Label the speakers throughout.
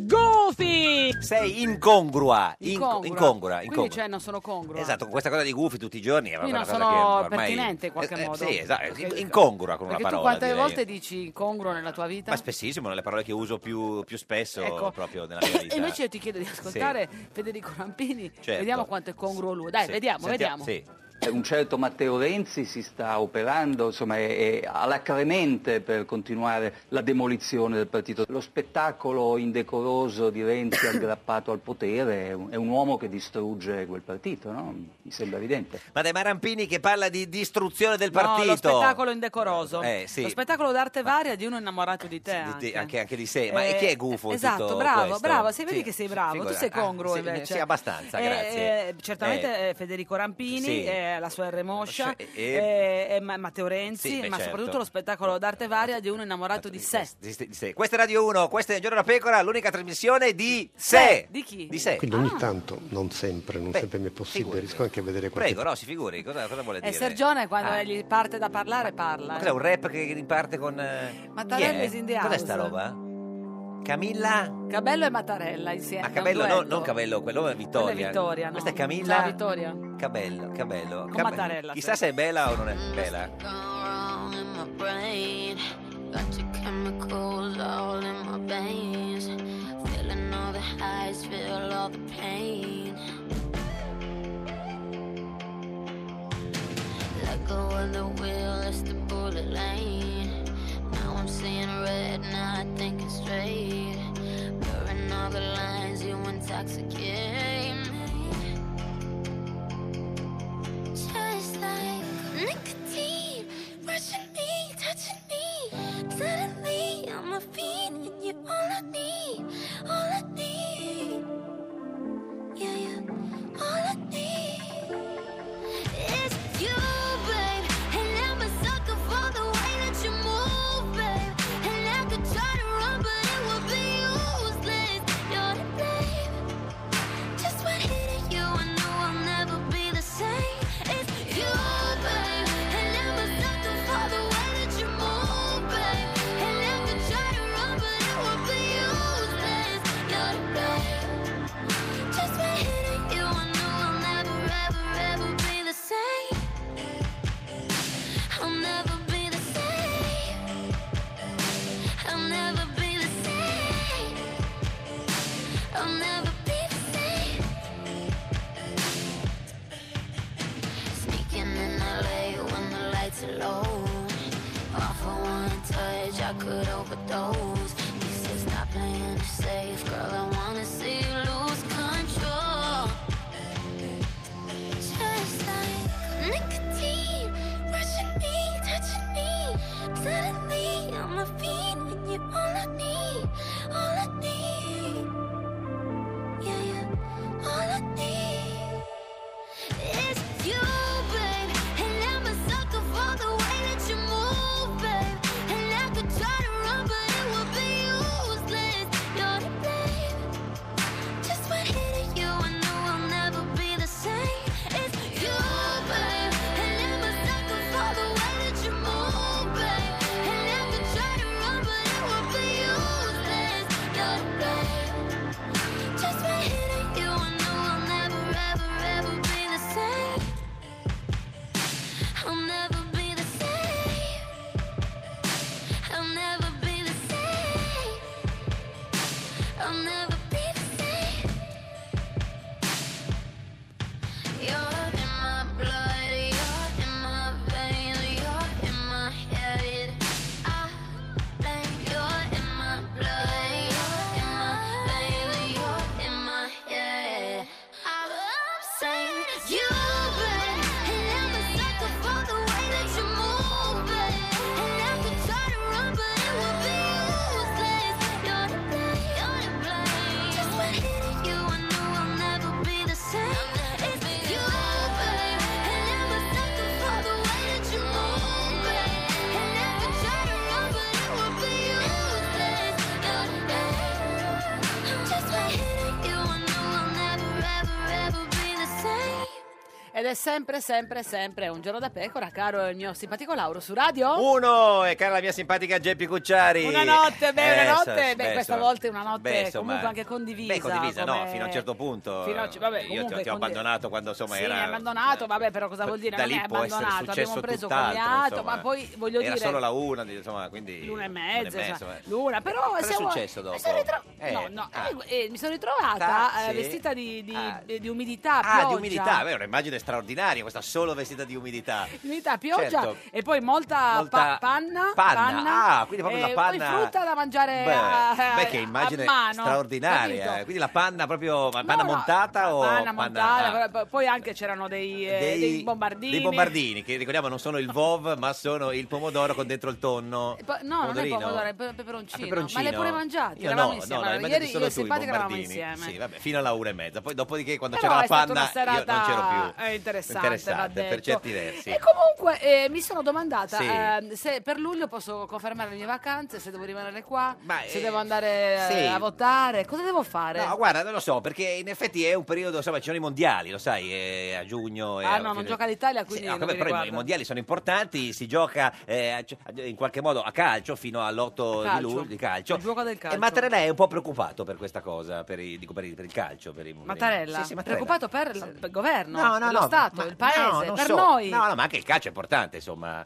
Speaker 1: Goofy!
Speaker 2: Sei incongrua, inc-
Speaker 1: Incongrua.
Speaker 2: incongrua,
Speaker 1: Quindi,
Speaker 2: incongrua.
Speaker 1: cioè, non sono congrua.
Speaker 2: Esatto, con questa cosa di gufi tutti i giorni è
Speaker 1: Quindi
Speaker 2: una
Speaker 1: non
Speaker 2: cosa
Speaker 1: sono
Speaker 2: che ormai...
Speaker 1: pertinente in qualche
Speaker 2: Eh, eh,
Speaker 1: modo.
Speaker 2: Sì, esatto, in-
Speaker 1: Perché-
Speaker 2: incongrua con
Speaker 1: Perché
Speaker 2: una
Speaker 1: tu
Speaker 2: parola.
Speaker 1: quante
Speaker 2: direi.
Speaker 1: volte dici incongruo nella tua vita?
Speaker 2: Ma spessissimo, le parole che uso più, più spesso
Speaker 1: Ecco.
Speaker 2: proprio nella mia vita.
Speaker 1: E invece io ti chiedo di ascoltare Federico Rampini,
Speaker 2: Certo.
Speaker 1: vediamo quanto è congruo lui. Dai, vediamo, vediamo.
Speaker 3: Eh, Un certo Matteo Renzi si sta operando insomma, è, è alacremente per continuare la demolizione del partito. Lo spettacolo indecoroso di Renzi aggrappato al potere è un, è un uomo che distrugge quel partito, no? mi sembra evidente.
Speaker 2: Ma dai, ma Rampini che parla di distruzione del
Speaker 1: No,
Speaker 2: partito.
Speaker 1: lo spettacolo indecoroso.
Speaker 2: Eh, sì.
Speaker 1: Lo spettacolo d'arte varia di uno innamorato di te.
Speaker 2: Di-
Speaker 1: Anche.
Speaker 2: di- anche, anche di sé, ma
Speaker 1: Eh,
Speaker 2: e chi è gufo? in
Speaker 1: Esatto,
Speaker 2: tutto
Speaker 1: bravo,
Speaker 2: questo?
Speaker 1: bravo. Se vedi
Speaker 2: Sì,
Speaker 1: che sei
Speaker 2: sì,
Speaker 1: bravo, tu
Speaker 2: figura-
Speaker 1: sei congruo
Speaker 2: ah, sì,
Speaker 1: invece.
Speaker 2: Sì, abbastanza,
Speaker 1: Eh,
Speaker 2: grazie.
Speaker 1: eh, certamente
Speaker 2: Eh,
Speaker 1: eh, Federico Rampini,
Speaker 2: Sì.
Speaker 1: eh, la sua R. Moscia,
Speaker 2: E-
Speaker 1: eh, eh, Ma- Matteo Renzi,
Speaker 2: Sì, beh,
Speaker 1: ma
Speaker 2: certo.
Speaker 1: soprattutto lo spettacolo d'arte varia di uno innamorato di sé.
Speaker 2: di sé- di sé. Questa è Radio 1, questa è Il Giorno da Pecora, l'unica trasmissione di sé.
Speaker 1: Di chi? Ah.
Speaker 2: Di sé.
Speaker 4: Quindi ogni tanto, non sempre, non
Speaker 2: Eh, ah. Beh,
Speaker 4: sempre mi è possibile,
Speaker 2: figurati.
Speaker 4: riesco anche a vedere qualche...
Speaker 2: Prego, no, si figuri, cosa, cosa vuole
Speaker 1: E
Speaker 2: dire?
Speaker 1: Sergione quando
Speaker 2: Ah.
Speaker 1: gli parte da parlare parla.
Speaker 2: Ma
Speaker 1: eh.
Speaker 2: cos'è un rap che riparte con. eh,
Speaker 1: Mattarella
Speaker 2: chi è?
Speaker 1: is in the
Speaker 2: Cos'è
Speaker 1: house.
Speaker 2: sta roba? Camilla?
Speaker 1: Cabello e Mattarella insieme.
Speaker 2: Ah,
Speaker 1: un
Speaker 2: Cabello, no,
Speaker 1: duetto.
Speaker 2: non Cabello, quello è Vittoria.
Speaker 1: Quella è Vittoria, no.
Speaker 2: Questa è Camilla.
Speaker 1: No, Vittoria.
Speaker 2: Cabello, Cabello.
Speaker 1: Con
Speaker 2: Cabe-
Speaker 1: Mattarella,
Speaker 2: Chissà
Speaker 1: sì. Mm.
Speaker 2: se è bella o non è
Speaker 5: Mm.
Speaker 2: bella.
Speaker 5: gone wrong in my brain. Got your chemicals all in my veins. Feeling all the highs, feel all the pain. Let go of the wheel, it's the bullet lane. Now I'm seeing red, not thinking straight. Blurring all the lines, you intoxicate me. Just like nicotine, rushing me, touching me. Suddenly, I'm a fiend, and you're all I need, all I need. Yeah, yeah, all I need is you, babe. And I'm a sucker for the way that you move, babe. And I could try to run, but it would be useless. You're to blame. Just by hitting you, I know I'll never be the same. It's you, babe, and I'm a sucker for the way that you move, babe. And I could try to run, but it would be useless. You're to blame. Just by hitting you, I know I'll never, ever, ever be the same. I'll never be the same. I'll never be the same. I'll never be the same. Sneaking in LA when the lights are low. All for one touch, I could overdose. He said, Stop playing it safe, girl. I wanna see you lose control. Just like nicotine, rushing me, touching me. Suddenly, I'm a fiend when you're all I need, all I need. Yeah, yeah, all I need. It's you, babe, and I'm a sucker for the way that you move, babe. And I could try to run, but it would be useless. You're to blame.
Speaker 1: sempre, sempre, sempre, sempre un giorno da pecora, caro il mio simpatico Lauro su radio.
Speaker 2: Uno, e cara la mia simpatica Geppi Cucciari.
Speaker 1: Una notte, beh,
Speaker 2: Eh,
Speaker 1: una
Speaker 2: so-
Speaker 1: notte, beh,
Speaker 2: beh,
Speaker 1: questa
Speaker 2: so-
Speaker 1: volta è una notte
Speaker 2: beh, insomma,
Speaker 1: comunque anche condivisa.
Speaker 2: Beh, condivisa, no,
Speaker 1: come-
Speaker 2: fino a un certo punto.
Speaker 1: Fino a- vabbè,
Speaker 2: Io ti-
Speaker 1: comunque
Speaker 2: ti, ho
Speaker 1: condi-
Speaker 2: abbandonato quando insomma
Speaker 1: Sì,
Speaker 2: era... eh,
Speaker 1: è abbandonato, vabbè, però cosa vuol dire?
Speaker 2: da
Speaker 1: Non
Speaker 2: lì
Speaker 1: è
Speaker 2: può essere
Speaker 1: abbandonato, abbiamo
Speaker 2: successo
Speaker 1: preso
Speaker 2: tutt'altro,
Speaker 1: coniato,
Speaker 2: insomma.
Speaker 1: ma poi voglio
Speaker 2: Era
Speaker 1: dire
Speaker 2: solo la una, insomma, quindi...
Speaker 1: l'una e mezza,
Speaker 2: l'una e
Speaker 1: cioè,
Speaker 2: insomma.
Speaker 1: l'una, però
Speaker 2: Cosa è
Speaker 1: siamo-
Speaker 2: successo dopo?
Speaker 1: Mi sono, ritro-
Speaker 2: Eh,
Speaker 1: no, no,
Speaker 2: ah.
Speaker 1: eh, mi sono ritrovata
Speaker 2: Ah,
Speaker 1: eh,
Speaker 2: sì.
Speaker 1: vestita di, di-
Speaker 2: Ah.
Speaker 1: di umidità,
Speaker 2: Ah,
Speaker 1: pioggia.
Speaker 2: di umidità, beh, è un'immagine straordinaria questa solo vestita di umidità.
Speaker 1: Umidità, pioggia
Speaker 2: Certo.
Speaker 1: e poi molta,
Speaker 2: Molta
Speaker 1: pa- panna,
Speaker 2: panna. Ah, quindi proprio
Speaker 1: e
Speaker 2: la panna-
Speaker 1: poi frutta da mangiare
Speaker 2: Beh,
Speaker 1: a,
Speaker 2: beh, che
Speaker 1: a
Speaker 2: immagine
Speaker 1: mano,
Speaker 2: straordinaria.
Speaker 1: capito?
Speaker 2: eh. Quindi la panna proprio, ma panna
Speaker 1: no,
Speaker 2: montata o
Speaker 1: panna montata,
Speaker 2: ah,
Speaker 1: però poi anche c'erano dei, eh, dei bombardini.
Speaker 2: dei bombardini, che ricordiamo non sono il vov, ma sono il pomodoro con dentro il tonno.
Speaker 1: Po- no, non è
Speaker 2: Pomodorino?
Speaker 1: pomodoro, è pe- peperoncino.
Speaker 2: Ah, peperoncino.
Speaker 1: Ma le pure mangiate?
Speaker 2: Io no,
Speaker 1: eravamo
Speaker 2: no,
Speaker 1: insieme.
Speaker 2: l'hai
Speaker 1: Allora,
Speaker 2: mangiato
Speaker 1: ieri
Speaker 2: solo
Speaker 1: io e
Speaker 2: tu i
Speaker 1: simpatica eravamo
Speaker 2: bombardini.
Speaker 1: insieme.
Speaker 2: Sì, vabbè, fino alla una e mezza. Poi dopodiché quando
Speaker 1: Però
Speaker 2: c'era
Speaker 1: è
Speaker 2: la
Speaker 1: stata una
Speaker 2: panna io non c'ero più.
Speaker 1: serata, eh, interessante, va
Speaker 2: interessante per
Speaker 1: detto.
Speaker 2: certi versi.
Speaker 1: E comunque eh, mi sono domandata
Speaker 2: Sì.
Speaker 1: ehm, se per luglio posso confermare le mie vacanze, se devo rimanere qua,
Speaker 2: Ma,
Speaker 1: se
Speaker 2: eh,
Speaker 1: devo andare eh,
Speaker 2: sì.
Speaker 1: a votare, cosa devo fare?
Speaker 2: No, guarda, non lo so, perché in effetti è un periodo, insomma, ci sono i mondiali, lo sai, eh, a giugno. e
Speaker 1: ah
Speaker 2: a
Speaker 1: no, non
Speaker 2: fine-
Speaker 1: gioca l'Italia,
Speaker 2: Sì,
Speaker 1: quindi
Speaker 2: no,
Speaker 1: non
Speaker 2: come-
Speaker 1: mi
Speaker 2: però i- i
Speaker 1: riguarda.
Speaker 2: mondiali sono importanti, si gioca eh, a- a- in qualche modo a calcio fino all'8
Speaker 1: A
Speaker 2: di luglio
Speaker 1: calcio.
Speaker 2: di calcio.
Speaker 1: Il gioco del calcio.
Speaker 2: E Mattarella è un po' preoccupato per questa cosa, per, i- dico, per, i- per il calcio. Per i-
Speaker 1: Mattarella,
Speaker 2: Sì, sì, Mattarella.
Speaker 1: preoccupato per il per il governo,
Speaker 2: No, no,
Speaker 1: lo
Speaker 2: no,
Speaker 1: Stato,
Speaker 2: ma-
Speaker 1: il Paese,
Speaker 2: no, non
Speaker 1: per
Speaker 2: so.
Speaker 1: noi.
Speaker 2: No, no, ma anche il calcio è importante, insomma.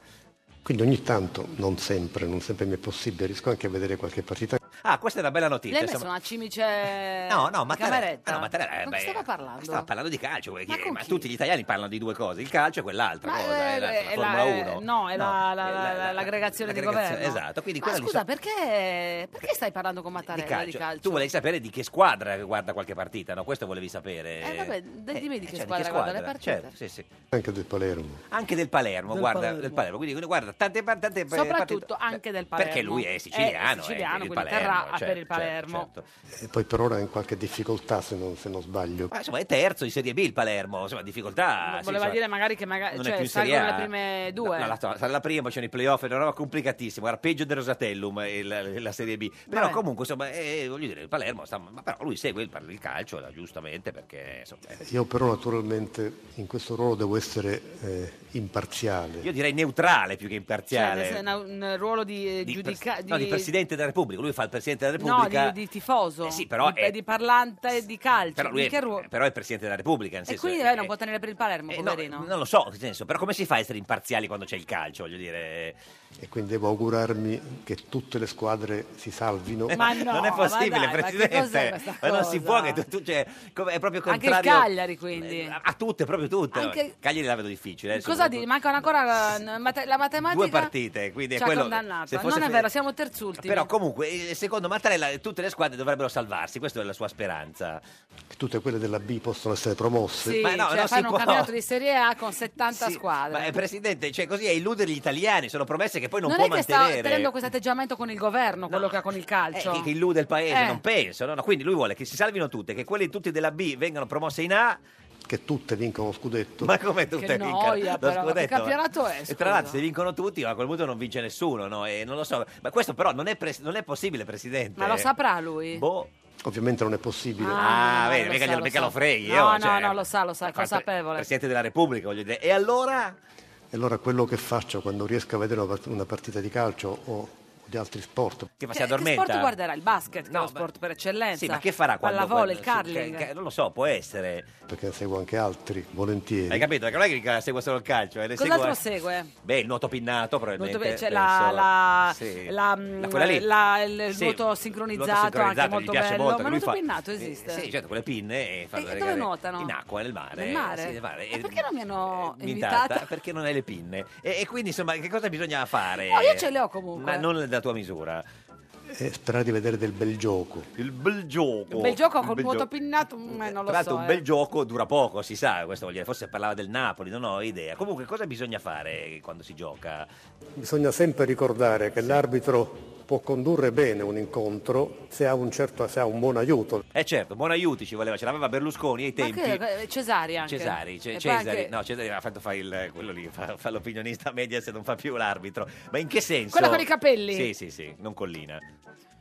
Speaker 4: Quindi ogni tanto, non sempre, non sempre mi è possibile, riesco anche a vedere qualche partita.
Speaker 2: Ah, questa è una bella notizia.
Speaker 1: Lei ha messo
Speaker 2: insomma.
Speaker 1: una cimice
Speaker 2: No, no,
Speaker 1: in
Speaker 2: Mattarella.
Speaker 1: cameretta.
Speaker 2: Ah, no, Mattarella eh,
Speaker 1: Con chi
Speaker 2: beh,
Speaker 1: stava parlando?
Speaker 2: Stava parlando di calcio, vuoi
Speaker 1: Ma
Speaker 2: dire,
Speaker 1: con
Speaker 2: ma
Speaker 1: chi?
Speaker 2: tutti gli italiani parlano di due cose, il calcio e quell'altra
Speaker 1: Ma,
Speaker 2: cosa, è la,
Speaker 1: eh,
Speaker 2: la
Speaker 1: è la-
Speaker 2: Formula
Speaker 1: eh,
Speaker 2: 1.
Speaker 1: no, è la- la- la- la- l'aggregazione di governo.
Speaker 2: Esatto, quindi
Speaker 1: Ma
Speaker 2: quella lì
Speaker 1: scusa,
Speaker 2: so-
Speaker 1: perché, perché stai parlando con
Speaker 2: di
Speaker 1: Mattarella
Speaker 2: calcio. Tu volevi sapere di che squadra guarda qualche partita, no? Questo volevi sapere.
Speaker 1: Eh, vabbè, dai, dimmi di che
Speaker 2: cioè,
Speaker 1: squadra guarda le partite.
Speaker 2: Certo, sì, sì.
Speaker 4: Anche del Palermo.
Speaker 2: Anche del Palermo,
Speaker 1: Del
Speaker 2: guarda,
Speaker 1: Palermo.
Speaker 2: del Palermo. Quindi, quindi guarda, tante, par- tante par-
Speaker 1: Soprattutto
Speaker 2: partite-
Speaker 1: anche del Palermo.
Speaker 2: Perché lui è siciliano,
Speaker 1: È siciliano,
Speaker 2: eh,
Speaker 1: quindi
Speaker 2: Palermo,
Speaker 1: terrà
Speaker 2: certo,
Speaker 1: per il Palermo.
Speaker 2: certo, certo.
Speaker 4: E poi per ora è in qualche difficoltà, se non, se non sbaglio.
Speaker 2: Ma insomma, è terzo in Serie B il Palermo, insomma, difficoltà. Ah, sì,
Speaker 1: Voleva
Speaker 2: insomma.
Speaker 1: dire magari che magari,
Speaker 2: non è
Speaker 1: cioè,
Speaker 2: più in Serie
Speaker 1: salgono
Speaker 2: A.
Speaker 1: le prime due.
Speaker 2: No, no, la, sarà la prima, c'erano i playoff, era una roba complicatissima, era peggio del Rosatellum eh, la, la Serie B. Però
Speaker 1: Vabbè.
Speaker 2: comunque, insomma, eh, voglio dire, il Palermo sta, ma però lui segue il, par- il calcio, la- giustamente, perché insomma, eh,
Speaker 4: Io però naturalmente in questo ruolo devo essere eh, imparziale.
Speaker 2: io direi neutrale più che
Speaker 1: Cioè,
Speaker 2: imparziale.
Speaker 1: nel- nel- nel ruolo di, eh,
Speaker 2: Di pres-
Speaker 1: giudica-
Speaker 2: no, di Presidente della Repubblica, lui fa il Presidente della
Speaker 1: no,
Speaker 2: Repubblica.
Speaker 1: di, di tifoso,
Speaker 2: Eh sì, però
Speaker 1: di,
Speaker 2: è-
Speaker 1: di parlante di calcio.
Speaker 2: Però lui
Speaker 1: di
Speaker 2: è, eh,
Speaker 1: che ruolo-
Speaker 2: però è il Presidente della Repubblica. nel
Speaker 1: Cioè, E
Speaker 2: senso,
Speaker 1: quindi
Speaker 2: eh,
Speaker 1: lei non può tenere per il Palermo,
Speaker 2: eh, no,
Speaker 1: poverino.
Speaker 2: non lo so, nel senso, però come si fa a essere imparziali quando c'è il calcio? Voglio dire,
Speaker 4: E quindi devo augurarmi che tutte le squadre si salvino.
Speaker 1: Ma no,
Speaker 2: Eh, non è
Speaker 1: ma
Speaker 2: possibile,
Speaker 1: dai, ma che cos'è
Speaker 2: Presidente.
Speaker 1: questa
Speaker 2: Ma non si
Speaker 1: cosa?
Speaker 2: può che tu, tu- cioè, come- è proprio
Speaker 1: Anche il
Speaker 2: contrario.
Speaker 1: Cagliari, quindi.
Speaker 2: Eh, A tutte, proprio tutte.
Speaker 1: Anche-
Speaker 2: Cagliari la vedo difficile. eh,
Speaker 1: Cosa
Speaker 2: soprattutto-
Speaker 1: dire? Mancano ancora la, mate- la matematica.
Speaker 2: Due partite, quindi è
Speaker 1: ci ha
Speaker 2: quello- se
Speaker 1: condannato.
Speaker 2: fosse
Speaker 1: Non è
Speaker 2: fe-
Speaker 1: vero, siamo terzultimi.
Speaker 2: Però comunque, eh, secondo Mattarella, tutte le squadre dovrebbero salvarsi, questa è la sua speranza.
Speaker 4: Che tutte quelle della B possono essere promosse.
Speaker 1: Sì,
Speaker 2: Ma no,
Speaker 1: cioè
Speaker 2: non si
Speaker 1: fanno un
Speaker 2: può.
Speaker 1: campionato di Serie A con 70
Speaker 2: Sì,
Speaker 1: squadre.
Speaker 2: Ma eh, Presidente, cioè, così è illudere gli italiani, sono promesse che poi non,
Speaker 1: non
Speaker 2: può
Speaker 1: è che
Speaker 2: mantenere.
Speaker 1: sta tenendo questo atteggiamento con il governo, quello che ha con il calcio.
Speaker 2: Eh, che, che illude il paese,
Speaker 1: Eh.
Speaker 2: non penso. no, no, Quindi lui vuole che si salvino tutte, che quelli tutti della B vengano promosse in A
Speaker 4: Che tutte vincono scudetto.
Speaker 2: Ma come tutte
Speaker 1: Che
Speaker 2: vincono?
Speaker 1: noia,
Speaker 2: Lo
Speaker 1: però, ma che
Speaker 2: scudetto,
Speaker 1: campionato è,
Speaker 2: E tra l'altro,
Speaker 1: scusa?
Speaker 2: se vincono tutti, a quel punto non vince nessuno, no? E non lo so. Ma questo però non è, pres- non è possibile, Presidente.
Speaker 1: Ma lo saprà lui?
Speaker 2: Boh.
Speaker 4: Ovviamente non è possibile.
Speaker 2: Ah,
Speaker 1: no, lo
Speaker 2: vedi, mica,
Speaker 1: sa,
Speaker 2: glielo-
Speaker 1: lo
Speaker 2: mica
Speaker 1: sa.
Speaker 2: lo freghi.
Speaker 1: No,
Speaker 2: oh, cioè,
Speaker 1: no, no, lo sa, lo sa, è
Speaker 2: ma il pre-
Speaker 1: consapevole.
Speaker 2: Presidente della Repubblica, voglio dire. E allora?
Speaker 4: E allora quello che faccio quando riesco a vedere una part- una partita di calcio o di altri sport,
Speaker 2: Che, ma
Speaker 1: Che-
Speaker 2: si addormenta?
Speaker 1: Che sport guarderà? Il basket, che è
Speaker 2: No,
Speaker 1: lo
Speaker 2: ma-
Speaker 1: sport per eccellenza.
Speaker 2: Sì, ma che farà quando...
Speaker 1: Pallavolo, il
Speaker 2: quando- su- cioè,
Speaker 1: curling.
Speaker 2: che- eh, non lo so, può essere.
Speaker 4: perché ne seguo anche altri volentieri.
Speaker 2: Hai capito? Perché non è che segue solo il calcio. Eh, ne
Speaker 1: Cos'altro
Speaker 2: segue-
Speaker 1: segue?
Speaker 2: Beh, il nuoto pinnato, probabilmente.
Speaker 1: Nuoto- c'è la,
Speaker 2: penso.
Speaker 1: la,
Speaker 2: Sì.
Speaker 1: la, mm,
Speaker 2: quella lì.
Speaker 1: la- il
Speaker 2: Sì,
Speaker 1: nuoto sincronizzato, anche
Speaker 2: sincronizzato,
Speaker 1: molto
Speaker 2: gli piace
Speaker 1: bello.
Speaker 2: molto,
Speaker 1: Ma
Speaker 2: lui
Speaker 1: nuoto
Speaker 2: fa-
Speaker 1: pinnato
Speaker 2: eh,
Speaker 1: esiste?
Speaker 2: Sì, certo, con le pinne. E, fa
Speaker 1: E
Speaker 2: delle
Speaker 1: dove
Speaker 2: gare-
Speaker 1: nuotano?
Speaker 2: In acqua, nel mare.
Speaker 1: Nel mare?
Speaker 2: Sì, nel mare.
Speaker 1: E perché non mi hanno
Speaker 2: Eh,
Speaker 1: invitata?
Speaker 2: Perché non hai le pinne. E, e quindi, insomma, che cosa bisogna fare?
Speaker 1: No, io ce le ho comunque.
Speaker 2: Ma non della tua misura.
Speaker 4: E sperare di vedere del bel gioco.
Speaker 2: Il bel gioco.
Speaker 1: Un bel gioco col
Speaker 2: bel
Speaker 1: nuoto
Speaker 2: gioco.
Speaker 1: pinnato, mm, eh, non lo
Speaker 2: Tra l'altro
Speaker 1: so.
Speaker 2: un
Speaker 1: eh.
Speaker 2: bel gioco dura poco, si sa, questo vuol dire, forse parlava del Napoli, non ho idea. Comunque cosa bisogna fare quando si gioca?
Speaker 4: Bisogna sempre ricordare che l'arbitro può condurre bene un incontro se ha un, certo, se ha un buon aiuto.
Speaker 2: Eh certo, buon aiuti ci voleva, ce l'aveva Berlusconi ai
Speaker 1: Ma
Speaker 2: tempi.
Speaker 1: che, eh, Cesari anche.
Speaker 2: Cesari,
Speaker 1: E
Speaker 2: Ce-
Speaker 1: poi
Speaker 2: Cesari,
Speaker 1: anche-
Speaker 2: no, Cesari ha fatto fare il, quello lì, fa, fa l'opinionista media se non fa più l'arbitro. Ma in che senso?
Speaker 1: Quello con i capelli?
Speaker 2: Sì, sì, sì, non collina.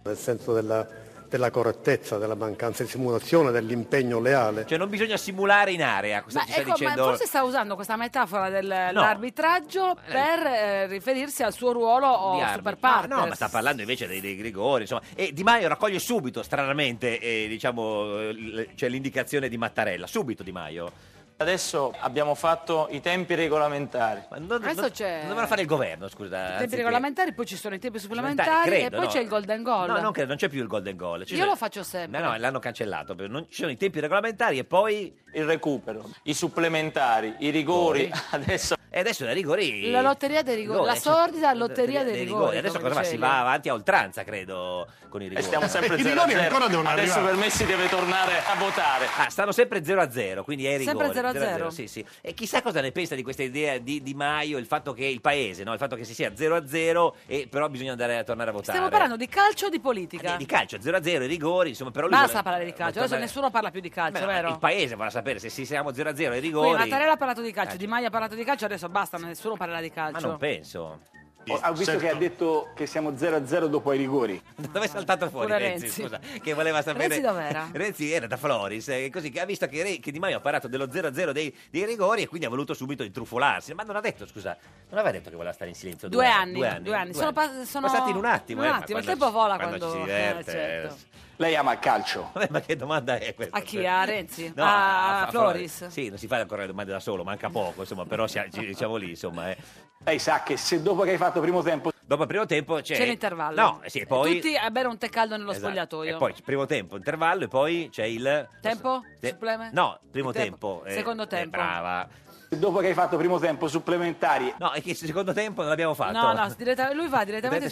Speaker 4: Nel senso della della correttezza, della mancanza di simulazione, dell'impegno leale.
Speaker 2: Cioè non bisogna simulare in area, cosa
Speaker 1: Ma,
Speaker 2: ci stai
Speaker 1: ecco, ma
Speaker 2: dicendo?
Speaker 1: forse sta usando questa metafora dell'arbitraggio per eh, riferirsi al suo ruolo
Speaker 2: Di
Speaker 1: o
Speaker 2: arbitri.
Speaker 1: Oh, super partes.
Speaker 2: No, no, ma sta parlando invece dei, dei rigori, insomma. E Di Maio raccoglie subito, stranamente, eh, diciamo, eh, l- cioè l'indicazione di Mattarella. Subito Di Maio.
Speaker 6: Adesso abbiamo fatto i tempi regolamentari.
Speaker 2: Ma non,
Speaker 1: Adesso
Speaker 2: non-
Speaker 1: c'è-
Speaker 2: non dovrà fare il governo, scusa.
Speaker 1: I tempi
Speaker 2: anziché-
Speaker 1: regolamentari, poi ci sono i tempi supplementari
Speaker 2: Regolamentari,
Speaker 1: e
Speaker 2: credo,
Speaker 1: poi
Speaker 2: no.
Speaker 1: c'è il golden goal.
Speaker 2: No, non credo, non c'è più il golden goal. Ci
Speaker 1: Io
Speaker 2: sono-
Speaker 1: lo faccio sempre.
Speaker 2: Ma no, l'hanno cancellato. per- Non ci sono i tempi regolamentari e poi... Il recupero, i supplementari, i rigori, adesso... E adesso dai rigori...
Speaker 1: La lotteria dei rigori,
Speaker 2: No,
Speaker 1: la
Speaker 2: adesso-
Speaker 1: sordida lotteria dei,
Speaker 2: dei
Speaker 1: rigori.
Speaker 2: Adesso
Speaker 1: come
Speaker 2: cosa va? Si
Speaker 1: dicevi.
Speaker 2: va avanti a oltranza, credo, con i rigori. Eh,
Speaker 6: stiamo sempre I zero a rigori zero. ancora devono Adesso arrivare. per me si deve tornare a votare.
Speaker 2: Ah, stanno sempre 0 a 0, quindi è rigore.
Speaker 1: Sempre 0 a 0.
Speaker 2: Sì, sì. E chissà cosa ne pensa di questa idea di Di Maio, il fatto che il paese, no? il fatto che si sia 0 a 0 e però bisogna andare a tornare a votare.
Speaker 1: Stiamo parlando di calcio o di politica?
Speaker 2: Eh, di calcio 0 a 0 i rigori insomma però lui
Speaker 1: Basta
Speaker 2: vuole-
Speaker 1: parlare di calcio,
Speaker 2: vuole
Speaker 1: adesso nessuno
Speaker 2: tornare-
Speaker 1: parla più di calcio,
Speaker 2: Ma
Speaker 1: Ah, cioè, vero?
Speaker 2: il paese vorrà sapere se si- siamo 0 a 0 i rigori
Speaker 1: Quindi Mattarella ha parlato di calcio,
Speaker 2: Eh.
Speaker 1: Di Maio ha parlato di calcio, adesso basta, ma nessuno parlerà di
Speaker 2: ma
Speaker 1: calcio.
Speaker 2: non penso
Speaker 7: Ho ho visto che ha detto che siamo 0-0 dopo ai rigori.
Speaker 2: Dove è saltato fuori
Speaker 7: Pure
Speaker 2: Renzi,
Speaker 7: Renzi.
Speaker 2: Scusa, che voleva sapere.
Speaker 7: Renzi dov'era?
Speaker 2: Renzi era da Floris, eh, così che ha visto che, Re- che Di Maio ha parlato dello 0-0 dei, dei rigori e quindi ha voluto subito intrufolarsi. Ma non ha detto, scusa, non aveva detto che voleva stare in silenzio.
Speaker 1: Due, anni, due anni,
Speaker 2: due
Speaker 1: Sono, pa- sono-
Speaker 2: Passati in un attimo.
Speaker 1: in
Speaker 2: eh,
Speaker 1: un
Speaker 2: ma
Speaker 1: attimo, il tempo
Speaker 2: quando ci-
Speaker 1: vola
Speaker 2: quando,
Speaker 1: quando,
Speaker 2: ci si
Speaker 1: eh,
Speaker 2: diverte.
Speaker 1: certo.
Speaker 2: Lei ama il calcio. ma che domanda è questa?
Speaker 1: A chi? A Renzi?
Speaker 2: No,
Speaker 1: a,
Speaker 2: a- a
Speaker 1: Ah, Floris?
Speaker 2: Sì, non si fa ancora le domande da solo, manca poco, insomma, però sia- ci- siamo lì, insomma. eh.
Speaker 7: Lei sa che se dopo che hai fatto primo tempo...
Speaker 2: Dopo il primo tempo c'è...
Speaker 1: C'è l'intervallo.
Speaker 2: Cioè, No, eh sì, e poi...
Speaker 1: Tutti a bere un tè caldo nello
Speaker 2: Esatto.
Speaker 1: spogliatoio.
Speaker 2: E poi primo tempo, intervallo e poi c'è il...
Speaker 1: Tempo?
Speaker 2: Te-
Speaker 1: Suppleme?
Speaker 2: No, primo
Speaker 1: Il tempo.
Speaker 2: tempo. eh,
Speaker 1: Secondo
Speaker 2: eh,
Speaker 1: tempo.
Speaker 2: brava.
Speaker 7: Dopo che hai fatto primo tempo supplementari...
Speaker 2: No, è che il secondo tempo non l'abbiamo fatto.
Speaker 1: No, no, diretta- lui va direttamente
Speaker 2: Dovete
Speaker 1: ai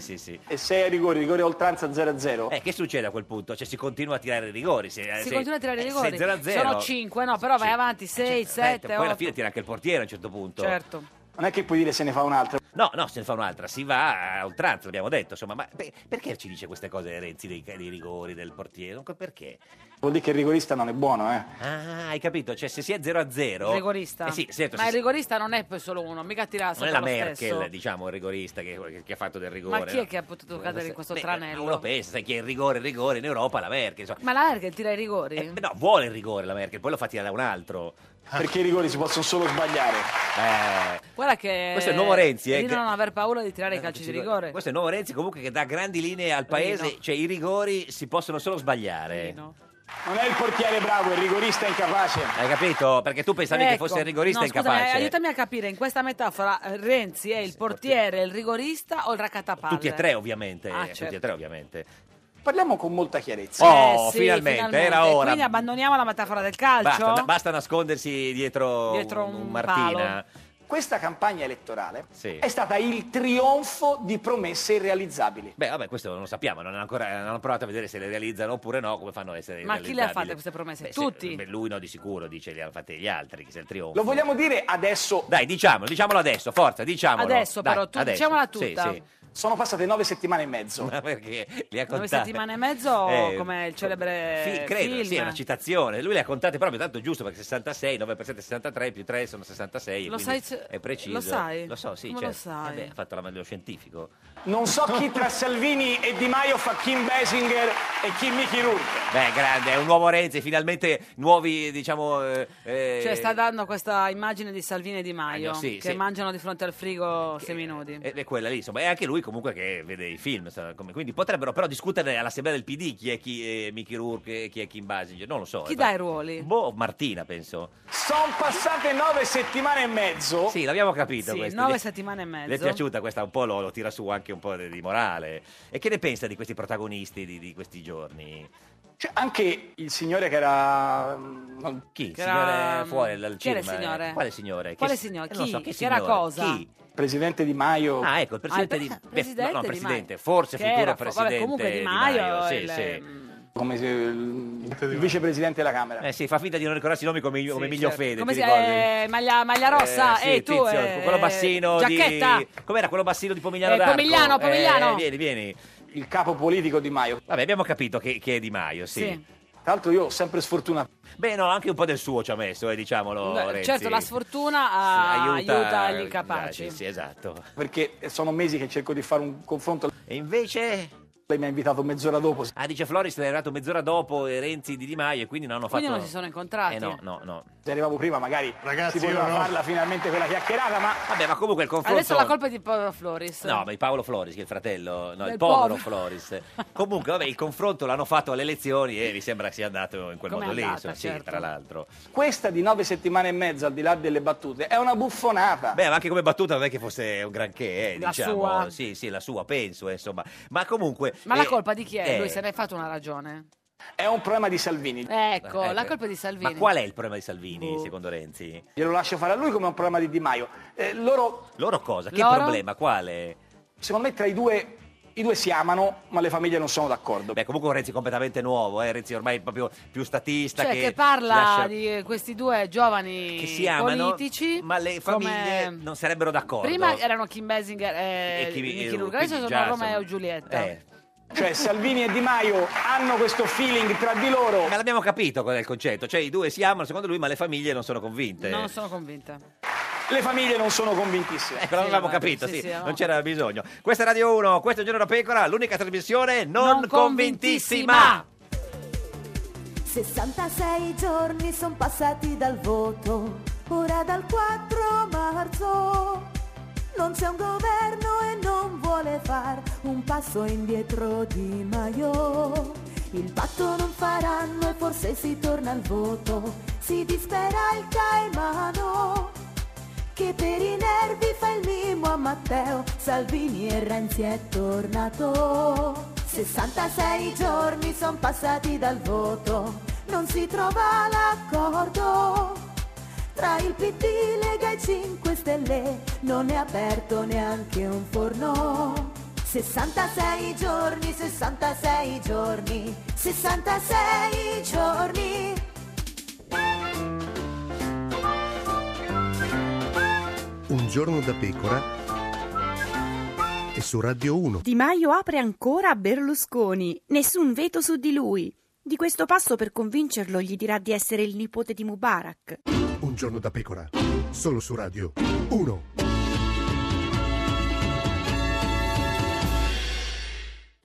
Speaker 1: supplementari.
Speaker 2: sì, sì.
Speaker 7: E 6 ai rigori, rigore a oltranza 0-0.
Speaker 2: Eh, che succede a quel punto? Cioè, si continua a tirare i rigori. Se,
Speaker 1: Si
Speaker 2: se-
Speaker 1: continua a tirare i
Speaker 2: eh, se
Speaker 1: rigori.
Speaker 2: 0 a 0,
Speaker 1: Sono 5, no, però vai avanti 6,
Speaker 2: sette,
Speaker 1: 7,
Speaker 2: certo. Poi alla
Speaker 1: 8.
Speaker 2: fine tira anche il portiere a un certo punto.
Speaker 1: Certo.
Speaker 7: Non è che puoi dire se ne fa un'altra.
Speaker 2: No, no, se ne fa un'altra, si va a oltranza, l'abbiamo detto, insomma, ma pe- perché ci dice queste cose Renzi dei, dei rigori, del portiere? Non co- Perché?
Speaker 7: Vuol dire che il rigorista non è buono, eh.
Speaker 2: Ah, hai capito? Cioè, se si è 0 a 0...
Speaker 1: Rigorista.
Speaker 2: Eh sì, certo,
Speaker 1: ma
Speaker 2: se-
Speaker 1: il rigorista non è poi solo uno, mica tira
Speaker 2: non è
Speaker 1: sempre
Speaker 2: la
Speaker 1: lo
Speaker 2: Merkel,
Speaker 1: stesso.
Speaker 2: diciamo, il rigorista che, che ha fatto del rigore.
Speaker 1: Ma chi è
Speaker 2: no?
Speaker 1: che ha potuto
Speaker 2: Non
Speaker 1: cadere
Speaker 2: so-
Speaker 1: in questo
Speaker 2: Beh,
Speaker 1: tranello?
Speaker 2: Uno pensa, sai chi è il rigore, il rigore in Europa, la Merkel, insomma.
Speaker 1: Ma la Merkel tira i rigori?
Speaker 2: Eh, no, vuole il rigore la Merkel, poi lo fa tirare da un altro.
Speaker 7: Perché i rigori si possono solo sbagliare.
Speaker 2: Eh,
Speaker 1: Guarda che...
Speaker 2: Questo è il nuovo Renzi, eh,
Speaker 1: Di
Speaker 2: che- Eh,
Speaker 1: non aver paura di tirare i calci di rigore.
Speaker 2: questo è il nuovo Renzi comunque che dà grandi linee al paese,
Speaker 1: Rino.
Speaker 2: cioè i rigori si possono solo sbagliare.
Speaker 7: Non è il portiere bravo, è il rigorista incapace.
Speaker 2: Hai capito? Perché tu pensavi che
Speaker 1: Ecco.
Speaker 2: fosse il rigorista
Speaker 1: No, scusami,
Speaker 2: incapace.
Speaker 1: aiutami a capire, in questa metafora eh, Renzi è il portiere, il rigorista o il racatapalle?
Speaker 2: Tutti e tre, oh. ovviamente.
Speaker 1: Ah,
Speaker 2: Tutti
Speaker 1: certo.
Speaker 2: e tre, ovviamente.
Speaker 7: Parliamo con molta chiarezza.
Speaker 2: Oh,
Speaker 1: Eh sì,
Speaker 2: finalmente, era ora.
Speaker 1: Quindi abbandoniamo la metafora del calcio.
Speaker 2: Basta, basta nascondersi dietro,
Speaker 7: Dietro
Speaker 2: un,
Speaker 7: un
Speaker 2: Martina.
Speaker 7: Questa campagna elettorale
Speaker 2: Sì.
Speaker 7: è stata il trionfo di promesse irrealizzabili.
Speaker 2: Beh, vabbè, questo non lo sappiamo, non hanno ancora non hanno provato a vedere se le realizzano oppure no, come fanno a essere
Speaker 1: Ma chi le ha fatte
Speaker 2: realizzabili.
Speaker 1: queste promesse?
Speaker 2: Beh, se-
Speaker 1: Tutti.
Speaker 2: beh, lui no, di sicuro, dice, le hanno fatte gli altri, che se il trionfo.
Speaker 7: Lo vogliamo dire adesso?
Speaker 2: Dai, diciamolo, diciamolo adesso, forza, diciamolo.
Speaker 7: Adesso,
Speaker 2: Dai,
Speaker 7: però, tu-
Speaker 2: adesso.
Speaker 7: diciamola
Speaker 2: Sì,
Speaker 7: tutta.
Speaker 2: sì.
Speaker 7: Sono passate nove settimane e mezzo.
Speaker 2: Ma perché li ha contate?
Speaker 1: Due settimane e mezzo,
Speaker 2: Eh,
Speaker 1: come il celebre
Speaker 2: Fi- credo,
Speaker 1: Eh, film.
Speaker 2: sì, è una citazione. Lui le ha contate proprio tanto giusto perché 66, 9 per 7 è 63, più 3 sono 66.
Speaker 1: Lo
Speaker 2: quindi
Speaker 1: sai se-
Speaker 2: È preciso.
Speaker 1: lo sai?
Speaker 2: Lo so, sì.
Speaker 1: Come
Speaker 2: certo.
Speaker 1: lo sai?
Speaker 2: Eh beh, ha fatto la lo scientifico.
Speaker 7: Non so chi tra Salvini e Di Maio fa Kim Basinger e chi Mickey Rourke.
Speaker 2: Beh, grande, è un nuovo Renzi, finalmente nuovi, diciamo... eh, eh,
Speaker 1: Cioè sta dando questa immagine di Salvini e Di Maio
Speaker 2: Ah, no, sì,
Speaker 1: che
Speaker 2: sì. eh,
Speaker 1: mangiano di fronte al frigo sei minuti.
Speaker 2: ed è quella lì, insomma, e anche lui comunque che vede i film, sa, come- quindi potrebbero però discutere all'assemblea del PD chi è chi è Mickey Rourke e chi è Kim Basinger, non lo so.
Speaker 1: Chi
Speaker 2: eh,
Speaker 1: dà
Speaker 2: ma-
Speaker 1: i ruoli?
Speaker 2: Boh, Martina penso.
Speaker 7: Sono passate nove settimane e mezzo.
Speaker 2: Sì, l'abbiamo capito
Speaker 1: Sì,
Speaker 2: questo.
Speaker 1: nove
Speaker 2: Gli-
Speaker 1: settimane e mezzo.
Speaker 2: Le è piaciuta questa, un po' lo, lo tira su anche un po' di, di morale. E che ne pensa di questi protagonisti di, di questi giorni?
Speaker 7: Cioè, anche il signore che era... mm, non-
Speaker 2: Chi? Il
Speaker 7: Che
Speaker 2: signore
Speaker 1: mm,
Speaker 7: era-
Speaker 2: fuori dal
Speaker 7: chi era
Speaker 2: cinema,
Speaker 7: il signore?
Speaker 2: eh? Quale signore? Che
Speaker 1: Quale
Speaker 2: si-
Speaker 1: signore?
Speaker 2: eh, non
Speaker 1: Chi?
Speaker 2: so, che
Speaker 1: Che era
Speaker 2: signore?
Speaker 1: cosa?
Speaker 2: Chi?
Speaker 7: Presidente Di Maio.
Speaker 2: Ah, ecco, il presidente
Speaker 1: Ah, il
Speaker 2: di...
Speaker 1: pre-
Speaker 2: beh,
Speaker 1: presidente
Speaker 2: no, no,
Speaker 1: Di
Speaker 2: presidente,
Speaker 1: Maio.
Speaker 2: forse
Speaker 1: Che
Speaker 2: futuro
Speaker 1: era fo- vabbè,
Speaker 2: presidente
Speaker 1: comunque Di Maio
Speaker 2: sì,
Speaker 1: il-
Speaker 2: sì.
Speaker 7: Come se il, il vicepresidente della Camera.
Speaker 2: Eh sì, fa finta di non ricordarsi i nomi come, come Emilio
Speaker 7: certo.
Speaker 2: Fede,
Speaker 1: Come
Speaker 2: ti
Speaker 1: si
Speaker 2: ricordi?
Speaker 1: eh, maglia, maglia rossa?
Speaker 2: Eh, sì,
Speaker 1: Ehi tu,
Speaker 2: tizio,
Speaker 1: eh,
Speaker 2: quello bassino
Speaker 1: giacchetta.
Speaker 2: di... Com'era quello bassino di Pomigliano
Speaker 1: Eh,
Speaker 2: d'Arco?
Speaker 1: Pomigliano, Pomigliano.
Speaker 2: Eh, vieni, vieni.
Speaker 7: Il capo politico Di Maio.
Speaker 2: Vabbè, abbiamo capito che, che è Di Maio, sì.
Speaker 7: Tra l'altro io ho sempre sfortuna.
Speaker 2: Beh, no, anche un po' del suo ci ha messo, eh, diciamolo,
Speaker 1: Beh,
Speaker 2: Renzi.
Speaker 1: Certo, la sfortuna ah, aiuta, gli incapaci.
Speaker 2: Sì, sì, esatto.
Speaker 7: Perché sono mesi che cerco di fare un confronto.
Speaker 2: E invece... Lei mi ha invitato mezz'ora dopo. Ah, dice Floris, l'ha arrivato mezz'ora dopo eh, Renzi di Di Maio e quindi non hanno fatto...
Speaker 1: Quindi non si sono incontrati.
Speaker 2: Eh no, no, no.
Speaker 7: Se arrivavo prima magari
Speaker 2: Ragazzi,
Speaker 7: si poteva
Speaker 2: io no.
Speaker 7: farla finalmente quella chiacchierata, ma...
Speaker 2: Vabbè, ma comunque il confronto...
Speaker 1: Adesso la colpa è di Paolo Floris.
Speaker 2: No, ma il Paolo Floris, che è il fratello, no,
Speaker 1: Del
Speaker 2: il povero
Speaker 1: povero.
Speaker 2: Floris. Comunque, vabbè, il confronto l'hanno fatto alle elezioni e mi sembra che sia andato in quel
Speaker 7: Com'è
Speaker 2: modo lì,
Speaker 7: andata,
Speaker 2: insomma, sì,
Speaker 7: certo.
Speaker 2: tra l'altro.
Speaker 7: Questa di nove settimane e mezza, al di là delle battute, è una buffonata.
Speaker 2: Beh, ma anche come battuta non è che fosse un granché, eh,
Speaker 1: La
Speaker 2: diciamo.
Speaker 1: sua.
Speaker 2: Sì, sì, la sua, penso, eh, insomma. Ma comunque...
Speaker 1: Ma la
Speaker 2: eh,
Speaker 1: colpa di chi è?
Speaker 2: eh,
Speaker 1: Lui se ne è fatto una ragione.
Speaker 7: È un problema di Salvini.
Speaker 1: Ecco,
Speaker 2: Eh,
Speaker 1: la
Speaker 2: beh.
Speaker 1: colpa è di Salvini.
Speaker 2: Ma qual è il problema di Salvini, secondo Renzi?
Speaker 7: Oh. Glielo lascio fare a lui come un problema di Di Maio. Eh, loro,
Speaker 2: Loro cosa? Che
Speaker 7: Loro?
Speaker 2: problema? Quale?
Speaker 7: secondo me, tra i due, i due si amano, ma le famiglie non sono d'accordo.
Speaker 2: Beh, comunque un Renzi completamente nuovo, eh? Renzi ormai proprio più statista.
Speaker 1: Cioè,
Speaker 2: che,
Speaker 1: che, parla
Speaker 2: lascia-
Speaker 1: di questi due giovani
Speaker 2: Che si amano,
Speaker 1: Eh, politici.
Speaker 2: Ma le
Speaker 1: come-
Speaker 2: famiglie non sarebbero d'accordo.
Speaker 1: Prima erano Kim Basinger e,
Speaker 2: E chi-
Speaker 1: Mickey
Speaker 2: eh,
Speaker 1: Rourke,
Speaker 2: quindi
Speaker 1: adesso sono
Speaker 2: già,
Speaker 1: Romeo
Speaker 2: insomma,
Speaker 1: e Giulietta.
Speaker 2: Eh,
Speaker 7: Cioè, Salvini e Di Maio hanno questo feeling tra di loro.
Speaker 2: ma l'abbiamo capito qual è il concetto. Cioè, i due si amano, secondo lui, ma le famiglie non sono convinte.
Speaker 1: Non sono convinta.
Speaker 7: Le famiglie non sono convintissime.
Speaker 2: Ecco, non l'avevamo
Speaker 1: vabbè,
Speaker 2: capito,
Speaker 1: sì,
Speaker 2: sì,
Speaker 1: sì, avevamo
Speaker 2: non c'era bisogno. Questa è Radio 1, questo è Un Giorno da Pecora, l'unica trasmissione non, convintissima.
Speaker 8: 66 giorni sono passati dal voto, ora dal 4 marzo. Non c'è un governo e non vuole far un passo indietro di Maio. Il patto non faranno e forse si torna al voto, si dispera il Caimano. Che per i nervi fa il mimo a Matteo, Salvini e Renzi è tornato. 66 giorni sono passati dal voto, non si trova l'accordo. Tra il PD, Lega e 5 Stelle non è aperto neanche un forno. 66 giorni, 66 giorni, 66 giorni.
Speaker 9: Un giorno da pecora e su Radio 1.
Speaker 10: Di Maio apre ancora a Berlusconi. Nessun veto su di lui. Di questo passo per convincerlo gli dirà di essere il nipote di Mubarak.
Speaker 9: Un giorno da pecora, solo su Radio 1.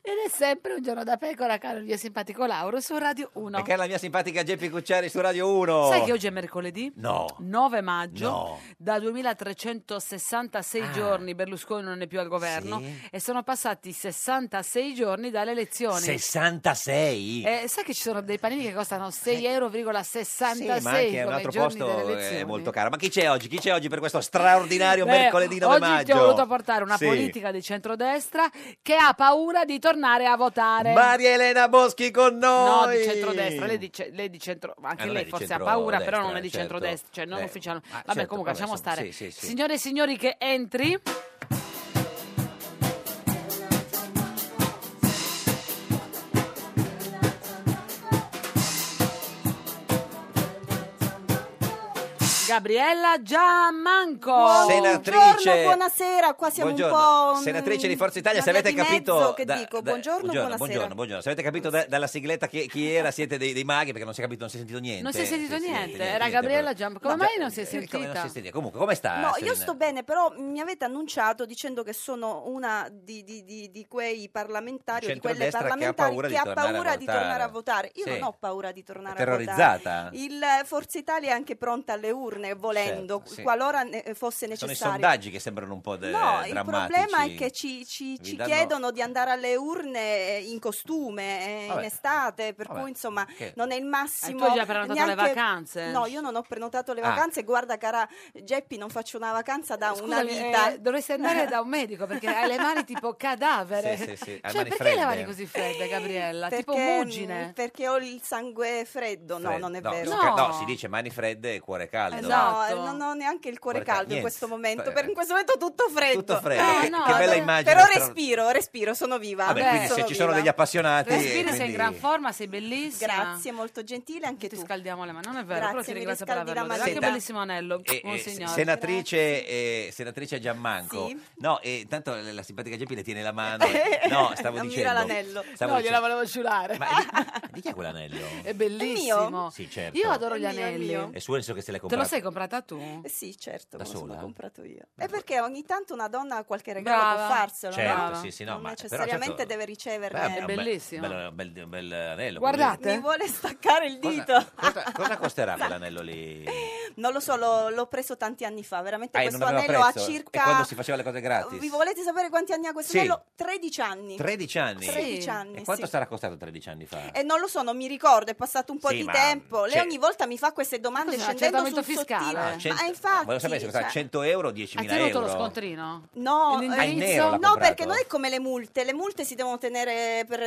Speaker 1: Ed è sempre un giorno da pecora, caro il mio simpatico Lauro, su Radio 1.
Speaker 2: Perché è la mia simpatica Geppi Cucciari su Radio 1.
Speaker 1: Sai che oggi è mercoledì?
Speaker 2: Oh. No.
Speaker 1: 9 maggio,
Speaker 2: No.
Speaker 1: da 2366
Speaker 2: Ah.
Speaker 1: giorni Berlusconi non è più al governo
Speaker 2: Sì.
Speaker 1: e sono passati 66 giorni dalle elezioni.
Speaker 2: 66?
Speaker 1: Eh, sai che ci sono dei panini che costano 6,66 euro
Speaker 2: Eh. Sì, Eh, ma anche un
Speaker 1: come
Speaker 2: altro
Speaker 1: i giorni delle
Speaker 2: posto eh,
Speaker 1: elezioni?
Speaker 2: è molto caro. Ma chi c'è oggi? Chi c'è oggi per questo straordinario
Speaker 1: Beh,
Speaker 2: mercoledì 9
Speaker 1: oggi
Speaker 2: maggio?
Speaker 1: ti ho voluto portare una
Speaker 2: Sì.
Speaker 1: politica di centrodestra che ha paura di tornare a votare.
Speaker 2: Maria Elena Boschi con noi.
Speaker 1: No, di centrodestra, lei di, ce- lei di centro, ma anche
Speaker 2: Ah, non è
Speaker 1: lei
Speaker 2: di
Speaker 1: forse ha
Speaker 2: centrodestra,
Speaker 1: paura, però non è di
Speaker 2: certo.
Speaker 1: centrodestra, cioè non
Speaker 2: Eh,
Speaker 1: ufficiale.
Speaker 2: ah,
Speaker 1: Vabbè,
Speaker 2: certo,
Speaker 1: comunque
Speaker 2: vabbè,
Speaker 1: lasciamo
Speaker 2: insomma,
Speaker 1: stare.
Speaker 2: sì, sì, sì.
Speaker 1: Signore e signori che entri. Gabriella Giammanco.
Speaker 2: Senatrice.
Speaker 8: qua
Speaker 2: Buongiorno. Senatrice di Forza Italia, se avete capito.
Speaker 8: che
Speaker 2: da-
Speaker 8: dico,
Speaker 2: da-
Speaker 8: buongiorno, buonasera.
Speaker 2: buongiorno, buongiorno. Se avete capito da- dalla sigletta chi, chi era, siete dei, dei maghi perché non si è capito, non si è sentito niente.
Speaker 1: Non si è sentito niente, era
Speaker 2: niente,
Speaker 1: Gabriella
Speaker 2: proprio.
Speaker 1: Giammanco. Come
Speaker 2: No,
Speaker 1: mai
Speaker 2: già-
Speaker 1: non si è
Speaker 2: eh, come non si
Speaker 1: sentita?
Speaker 2: è sentita? Ah, Comunque, come sta?
Speaker 8: No, io
Speaker 2: Serena?
Speaker 8: sto bene, però mi avete annunciato dicendo che sono una di, di- di- di quei parlamentari o di quelle
Speaker 2: Centrodestra che ha
Speaker 8: parlamentari
Speaker 2: paura di
Speaker 8: che ha
Speaker 2: tornare a
Speaker 8: paura di
Speaker 2: votare.
Speaker 8: tornare a votare. Io
Speaker 2: Sì.
Speaker 8: non ho paura di tornare a votare.
Speaker 2: terrorizzata.
Speaker 8: Il Forza Italia è anche pronta alle urne, volendo,
Speaker 2: Certo, sì.
Speaker 8: qualora ne- fosse
Speaker 2: Sono i
Speaker 8: necessario.
Speaker 2: sondaggi che sembrano un po' de-
Speaker 8: No,
Speaker 2: eh, drammatici.
Speaker 8: il problema è che ci, ci-
Speaker 2: Vi
Speaker 8: ci
Speaker 2: danno-
Speaker 8: chiedono di andare alle urne eh, in costume, eh,
Speaker 2: Vabbè.
Speaker 8: in estate, per
Speaker 2: Vabbè,
Speaker 8: cui insomma
Speaker 2: che-
Speaker 8: non è il massimo.
Speaker 1: Eh, tu hai già prenotato le
Speaker 8: neanche-
Speaker 1: vacanze?
Speaker 8: No, io non ho prenotato le
Speaker 2: Ah.
Speaker 8: vacanze. Guarda, cara Geppi, non faccio una vacanza da una
Speaker 1: Scusami,
Speaker 8: vita.
Speaker 1: eh, dovresti andare da un medico perché hai le mani tipo cadavere.
Speaker 8: Sì, sì, sì, hai
Speaker 1: Cioè,
Speaker 8: mani
Speaker 1: perché le
Speaker 8: fredde.
Speaker 1: mani così fredde, Gabriella? tipo
Speaker 8: Perché- mm,
Speaker 1: muggine.
Speaker 8: Perché ho il sangue freddo. No,
Speaker 2: Fred-
Speaker 8: non è
Speaker 2: no,
Speaker 8: vero.
Speaker 2: si ca- no, si dice mani fredde e cuore caldo.
Speaker 8: Eh, no,
Speaker 1: Esatto.
Speaker 8: eh, non ho neanche il cuore
Speaker 2: Cuore caldo,
Speaker 8: caldo in
Speaker 2: niente.
Speaker 8: questo momento,
Speaker 2: Eh,
Speaker 8: perché in questo momento tutto freddo.
Speaker 2: tutto freddo, che- che bella immagine,
Speaker 8: Però
Speaker 2: però-
Speaker 8: respiro, respiro, sono viva.
Speaker 2: Vabbè,
Speaker 8: sono
Speaker 2: quindi se ci sono
Speaker 8: viva.
Speaker 2: degli appassionati... eh,
Speaker 1: Respiri, sei in
Speaker 2: quindi-
Speaker 1: gran forma, sei bellissima.
Speaker 8: Grazie, molto gentile anche
Speaker 1: Ti scaldiamo le mani, non è vero,
Speaker 8: Grazie,
Speaker 1: però ti
Speaker 8: mi
Speaker 1: ringrazio per
Speaker 8: riscaldi la
Speaker 1: averlo detto.
Speaker 8: mano.
Speaker 1: Anche
Speaker 8: Senta,
Speaker 1: bellissimo anello,
Speaker 2: Eh, eh,
Speaker 1: monsignor.
Speaker 2: se- senatrice, eh, senatrice Giammanco,
Speaker 1: Sì.
Speaker 2: no, eh, tanto la la simpatica Geppi le tiene la mano. No, stavo dicendo. Stavo
Speaker 1: no, gliela
Speaker 2: dicendo.
Speaker 1: volevo ciulare.
Speaker 2: Di chi è quell'anello?
Speaker 1: È bellissimo.
Speaker 2: Sì, certo.
Speaker 1: Io adoro
Speaker 8: È
Speaker 1: gli
Speaker 8: mio, è
Speaker 1: anelli.
Speaker 8: mio.
Speaker 2: È suo nel senso che se l'è
Speaker 1: Te lo
Speaker 2: comprato
Speaker 1: sei l'hai comprata tu?
Speaker 11: Sì, certo,
Speaker 2: Da
Speaker 11: me la sono
Speaker 2: sola?
Speaker 11: comprato io. È perché ogni tanto una donna ha qualche regalo
Speaker 1: Brava.
Speaker 11: può farselo,
Speaker 2: Certo,
Speaker 11: no?
Speaker 2: sì, sì, no,
Speaker 11: non
Speaker 2: ma- però
Speaker 11: necessariamente
Speaker 2: certo-
Speaker 11: deve riceverne.
Speaker 2: Beh, un bel- bello- bel, bel, anello.
Speaker 11: Mi vuole staccare il dito.
Speaker 2: Cosa, cosa costerà quell'anello lì?
Speaker 11: Non lo so, l'ho, l'ho preso tanti anni fa, veramente
Speaker 2: Ah, non
Speaker 11: questo
Speaker 2: aveva
Speaker 11: anello
Speaker 2: prezzo?
Speaker 11: ha
Speaker 2: E
Speaker 11: circa
Speaker 2: quando si faceva le cose gratis?
Speaker 11: Vi volete sapere quanti anni ha questo
Speaker 2: Sì.
Speaker 11: anello? 13 anni.
Speaker 2: 13 anni?
Speaker 11: 13 anni,
Speaker 2: E quanto
Speaker 11: sì.
Speaker 2: sarà costato 13 anni fa?
Speaker 11: E Eh, non lo so, non mi ricordo, è passato un po'
Speaker 2: Sì,
Speaker 11: di
Speaker 2: ma-
Speaker 11: tempo. Lei
Speaker 2: cioè-
Speaker 11: ogni volta mi fa queste domande
Speaker 1: Cos'è,
Speaker 11: scendendo sul
Speaker 1: accertamento fiscale?
Speaker 11: sottile.
Speaker 2: Ah, cento-
Speaker 11: Ma infatti,
Speaker 2: Volevo sapere se costa
Speaker 11: cioè-
Speaker 2: 100 euro o 10.000
Speaker 1: Hai tenuto
Speaker 2: euro.
Speaker 1: lo scontrino?
Speaker 11: No,
Speaker 1: L'indirizzo?
Speaker 11: eh,
Speaker 2: Ah, in nero l'ha
Speaker 11: no
Speaker 2: comprato?
Speaker 11: perché non è come le multe, le multe si devono tenere per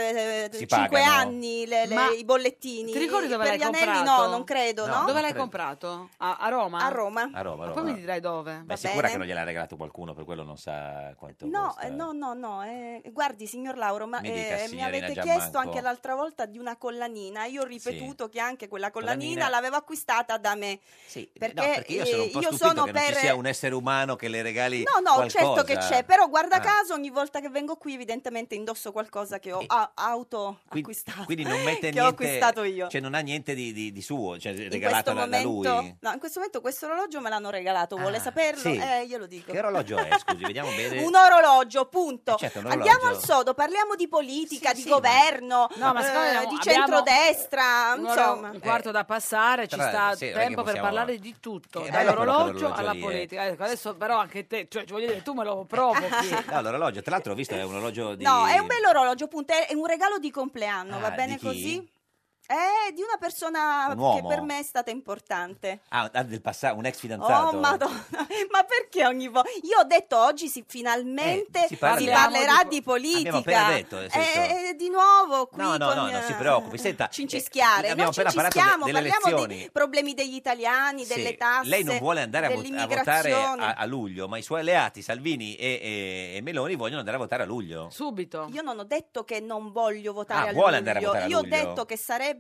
Speaker 2: Si
Speaker 11: 5
Speaker 2: pagano?
Speaker 11: anni le- le-
Speaker 1: Ma
Speaker 11: i bollettini.
Speaker 1: ti ricordi dove
Speaker 11: per
Speaker 1: l'hai
Speaker 11: gli anelli
Speaker 1: comprato?
Speaker 11: no, non credo, no?
Speaker 1: Dove l'hai
Speaker 2: credo.
Speaker 1: comprato? A, a Roma?
Speaker 11: A Roma.
Speaker 2: A Roma,
Speaker 1: Ma
Speaker 2: a Roma.
Speaker 1: Poi mi dirai dove.
Speaker 2: Ma è sicura che non gliel'ha regalato qualcuno, per quello non sa quanto
Speaker 11: eh. No,
Speaker 2: costa?
Speaker 11: eh, no, no, no, eh, guardi signor Lauro, ma
Speaker 2: Mi
Speaker 11: eh,
Speaker 2: dica,
Speaker 11: mi
Speaker 2: signorina
Speaker 11: avete
Speaker 2: Giammanco.
Speaker 11: chiesto anche l'altra volta di una collanina, io ho ripetuto che anche quella collanina,
Speaker 2: Collanina.
Speaker 11: l'avevo acquistata da me.
Speaker 2: No, perché io sono un
Speaker 11: eh,
Speaker 2: po'
Speaker 11: io
Speaker 2: stupito
Speaker 11: sono
Speaker 2: che non
Speaker 11: per...
Speaker 2: ci sia un essere umano che le regali
Speaker 11: No, no, certo
Speaker 2: qualcosa.
Speaker 11: che c'è, però guarda
Speaker 2: Ah,
Speaker 11: caso ogni volta che vengo qui evidentemente indosso qualcosa che ho a- auto
Speaker 2: quindi,
Speaker 11: acquistato.
Speaker 2: quindi non mette
Speaker 11: che
Speaker 2: niente...
Speaker 11: ho acquistato io.
Speaker 2: Cioè non ha niente di, di- di suo, cioè
Speaker 11: in questo
Speaker 2: regalato da, da
Speaker 11: momento,
Speaker 2: lui.
Speaker 11: no, in questo momento questo orologio me l'hanno regalato, vuole
Speaker 2: Ah,
Speaker 11: saperlo?
Speaker 2: sì.
Speaker 11: Eh, io lo dico.
Speaker 2: Che orologio è, scusi? Vediamo bene.
Speaker 11: Un orologio, punto.
Speaker 2: Eh, certo, un
Speaker 11: Andiamo al
Speaker 2: orologio.
Speaker 11: sodo, parliamo di politica, di governo,
Speaker 1: No, ma secondo me
Speaker 11: eh,
Speaker 1: abbiamo-
Speaker 11: di
Speaker 1: abbiamo
Speaker 11: centrodestra,
Speaker 1: Un'ora-
Speaker 11: insomma.
Speaker 1: un quarto da passare, ci
Speaker 2: Tra
Speaker 1: sta
Speaker 2: l'altro, sì, non è che
Speaker 1: tempo per
Speaker 2: possiamo-
Speaker 1: parlare di tutto,
Speaker 2: Che bello quello
Speaker 1: dall'orologio
Speaker 2: con
Speaker 1: alla
Speaker 2: l'orologio lì, eh.
Speaker 1: politica. Ecco, adesso però anche te, cioè, voglio dire, tu me lo provochi.
Speaker 2: No, l'orologio, tra l'altro ho visto, è un orologio di...
Speaker 11: No, è un bell'orologio, punto, è è un regalo di compleanno,
Speaker 2: Ah,
Speaker 11: va
Speaker 2: di
Speaker 11: bene
Speaker 2: chi?
Speaker 11: così? È di una persona
Speaker 2: Un uomo?
Speaker 11: che per me è stata importante.
Speaker 2: Ah, ah, del passato, un ex fidanzato.
Speaker 11: Oh madonna, ma perché ogni volta? Io ho detto oggi si, finalmente
Speaker 2: Eh,
Speaker 11: si,
Speaker 2: si parla-
Speaker 11: parlerà
Speaker 2: Parliamo
Speaker 11: di
Speaker 2: Abbiamo
Speaker 11: politica.
Speaker 2: appena detto, nel senso-
Speaker 11: Eh, eh, di nuovo qui
Speaker 2: No, no,
Speaker 11: con,
Speaker 2: no, non si
Speaker 11: eh,
Speaker 2: preoccupi. Senta,
Speaker 11: cincischiare.
Speaker 2: eh, abbiamo
Speaker 11: non
Speaker 2: appena parlato
Speaker 11: cincischiamo,
Speaker 2: de- delle
Speaker 11: parliamo
Speaker 2: elezioni.
Speaker 11: dei problemi degli italiani,
Speaker 2: Sì,
Speaker 11: delle tasse.
Speaker 2: lei non vuole andare a, vo- a votare
Speaker 11: dell'immigrazione.
Speaker 2: a, a luglio, ma i suoi alleati Salvini e, e- e Meloni vogliono andare a votare a luglio.
Speaker 1: Subito.
Speaker 11: Io non ho detto che non voglio votare
Speaker 2: Ah,
Speaker 11: a luglio.
Speaker 2: vuole andare a votare a
Speaker 11: Io ho
Speaker 2: luglio?
Speaker 11: detto che sarebbe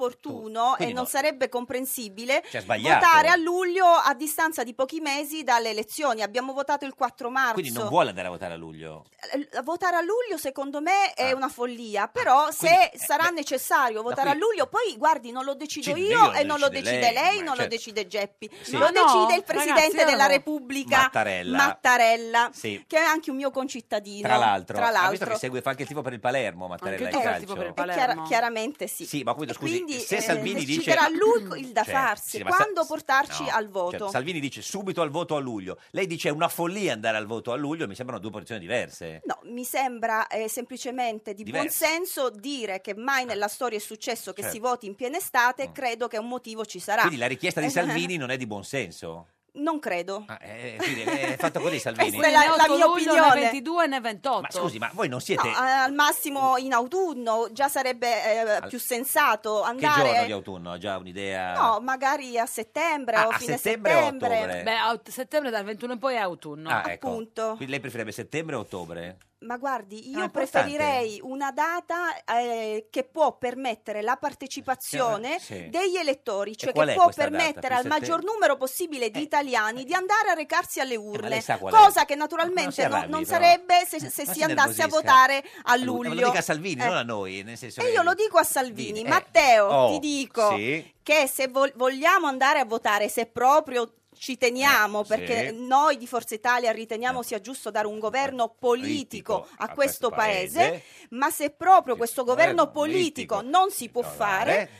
Speaker 11: inopportuno
Speaker 2: quindi
Speaker 11: e non
Speaker 2: no.
Speaker 11: sarebbe comprensibile
Speaker 2: Cioè, sbagliato.
Speaker 11: votare a luglio a distanza di pochi mesi dalle elezioni. Abbiamo votato il 4 marzo.
Speaker 2: Quindi non vuole andare a votare a luglio.
Speaker 11: Eh, Votare a luglio secondo me è
Speaker 2: Ah.
Speaker 11: una follia, però
Speaker 2: eh,
Speaker 11: se sarà necessario votare a luglio, poi guardi, non lo decido
Speaker 2: Sì,
Speaker 11: io
Speaker 2: io,
Speaker 11: e non lo
Speaker 2: decide
Speaker 11: decide
Speaker 2: lei,
Speaker 11: lei,
Speaker 2: ma
Speaker 11: non lo
Speaker 2: certo.
Speaker 11: decide Geppi,
Speaker 2: Sì.
Speaker 11: lo
Speaker 2: Ma no,
Speaker 11: decide il
Speaker 1: ragazzi,
Speaker 11: Presidente
Speaker 1: io
Speaker 11: della
Speaker 1: non-
Speaker 11: Repubblica
Speaker 2: Mattarella.
Speaker 11: Mattarella,
Speaker 2: Sì.
Speaker 11: che è anche un mio concittadino.
Speaker 2: Tra l'altro,
Speaker 11: tra
Speaker 2: ha visto
Speaker 11: l'altro.
Speaker 2: che segue fa anche il tipo per il Palermo, Mattarella,
Speaker 11: Eh,
Speaker 2: il calcio.
Speaker 11: eh, chiara- chiaramente sì.
Speaker 2: Sì, ma quindi, scusi,
Speaker 11: Quindi
Speaker 2: se
Speaker 11: eh,
Speaker 2: Salvini dice...
Speaker 11: deciderà lui il da
Speaker 2: Cioè,
Speaker 11: farsi,
Speaker 2: sì, ma sa-
Speaker 11: quando portarci
Speaker 2: no,
Speaker 11: al
Speaker 2: Cioè,
Speaker 11: voto.
Speaker 2: Salvini dice subito al voto a luglio. Lei dice è una follia andare al voto a luglio, mi sembrano due posizioni diverse.
Speaker 11: No, mi sembra eh, semplicemente di buon
Speaker 2: Diverso. Eh.
Speaker 11: senso dire che mai nella storia è successo che
Speaker 2: Certo. Mm.
Speaker 11: si voti in piena estate, credo che un motivo ci sarà. Eh,
Speaker 2: Quindi la richiesta di Salvini non è di buon senso.
Speaker 11: Non credo.
Speaker 2: Ah, eh, quindi è fatto così Salvini.
Speaker 11: Questa Cioè, è la-
Speaker 1: Né
Speaker 11: la
Speaker 1: 8
Speaker 11: mia
Speaker 1: luglio,
Speaker 11: opinione.
Speaker 1: Né 22 né 28.
Speaker 2: Ma scusi, ma voi non siete...
Speaker 11: No, al massimo in autunno già sarebbe eh,
Speaker 2: Al-
Speaker 11: più sensato
Speaker 2: Che giorno di
Speaker 11: andare.
Speaker 2: autunno? Ha già un'idea?
Speaker 11: No, magari a settembre
Speaker 2: Eh. Ah,
Speaker 11: o
Speaker 2: a
Speaker 11: fine
Speaker 2: settembre o ottobre?
Speaker 1: Beh, a ot- settembre dal 21 in poi è autunno.
Speaker 2: Ah, ecco.
Speaker 11: appunto.
Speaker 2: Quindi lei preferirebbe settembre o ottobre?
Speaker 11: Ma guardi, io
Speaker 2: Ah, importante.
Speaker 11: preferirei una data eh, che può permettere la partecipazione
Speaker 2: Eh, Sì.
Speaker 11: degli elettori, cioè
Speaker 2: qual
Speaker 11: che
Speaker 2: è
Speaker 11: può
Speaker 2: questa data?
Speaker 11: permettere
Speaker 2: Più
Speaker 11: al
Speaker 2: settembre?
Speaker 11: maggior numero possibile di italiani di andare a recarsi alle
Speaker 2: Eh, ma
Speaker 11: urne,
Speaker 2: lei sa qual è?
Speaker 11: cosa che
Speaker 2: Ma non si
Speaker 11: naturalmente
Speaker 2: arrabbi,
Speaker 11: no- non
Speaker 2: però.
Speaker 11: sarebbe se, se
Speaker 2: Ma
Speaker 11: si
Speaker 2: si
Speaker 11: andasse a
Speaker 2: nervosisca.
Speaker 11: votare a
Speaker 2: Eh,
Speaker 11: luglio.
Speaker 2: ma Lo dica a Salvini,
Speaker 11: Eh,
Speaker 2: non a noi. Nel senso
Speaker 11: E
Speaker 2: che-
Speaker 11: io lo dico a Salvini,
Speaker 2: Dini, eh,
Speaker 11: Matteo,
Speaker 2: oh,
Speaker 11: ti dico
Speaker 2: sì.
Speaker 11: che se vol- vogliamo andare a votare, se proprio ci teniamo,
Speaker 2: Eh, sì. Eh.
Speaker 11: perché noi di Forza Italia riteniamo sia giusto dare un governo politico,
Speaker 2: Politico
Speaker 11: a questo paese,
Speaker 2: paese.
Speaker 11: ma se proprio questo governo
Speaker 2: governo
Speaker 11: politico,
Speaker 2: politico
Speaker 11: non si può fare...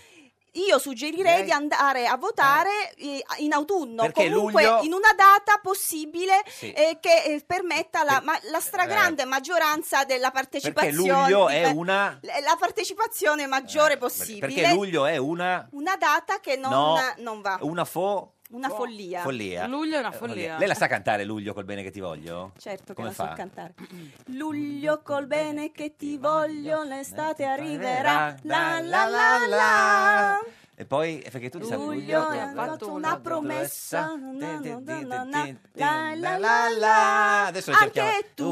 Speaker 11: Io suggerirei
Speaker 2: Lei-
Speaker 11: di andare a votare eh, in autunno,
Speaker 2: Perché
Speaker 11: comunque
Speaker 2: luglio-
Speaker 11: in una data possibile
Speaker 2: Sì.
Speaker 11: eh, che eh, permetta la,
Speaker 2: Per-
Speaker 11: ma- la stragrande maggioranza della
Speaker 2: Perché
Speaker 11: partecipazione.
Speaker 2: luglio è
Speaker 11: di-
Speaker 2: una...
Speaker 11: l- la partecipazione maggiore possibile.
Speaker 2: Perché luglio è una...
Speaker 11: Una data che non,
Speaker 2: No,
Speaker 11: non eh, va.
Speaker 2: Una fo...
Speaker 11: Una follia.
Speaker 2: follia.
Speaker 1: Luglio è una
Speaker 2: Eh,
Speaker 1: follia.
Speaker 2: Lei la sa cantare luglio col bene che ti voglio?
Speaker 11: Certo che
Speaker 2: Come
Speaker 11: la
Speaker 2: fa?
Speaker 11: so cantare. Luglio col bene che ti voglio, l'estate
Speaker 2: Eh,
Speaker 11: arriverà. La la la la.
Speaker 2: E poi, eh, perché tu ti sa
Speaker 11: Luglio
Speaker 2: col
Speaker 11: è
Speaker 2: bene-
Speaker 11: fatto una promessa. Na, na, na, na, na. La la la
Speaker 2: La la. Adesso cerchiamo-
Speaker 11: Anche tu,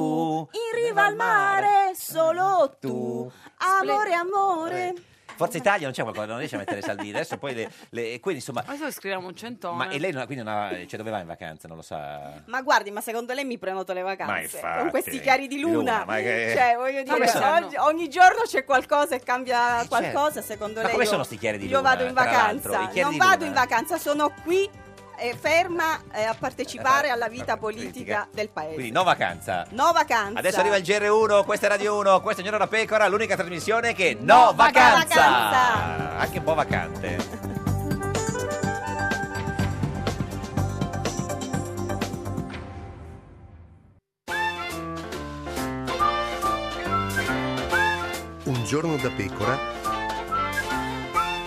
Speaker 2: tu,
Speaker 11: in riva al mare, solo tu. Amore, amore.
Speaker 2: Forza Italia non c'è qualcosa, non riesce a mettere Salvini. Adesso poi le, le- quindi insomma,
Speaker 1: Adesso scriviamo un centone.
Speaker 2: ma e lei non ha, quindi non ha, cioè dove va in vacanza? Non lo sa.
Speaker 11: Ma guardi, ma secondo lei mi prenoto le
Speaker 2: Ma
Speaker 11: vacanze
Speaker 2: infatti,
Speaker 11: con questi chiari di
Speaker 2: di
Speaker 11: luna?
Speaker 2: luna, ma che-
Speaker 11: Cioè, voglio
Speaker 2: Ma
Speaker 11: dire,
Speaker 2: come
Speaker 11: oggi- ogni giorno c'è qualcosa e cambia qualcosa,
Speaker 2: certo.
Speaker 11: secondo
Speaker 2: Ma
Speaker 11: lei.
Speaker 2: come
Speaker 11: io-
Speaker 2: sono sti chiari di
Speaker 11: Io
Speaker 2: luna,
Speaker 11: vado in
Speaker 2: tra l'altro? I
Speaker 11: vacanza,
Speaker 2: chiari
Speaker 11: non
Speaker 2: di
Speaker 11: vado
Speaker 2: luna?
Speaker 11: in vacanza, sono qui è ferma eh, a partecipare alla vita politica del
Speaker 2: eh, Quindi
Speaker 11: paese.
Speaker 2: no vacanza.
Speaker 11: No vacanza.
Speaker 2: Adesso arriva il GR1, questa è Radio 1, questa è Giorno da Pecora, l'unica trasmissione che no, vacanza! Anche un po' vacante.
Speaker 9: Un giorno da pecora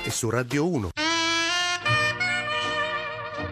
Speaker 9: e su Radio 1.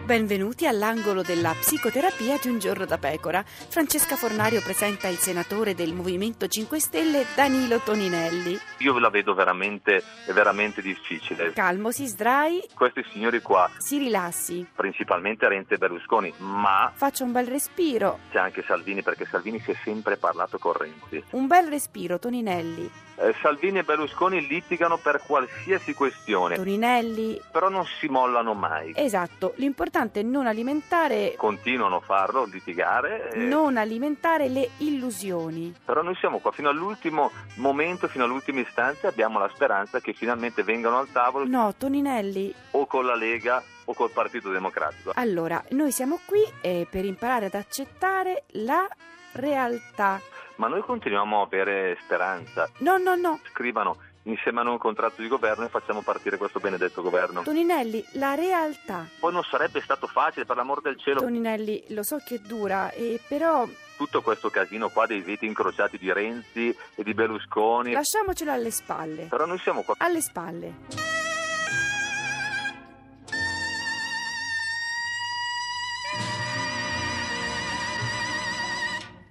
Speaker 10: Benvenuti all'angolo della psicoterapia di un giorno da pecora. Francesca Fornario presenta il senatore del Movimento 5 Stelle Danilo Toninelli.
Speaker 12: Io la vedo veramente, è veramente difficile.
Speaker 10: Calmo, si sdrai,
Speaker 12: Questi signori qua,
Speaker 10: si rilassi.
Speaker 12: principalmente Renzi e Berlusconi, ma
Speaker 10: Faccia un bel respiro.
Speaker 12: c'è anche Salvini perché Salvini si è sempre parlato con Renzi.
Speaker 10: Un bel respiro, Toninelli.
Speaker 12: Eh, Salvini e Berlusconi litigano per qualsiasi questione,
Speaker 10: Toninelli.
Speaker 12: però non si mollano mai.
Speaker 10: Esatto, l'importante è non alimentare,
Speaker 12: Continuano a farlo, litigare. eh,
Speaker 10: non alimentare le illusioni.
Speaker 12: Però noi siamo qua fino all'ultimo momento, fino all'ultima istanza, abbiamo la speranza che finalmente vengano al tavolo
Speaker 10: No, Toninelli,
Speaker 12: o con la Lega o col Partito Democratico.
Speaker 10: allora, noi siamo qui eh, per imparare ad accettare la realtà.
Speaker 12: Ma noi continuiamo a avere speranza.
Speaker 10: No, no, no,
Speaker 12: scrivano insieme a noi un contratto di governo e facciamo partire questo benedetto governo.
Speaker 10: Toninelli, la realtà.
Speaker 12: Poi non sarebbe stato facile, per l'amor del cielo,
Speaker 10: Toninelli, lo so che è dura, eh, però
Speaker 12: tutto questo casino qua dei veti incrociati di Renzi e di Berlusconi.
Speaker 10: lasciamocelo alle spalle.
Speaker 12: Però noi siamo qua.
Speaker 10: Alle spalle.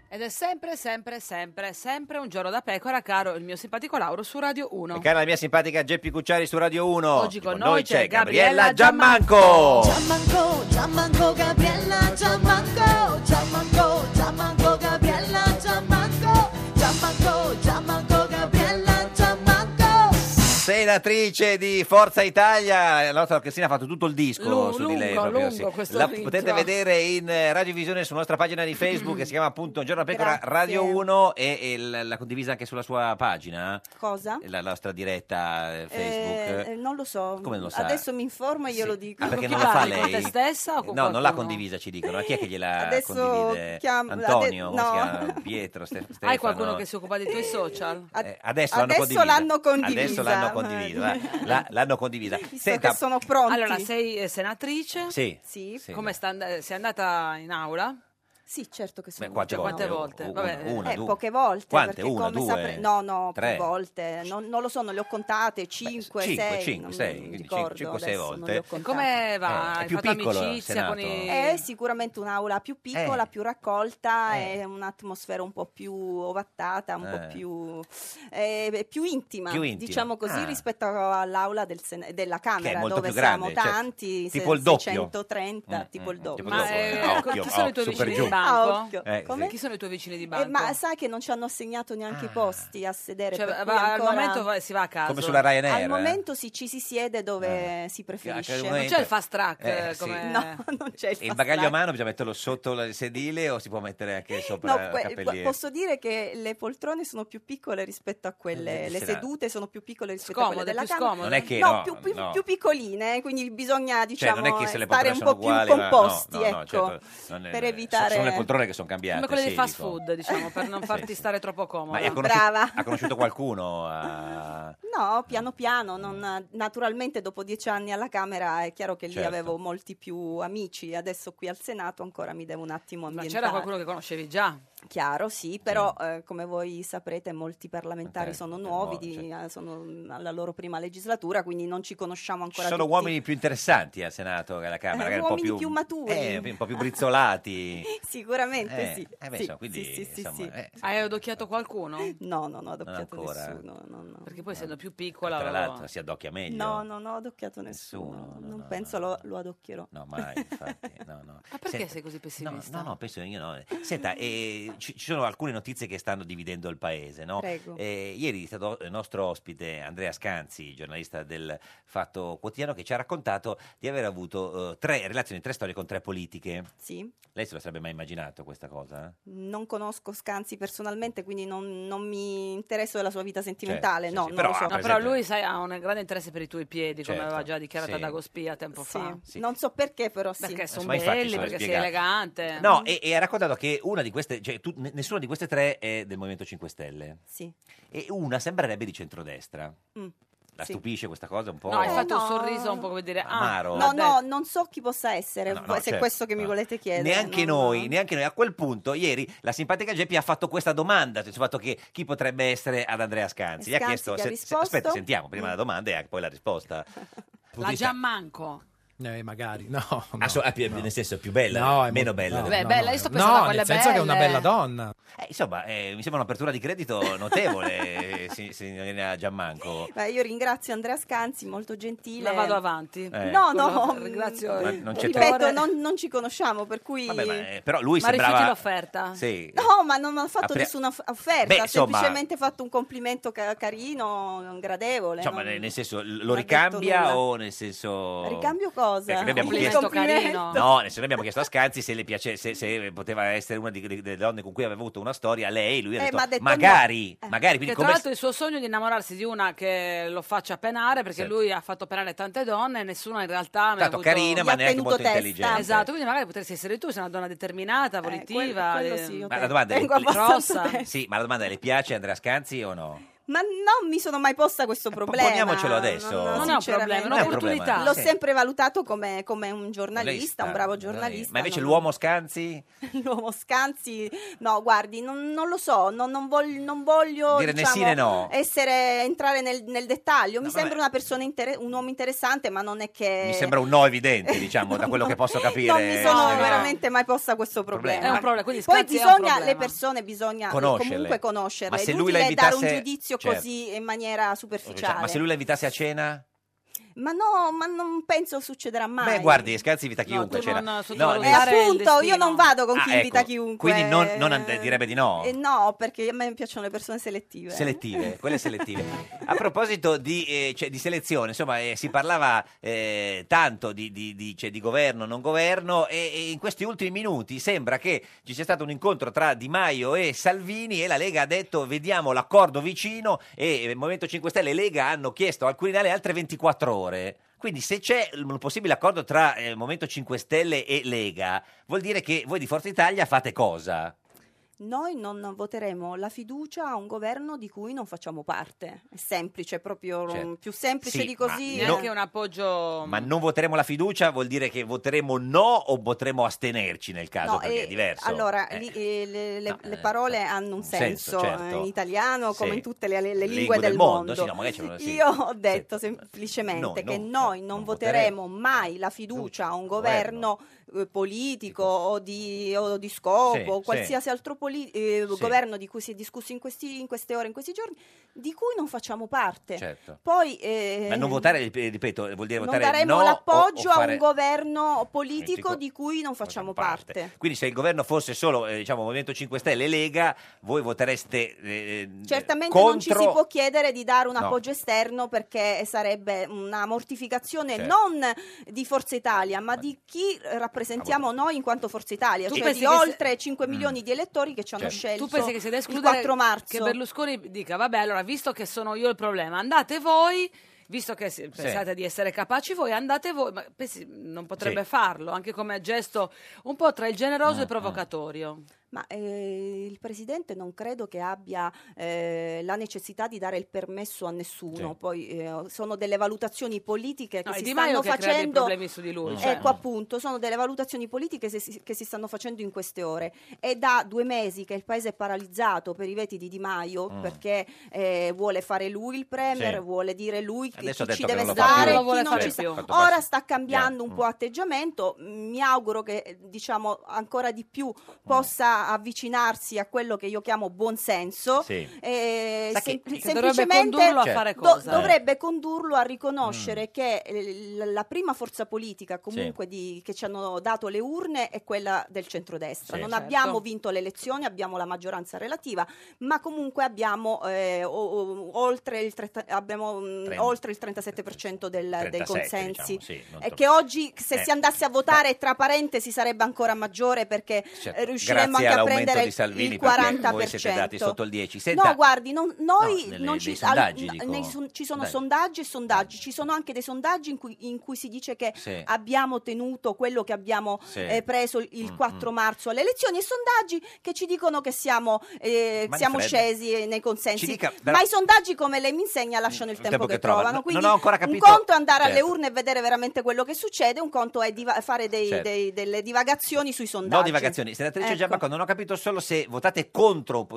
Speaker 1: Ed è sempre, sempre, sempre, sempre un giorno da pecora, caro il mio simpatico Lauro su Radio 1.
Speaker 2: E cara la mia simpatica Geppi Cucciari su Radio 1.
Speaker 1: Oggi con noi c'è Gabriella
Speaker 2: Giammanco.
Speaker 8: Giammanco, Giammanco, Gabriella, Giammanco, Giammanco, Giammanco, Gabriella, Giammanco, Giammanco, Giammanco, Gabriella, Giammanco.
Speaker 2: Senatrice di Forza Italia, la nostra Cristina ha fatto tutto il disco
Speaker 1: Lu-
Speaker 2: su di
Speaker 1: lungo,
Speaker 2: lei. proprio,
Speaker 1: lungo
Speaker 2: sì.
Speaker 1: questo
Speaker 2: La
Speaker 1: ritmo.
Speaker 2: potete vedere in eh, radiovisione sulla nostra pagina di Facebook che si chiama appunto Un giorno da pecora
Speaker 11: Grazie.
Speaker 2: Radio 1 e, e l- l'ha condivisa anche sulla sua pagina, eh,
Speaker 11: Cosa?
Speaker 2: la nostra diretta eh, Facebook.
Speaker 11: Eh, eh, non lo so.
Speaker 2: Come non lo sa?
Speaker 11: Adesso mi informo e glielo dico.
Speaker 1: eh,
Speaker 2: Ah, perché non lo fa lei?
Speaker 1: Con te stessa o con
Speaker 2: no, non l'ha
Speaker 1: qualcuno?
Speaker 2: condivisa, ci dicono. Chi è che gliela
Speaker 11: Adesso
Speaker 2: condivide?
Speaker 11: chiam-
Speaker 2: Antonio,
Speaker 11: ade-
Speaker 2: come si
Speaker 11: no.
Speaker 2: chiama? Pietro, Ste- Stefano.
Speaker 1: Hai qualcuno che si occupa dei tuoi social?
Speaker 2: Eh, Adesso, l'hanno condivisa. Adesso l'hanno condivisa.
Speaker 11: Ah,
Speaker 2: va. La- l'hanno condivisa. Senta,
Speaker 11: pronti.
Speaker 1: Allora, sei eh, senatrice?
Speaker 2: Sì.
Speaker 11: Sì.
Speaker 2: Sì.
Speaker 1: Come sta and- sei andata in aula?
Speaker 11: Sì, certo che
Speaker 2: sono Beh, quante andata.
Speaker 1: Quante volte?
Speaker 2: volte? Un-
Speaker 1: Vabbè,
Speaker 2: un- una,
Speaker 11: eh,
Speaker 2: due.
Speaker 11: poche volte.
Speaker 2: Quante?
Speaker 11: perché
Speaker 2: Una,
Speaker 11: come
Speaker 2: due,
Speaker 11: sapre- No, no,
Speaker 2: tre.
Speaker 11: più volte. Non, non lo so, non le ho contate. Cinque,
Speaker 2: cinque,
Speaker 11: sei.
Speaker 2: cinque,
Speaker 11: non
Speaker 2: sei,
Speaker 11: mi
Speaker 2: quindi
Speaker 11: ricordo
Speaker 2: cinque, cinque, sei
Speaker 11: adesso,
Speaker 2: volte.
Speaker 11: non le ho
Speaker 2: E
Speaker 11: contate.
Speaker 1: Come va?
Speaker 2: Eh, è
Speaker 1: Hai
Speaker 2: più
Speaker 1: fatto
Speaker 2: piccolo il
Speaker 1: amicizia con
Speaker 2: Senato.
Speaker 1: i...
Speaker 11: È sicuramente un'aula più piccola,
Speaker 1: Eh.
Speaker 11: più raccolta,
Speaker 1: Eh.
Speaker 11: è un'atmosfera un po' più ovattata, un
Speaker 2: Eh.
Speaker 11: po' più, eh, più intima,
Speaker 2: Più intima.
Speaker 11: diciamo così,
Speaker 2: Ah.
Speaker 11: rispetto all'aula del Sen- della Camera,
Speaker 2: Che è molto
Speaker 11: dove
Speaker 2: più grande,
Speaker 11: siamo
Speaker 2: certo.
Speaker 11: tanti,
Speaker 2: Tipo il doppio.
Speaker 11: 130,
Speaker 2: Mm,
Speaker 11: tipo il doppio.
Speaker 2: tipo il Ma, doppio, eh, eh, occhio,
Speaker 1: chi sono i tuoi
Speaker 2: occhio, super
Speaker 1: vicini
Speaker 2: giù.
Speaker 1: di banco?
Speaker 11: Ah, occhio.
Speaker 2: Eh,
Speaker 11: Come?
Speaker 1: Chi sono i tuoi vicini di
Speaker 11: Eh,
Speaker 1: banco? Ah.
Speaker 11: ma sai che non ci hanno assegnato neanche i posti a sedere
Speaker 1: Cioè,
Speaker 11: per cui
Speaker 1: va- al
Speaker 11: ancora-
Speaker 1: momento va- si va a casa.
Speaker 2: Come sulla Ryanair, eh?
Speaker 11: Al momento sì, ci si siede dove si preferisce.
Speaker 2: Anche al momento- Eh, sì.
Speaker 11: No, non c'è il
Speaker 2: E il
Speaker 11: fast
Speaker 2: bagaglio a
Speaker 11: track.
Speaker 2: mano bisogna metterlo sotto la- il sedile o si può mettere anche
Speaker 11: Eh, No,
Speaker 2: sopra
Speaker 11: que-
Speaker 2: il
Speaker 11: po-
Speaker 2: cappelliere?
Speaker 11: posso dire che le poltrone sono più piccole rispetto a quelle,
Speaker 2: Eh,
Speaker 11: le
Speaker 2: sì, no.
Speaker 11: sedute sono più piccole rispetto a
Speaker 1: Scomode,
Speaker 11: quelle della
Speaker 1: più
Speaker 11: camera.
Speaker 1: scomode.
Speaker 2: Non è che-
Speaker 11: no,
Speaker 2: no,
Speaker 11: più, più-
Speaker 2: no.
Speaker 11: più piccoline, eh, quindi bisogna
Speaker 2: Cioè,
Speaker 11: diciamo
Speaker 2: non è che se le
Speaker 11: stare
Speaker 2: poltrone
Speaker 11: un
Speaker 2: sono
Speaker 11: po' più
Speaker 2: uguali, ma-
Speaker 11: composti,
Speaker 2: no, no, no,
Speaker 11: ecco,
Speaker 2: certo, non è-
Speaker 11: per
Speaker 2: so-
Speaker 11: evitare
Speaker 2: Sono le poltrone che sono cambiate.
Speaker 1: Come quelle
Speaker 2: sì,
Speaker 1: dei fast
Speaker 2: dico.
Speaker 1: food, diciamo, per non farti stare troppo comodo.
Speaker 2: Ma ha conosciuto,
Speaker 11: Brava.
Speaker 2: ha conosciuto qualcuno? Ah, a-
Speaker 11: No, piano piano, non- naturalmente dopo dieci anni alla Camera è chiaro che lì
Speaker 2: Certo.
Speaker 11: avevo molti più amici, adesso qui al Senato ancora mi devo un attimo
Speaker 1: Ma
Speaker 11: ambientare.
Speaker 1: c'era qualcuno che conoscevi già?
Speaker 11: Chiaro, sì, però eh, come voi saprete molti parlamentari
Speaker 2: Ok,
Speaker 11: sono
Speaker 2: ok,
Speaker 11: nuovi,
Speaker 2: nuovi,
Speaker 11: di- eh, sono alla loro prima legislatura, quindi non ci conosciamo
Speaker 2: Ci
Speaker 11: ancora
Speaker 2: sono
Speaker 11: tutti.
Speaker 2: uomini più interessanti al Senato che alla Camera,
Speaker 11: Eh,
Speaker 2: magari
Speaker 11: uomini
Speaker 2: un po' più,
Speaker 11: più maturi.
Speaker 2: eh, un po' più brizzolati.
Speaker 11: Sicuramente
Speaker 2: Eh,
Speaker 11: sì.
Speaker 2: eh beh,
Speaker 11: sì,
Speaker 2: insomma, quindi,
Speaker 11: sì, sì, sì,
Speaker 2: insomma,
Speaker 11: sì.
Speaker 2: eh,
Speaker 1: Hai adocchiato qualcuno?
Speaker 11: No, no, no, ho
Speaker 2: Non
Speaker 11: adocchiato
Speaker 2: ancora.
Speaker 11: nessuno. no, no.
Speaker 1: Perché poi essendo più piccola...
Speaker 2: Tra
Speaker 1: allora-
Speaker 2: l'altro si addocchia meglio.
Speaker 11: No, no, no, ho adocchiato nessuno. non penso Lo, lo adocchierò.
Speaker 2: No, mai, infatti. No, no.
Speaker 1: Ma perché
Speaker 2: Senta-
Speaker 1: sei così pessimista?
Speaker 2: No, no, penso io no. Senta, eh, ci, ci sono alcune notizie che stanno dividendo il paese. No?
Speaker 13: Prego.
Speaker 2: Eh, ieri è stato il nostro ospite Andrea Scanzi, giornalista del Fatto Quotidiano, che ci ha raccontato di aver avuto eh, tre relazioni, tre storie con tre politiche.
Speaker 11: Sì.
Speaker 2: Lei se lo sarebbe mai immaginato questa cosa? Eh?
Speaker 11: Non conosco Scanzi personalmente, quindi non, non mi interesso della sua vita sentimentale.
Speaker 2: sì,
Speaker 11: no,
Speaker 2: Certo, sì,
Speaker 11: non lo
Speaker 2: però
Speaker 11: so.
Speaker 2: ha
Speaker 1: No, però lui sai, ha un grande interesse per i tuoi piedi, come
Speaker 2: Certo,
Speaker 1: aveva già dichiarato
Speaker 2: sì.
Speaker 1: ad Agospia tempo fa.
Speaker 11: Non so perché, però sì. Mm.
Speaker 1: Perché sono
Speaker 2: Ma infatti
Speaker 1: belli,
Speaker 2: sono
Speaker 1: perché sei
Speaker 2: spiegati.
Speaker 1: elegante.
Speaker 2: No, e, e ha raccontato che una di queste, cioè tu- ne- nessuna di queste tre è del Movimento 5 Stelle.
Speaker 11: Sì.
Speaker 2: E una sembrerebbe di centrodestra.
Speaker 11: Mm.
Speaker 2: La
Speaker 11: Sì.
Speaker 2: stupisce questa cosa un po'?
Speaker 1: No, hai
Speaker 11: Eh,
Speaker 1: fatto
Speaker 11: no.
Speaker 1: un sorriso un po' come dire... Ah,
Speaker 2: Amaro.
Speaker 11: No, no, non so chi possa essere,
Speaker 2: No, no,
Speaker 11: se è
Speaker 2: certo,
Speaker 11: questo che mi volete chiedere.
Speaker 2: Neanche
Speaker 11: no,
Speaker 2: noi, neanche noi. A quel punto, ieri, la simpatica Geppi ha fatto questa domanda sul fatto che chi potrebbe essere ad Andrea Scanzi. Gli
Speaker 1: Scanzi che ha risposto.
Speaker 2: aspetta, sentiamo prima la domanda e anche poi la risposta.
Speaker 1: La Giammanco.
Speaker 14: Eh, magari, no.
Speaker 2: Ah, so- ah, pi- Nel senso, più bella,
Speaker 14: No, è molto-
Speaker 2: meno bella.
Speaker 14: no,
Speaker 1: Beh,
Speaker 14: no,
Speaker 1: bella,
Speaker 14: no,
Speaker 1: io sto
Speaker 14: no,
Speaker 1: pensando a
Speaker 14: nel
Speaker 1: quelle
Speaker 14: senso che è una
Speaker 1: belle.
Speaker 14: bella donna.
Speaker 2: Eh, insomma, eh, mi sembra un'apertura di credito notevole, eh, si- signorina Giammanco.
Speaker 11: Beh, io ringrazio Andrea Scanzi, molto gentile.
Speaker 1: La vado avanti.
Speaker 2: Eh.
Speaker 11: No, no,
Speaker 1: Quello- ringrazio
Speaker 2: Ma
Speaker 11: mm,
Speaker 2: non c'è
Speaker 11: ripeto,
Speaker 2: tempo.
Speaker 11: non, non ci conosciamo, per cui...
Speaker 2: Vabbè, ma, eh, però lui
Speaker 11: Ma rifiuti
Speaker 2: sembrava...
Speaker 11: l'offerta?
Speaker 2: Sì.
Speaker 11: No, ma non ho fatto
Speaker 2: Apri-
Speaker 11: nessuna f- offerta,
Speaker 2: Beh,
Speaker 11: ha
Speaker 2: insomma-
Speaker 11: semplicemente fatto un complimento ca- carino, gradevole.
Speaker 2: Insomma,
Speaker 11: non-
Speaker 2: nel nel senso, l- lo
Speaker 11: ha detto
Speaker 2: ricambia
Speaker 11: nulla.
Speaker 2: o nel senso...
Speaker 11: Ricambio cosa?
Speaker 2: Perché Ecco, noi abbiamo
Speaker 11: Complimento
Speaker 2: chiesto...
Speaker 11: carino.
Speaker 2: No, adesso noi abbiamo chiesto a Scanzi se, le piace, se, se poteva essere una di- di- delle donne con cui aveva avuto una storia. Lei, lui ha
Speaker 1: Eh,
Speaker 2: detto,
Speaker 1: ma ha detto
Speaker 2: magari,
Speaker 11: Eh,
Speaker 1: no. Eh,
Speaker 2: magari.
Speaker 1: Che
Speaker 2: Quindi
Speaker 1: tra
Speaker 2: come...
Speaker 1: l'altro il suo sogno è di innamorarsi di una che lo faccia penare, perché
Speaker 2: Certo.
Speaker 1: lui ha fatto penare tante donne e nessuna in realtà ne ha
Speaker 2: Tanto
Speaker 1: avuto...
Speaker 2: carina, ma Gli ha neanche tenuto molto testa. intelligente.
Speaker 1: Esatto, quindi magari potresti essere tu, sei una donna determinata, volitiva.
Speaker 11: quello
Speaker 1: eh,
Speaker 11: sì,
Speaker 2: Ma la domanda è...
Speaker 11: Tengo
Speaker 2: le-
Speaker 11: abbastanza
Speaker 2: grossa. Sì, ma la domanda è, le piace Andrea Scanzi o no?
Speaker 11: Ma non mi sono mai posta questo problema.
Speaker 2: Poniamocelo adesso.
Speaker 1: Non è un
Speaker 11: sinceramente.
Speaker 1: problema, è un'opportunità.
Speaker 11: L'ho
Speaker 2: Sì.
Speaker 11: sempre valutato come, come un
Speaker 2: Lei
Speaker 11: giornalista,
Speaker 2: sta-
Speaker 11: un bravo giornalista.
Speaker 2: Ma invece
Speaker 11: non-
Speaker 2: l'uomo Scanzi?
Speaker 11: l'uomo Scanzi, no, guardi, non, non lo so, non, non voglio, non voglio,
Speaker 2: Dire né
Speaker 11: diciamo,
Speaker 2: sì né no.
Speaker 11: essere, entrare nel, nel dettaglio. Mi
Speaker 2: No,
Speaker 11: sembra
Speaker 2: vabbè.
Speaker 11: una persona inter- un uomo interessante, ma non è che
Speaker 2: Mi sembra un no evidente, diciamo, da quello che posso capire.
Speaker 11: Eh. non mi sono
Speaker 2: signorina.
Speaker 11: veramente mai posta questo problema.
Speaker 2: Problema. È un
Speaker 1: problema, quindi
Speaker 11: Poi
Speaker 1: Scanzi è un
Speaker 11: bisogna
Speaker 1: problema.
Speaker 11: le persone bisogna
Speaker 2: Conoscerle.
Speaker 11: comunque conoscerle.
Speaker 2: Ma
Speaker 11: è
Speaker 2: se lui
Speaker 11: inutile
Speaker 2: la
Speaker 11: dare un
Speaker 2: invitasse-
Speaker 11: giudizio
Speaker 2: certo.
Speaker 11: così in maniera superficiale.
Speaker 2: Ma se lui la invitasse a cena?
Speaker 11: Ma no, ma non penso succederà mai.
Speaker 2: Beh, guardi, Scanzi invita chiunque cioè, a
Speaker 11: tu non
Speaker 2: cena.
Speaker 11: Eh, appunto, io non vado con chi
Speaker 2: Ah,
Speaker 11: invita
Speaker 2: ecco.
Speaker 11: chiunque.
Speaker 2: Quindi non, non and- direbbe di no.
Speaker 11: Eh, no, perché a me piacciono le persone selettive.
Speaker 2: Selettive, quelle selettive. A proposito di, eh, cioè, di selezione, insomma, eh, si parlava eh, tanto di, di- di- cioè, di governo, non governo, e, e in questi ultimi minuti sembra che ci sia stato un incontro tra Di Maio e Salvini e la Lega ha detto vediamo l'accordo vicino e il Movimento 5 Stelle e Lega hanno chiesto al Quirinale altre 24 ore. Quindi se c'è un possibile accordo tra eh, Movimento 5 Stelle e Lega, vuol dire che voi di Forza Italia fate cosa?
Speaker 11: Noi non voteremo la fiducia a un governo di cui non facciamo parte. È semplice, proprio
Speaker 2: Certo.
Speaker 11: mm, più semplice
Speaker 2: Sì,
Speaker 11: di
Speaker 2: ma
Speaker 11: così. eh.
Speaker 2: no- Neanche
Speaker 1: un appoggio.
Speaker 2: Ma non voteremo la fiducia vuol dire che voteremo no o potremo astenerci nel caso,
Speaker 11: No,
Speaker 2: perché
Speaker 11: eh,
Speaker 2: è diverso.
Speaker 11: Allora,
Speaker 2: Eh,
Speaker 11: lì, eh, le, le- le parole hanno un senso,
Speaker 2: senso, certo.
Speaker 11: eh, in italiano come
Speaker 2: Sì.
Speaker 11: in tutte le, le
Speaker 2: Le
Speaker 11: lingue,
Speaker 2: lingue
Speaker 11: del,
Speaker 2: del mondo,
Speaker 11: mondo.
Speaker 2: sì, no, magari c'è una- sì.
Speaker 11: Io ho detto semplicemente
Speaker 2: Noi
Speaker 11: che
Speaker 2: non-
Speaker 11: noi non voteremo mai la fiducia a un governo eh, politico o di, o di scopo,
Speaker 1: Sì,
Speaker 11: o qualsiasi
Speaker 1: sì.
Speaker 11: altro poli- eh,
Speaker 1: Sì.
Speaker 11: governo di cui si è discusso in, questi- in queste ore, in questi giorni, di cui non facciamo parte.
Speaker 2: Certo.
Speaker 11: Poi, eh,
Speaker 2: Ma non votare, rip- ripeto, vuol dire
Speaker 11: non
Speaker 2: votare
Speaker 11: daremo
Speaker 2: no o-
Speaker 11: l'appoggio
Speaker 2: o fare-
Speaker 11: a un governo politico
Speaker 2: Politico.
Speaker 11: di cui non facciamo parte.
Speaker 2: Quindi se il governo fosse solo, eh, diciamo, Movimento 5 Stelle e Lega, voi votereste eh,
Speaker 11: Certamente
Speaker 2: contro...
Speaker 11: non ci si può chiedere di dare un
Speaker 2: No.
Speaker 11: appoggio esterno perché sarebbe una mortificazione
Speaker 2: Certo.
Speaker 11: non di Forza Italia, ma di chi rappresentiamo noi in quanto Forza Italia,
Speaker 1: Tu
Speaker 11: cioè
Speaker 1: pensi
Speaker 11: di
Speaker 1: che se-
Speaker 11: oltre
Speaker 2: Mm.
Speaker 11: 5 milioni di elettori che
Speaker 2: cioè,
Speaker 11: ci hanno
Speaker 2: Certo.
Speaker 11: scelto
Speaker 1: tu pensi che se da
Speaker 11: il
Speaker 1: escludere
Speaker 11: 4 marzo.
Speaker 1: che Berlusconi dica vabbè allora visto che sono io il problema andate voi visto che se- pensate di essere capaci voi andate voi ma pensi, non potrebbe
Speaker 11: Sì.
Speaker 1: farlo anche come gesto un po' tra il
Speaker 2: Mm,
Speaker 1: generoso e il provocatorio
Speaker 11: Ma eh, il Presidente non credo che abbia eh, la necessità di dare il permesso a nessuno,
Speaker 1: Sì.
Speaker 11: poi eh, sono delle valutazioni politiche che
Speaker 1: No, è
Speaker 11: si
Speaker 1: Di
Speaker 11: stanno
Speaker 1: Maio che crea dei
Speaker 11: facendo...
Speaker 1: problemi su di
Speaker 2: Mm.
Speaker 1: lui cioè.
Speaker 11: Ecco appunto, sono delle valutazioni politiche se si- che si stanno facendo in queste ore. È da due mesi che il paese è paralizzato per i veti di Di Maio
Speaker 2: Mm.
Speaker 11: perché eh, vuole fare lui il Premier,
Speaker 2: Sì.
Speaker 11: vuole dire lui chi,
Speaker 2: Adesso ha
Speaker 11: chi ci
Speaker 2: detto che
Speaker 11: deve
Speaker 2: non lo fa
Speaker 11: stare,
Speaker 2: più.
Speaker 11: chi
Speaker 2: Non lo
Speaker 11: non
Speaker 2: vuole
Speaker 11: ci
Speaker 2: fare
Speaker 11: sta.
Speaker 2: più.
Speaker 11: Ora sta cambiando
Speaker 2: Chiaro. Mm.
Speaker 11: un po' atteggiamento, mi auguro che eh, diciamo ancora di più possa a avvicinarsi a quello che io chiamo buonsenso,
Speaker 2: Sì.
Speaker 11: eh,
Speaker 1: Sa che-
Speaker 11: sempli-
Speaker 1: che dovrebbe
Speaker 11: semplicemente
Speaker 1: condurlo a Certo. fare
Speaker 11: do-
Speaker 1: cosa?
Speaker 11: dovrebbe condurlo a riconoscere che eh, l- la prima forza politica comunque
Speaker 1: Mm. Sì.
Speaker 11: di- che ci hanno dato le urne è quella del centrodestra.
Speaker 1: Sì.
Speaker 11: non
Speaker 1: Certo.
Speaker 11: abbiamo vinto le elezioni, abbiamo la maggioranza relativa, ma comunque abbiamo, eh, o- o- oltre, il trenta- abbiamo, mm,
Speaker 2: Trenta.
Speaker 11: oltre il 37% del- dei
Speaker 2: 37,
Speaker 11: consensi.
Speaker 2: diciamo, sì, non
Speaker 11: e
Speaker 2: tro-
Speaker 11: che oggi se
Speaker 2: Eh.
Speaker 11: si andasse a votare tra parentesi sarebbe ancora maggiore perché
Speaker 2: Certo,
Speaker 11: eh, riusciremmo
Speaker 2: grazie
Speaker 11: anche a
Speaker 2: all'aumento
Speaker 11: prendere
Speaker 2: di Salvini,
Speaker 11: il
Speaker 2: perché
Speaker 11: 40%.
Speaker 2: voi siete dati sotto il 10. Senta-
Speaker 11: no, guardi, non- noi
Speaker 2: No, nelle-
Speaker 11: non
Speaker 2: nei
Speaker 11: ci,
Speaker 2: sondaggi,
Speaker 11: al-
Speaker 2: dico.
Speaker 11: nei son- ci sono sondaggi
Speaker 2: Sondaggi.
Speaker 11: e sondaggi, ci sono anche dei sondaggi in cui, in cui si dice che
Speaker 2: Sì.
Speaker 11: abbiamo tenuto quello che abbiamo
Speaker 2: Sì.
Speaker 11: eh, preso il
Speaker 2: Mm,
Speaker 11: 4 marzo alle elezioni e sondaggi che ci dicono che siamo, eh,
Speaker 2: Mani
Speaker 11: siamo
Speaker 2: fredde.
Speaker 11: scesi nei consensi.
Speaker 2: Ci dica, però-
Speaker 11: Ma i sondaggi, come lei mi insegna, lasciano il tempo,
Speaker 2: tempo che
Speaker 11: trovano.
Speaker 2: trovano. No,
Speaker 11: Quindi
Speaker 2: non ho ancora
Speaker 11: un
Speaker 2: capito-
Speaker 11: conto è andare alle
Speaker 2: Certo.
Speaker 11: urne e vedere veramente quello che succede, un conto è diva- fare dei-
Speaker 2: Certo.
Speaker 11: dei- delle divagazioni sui sondaggi.
Speaker 2: No divagazioni. Senatrice
Speaker 11: Ecco.
Speaker 2: Giammacco, non ho capito solo se votate contro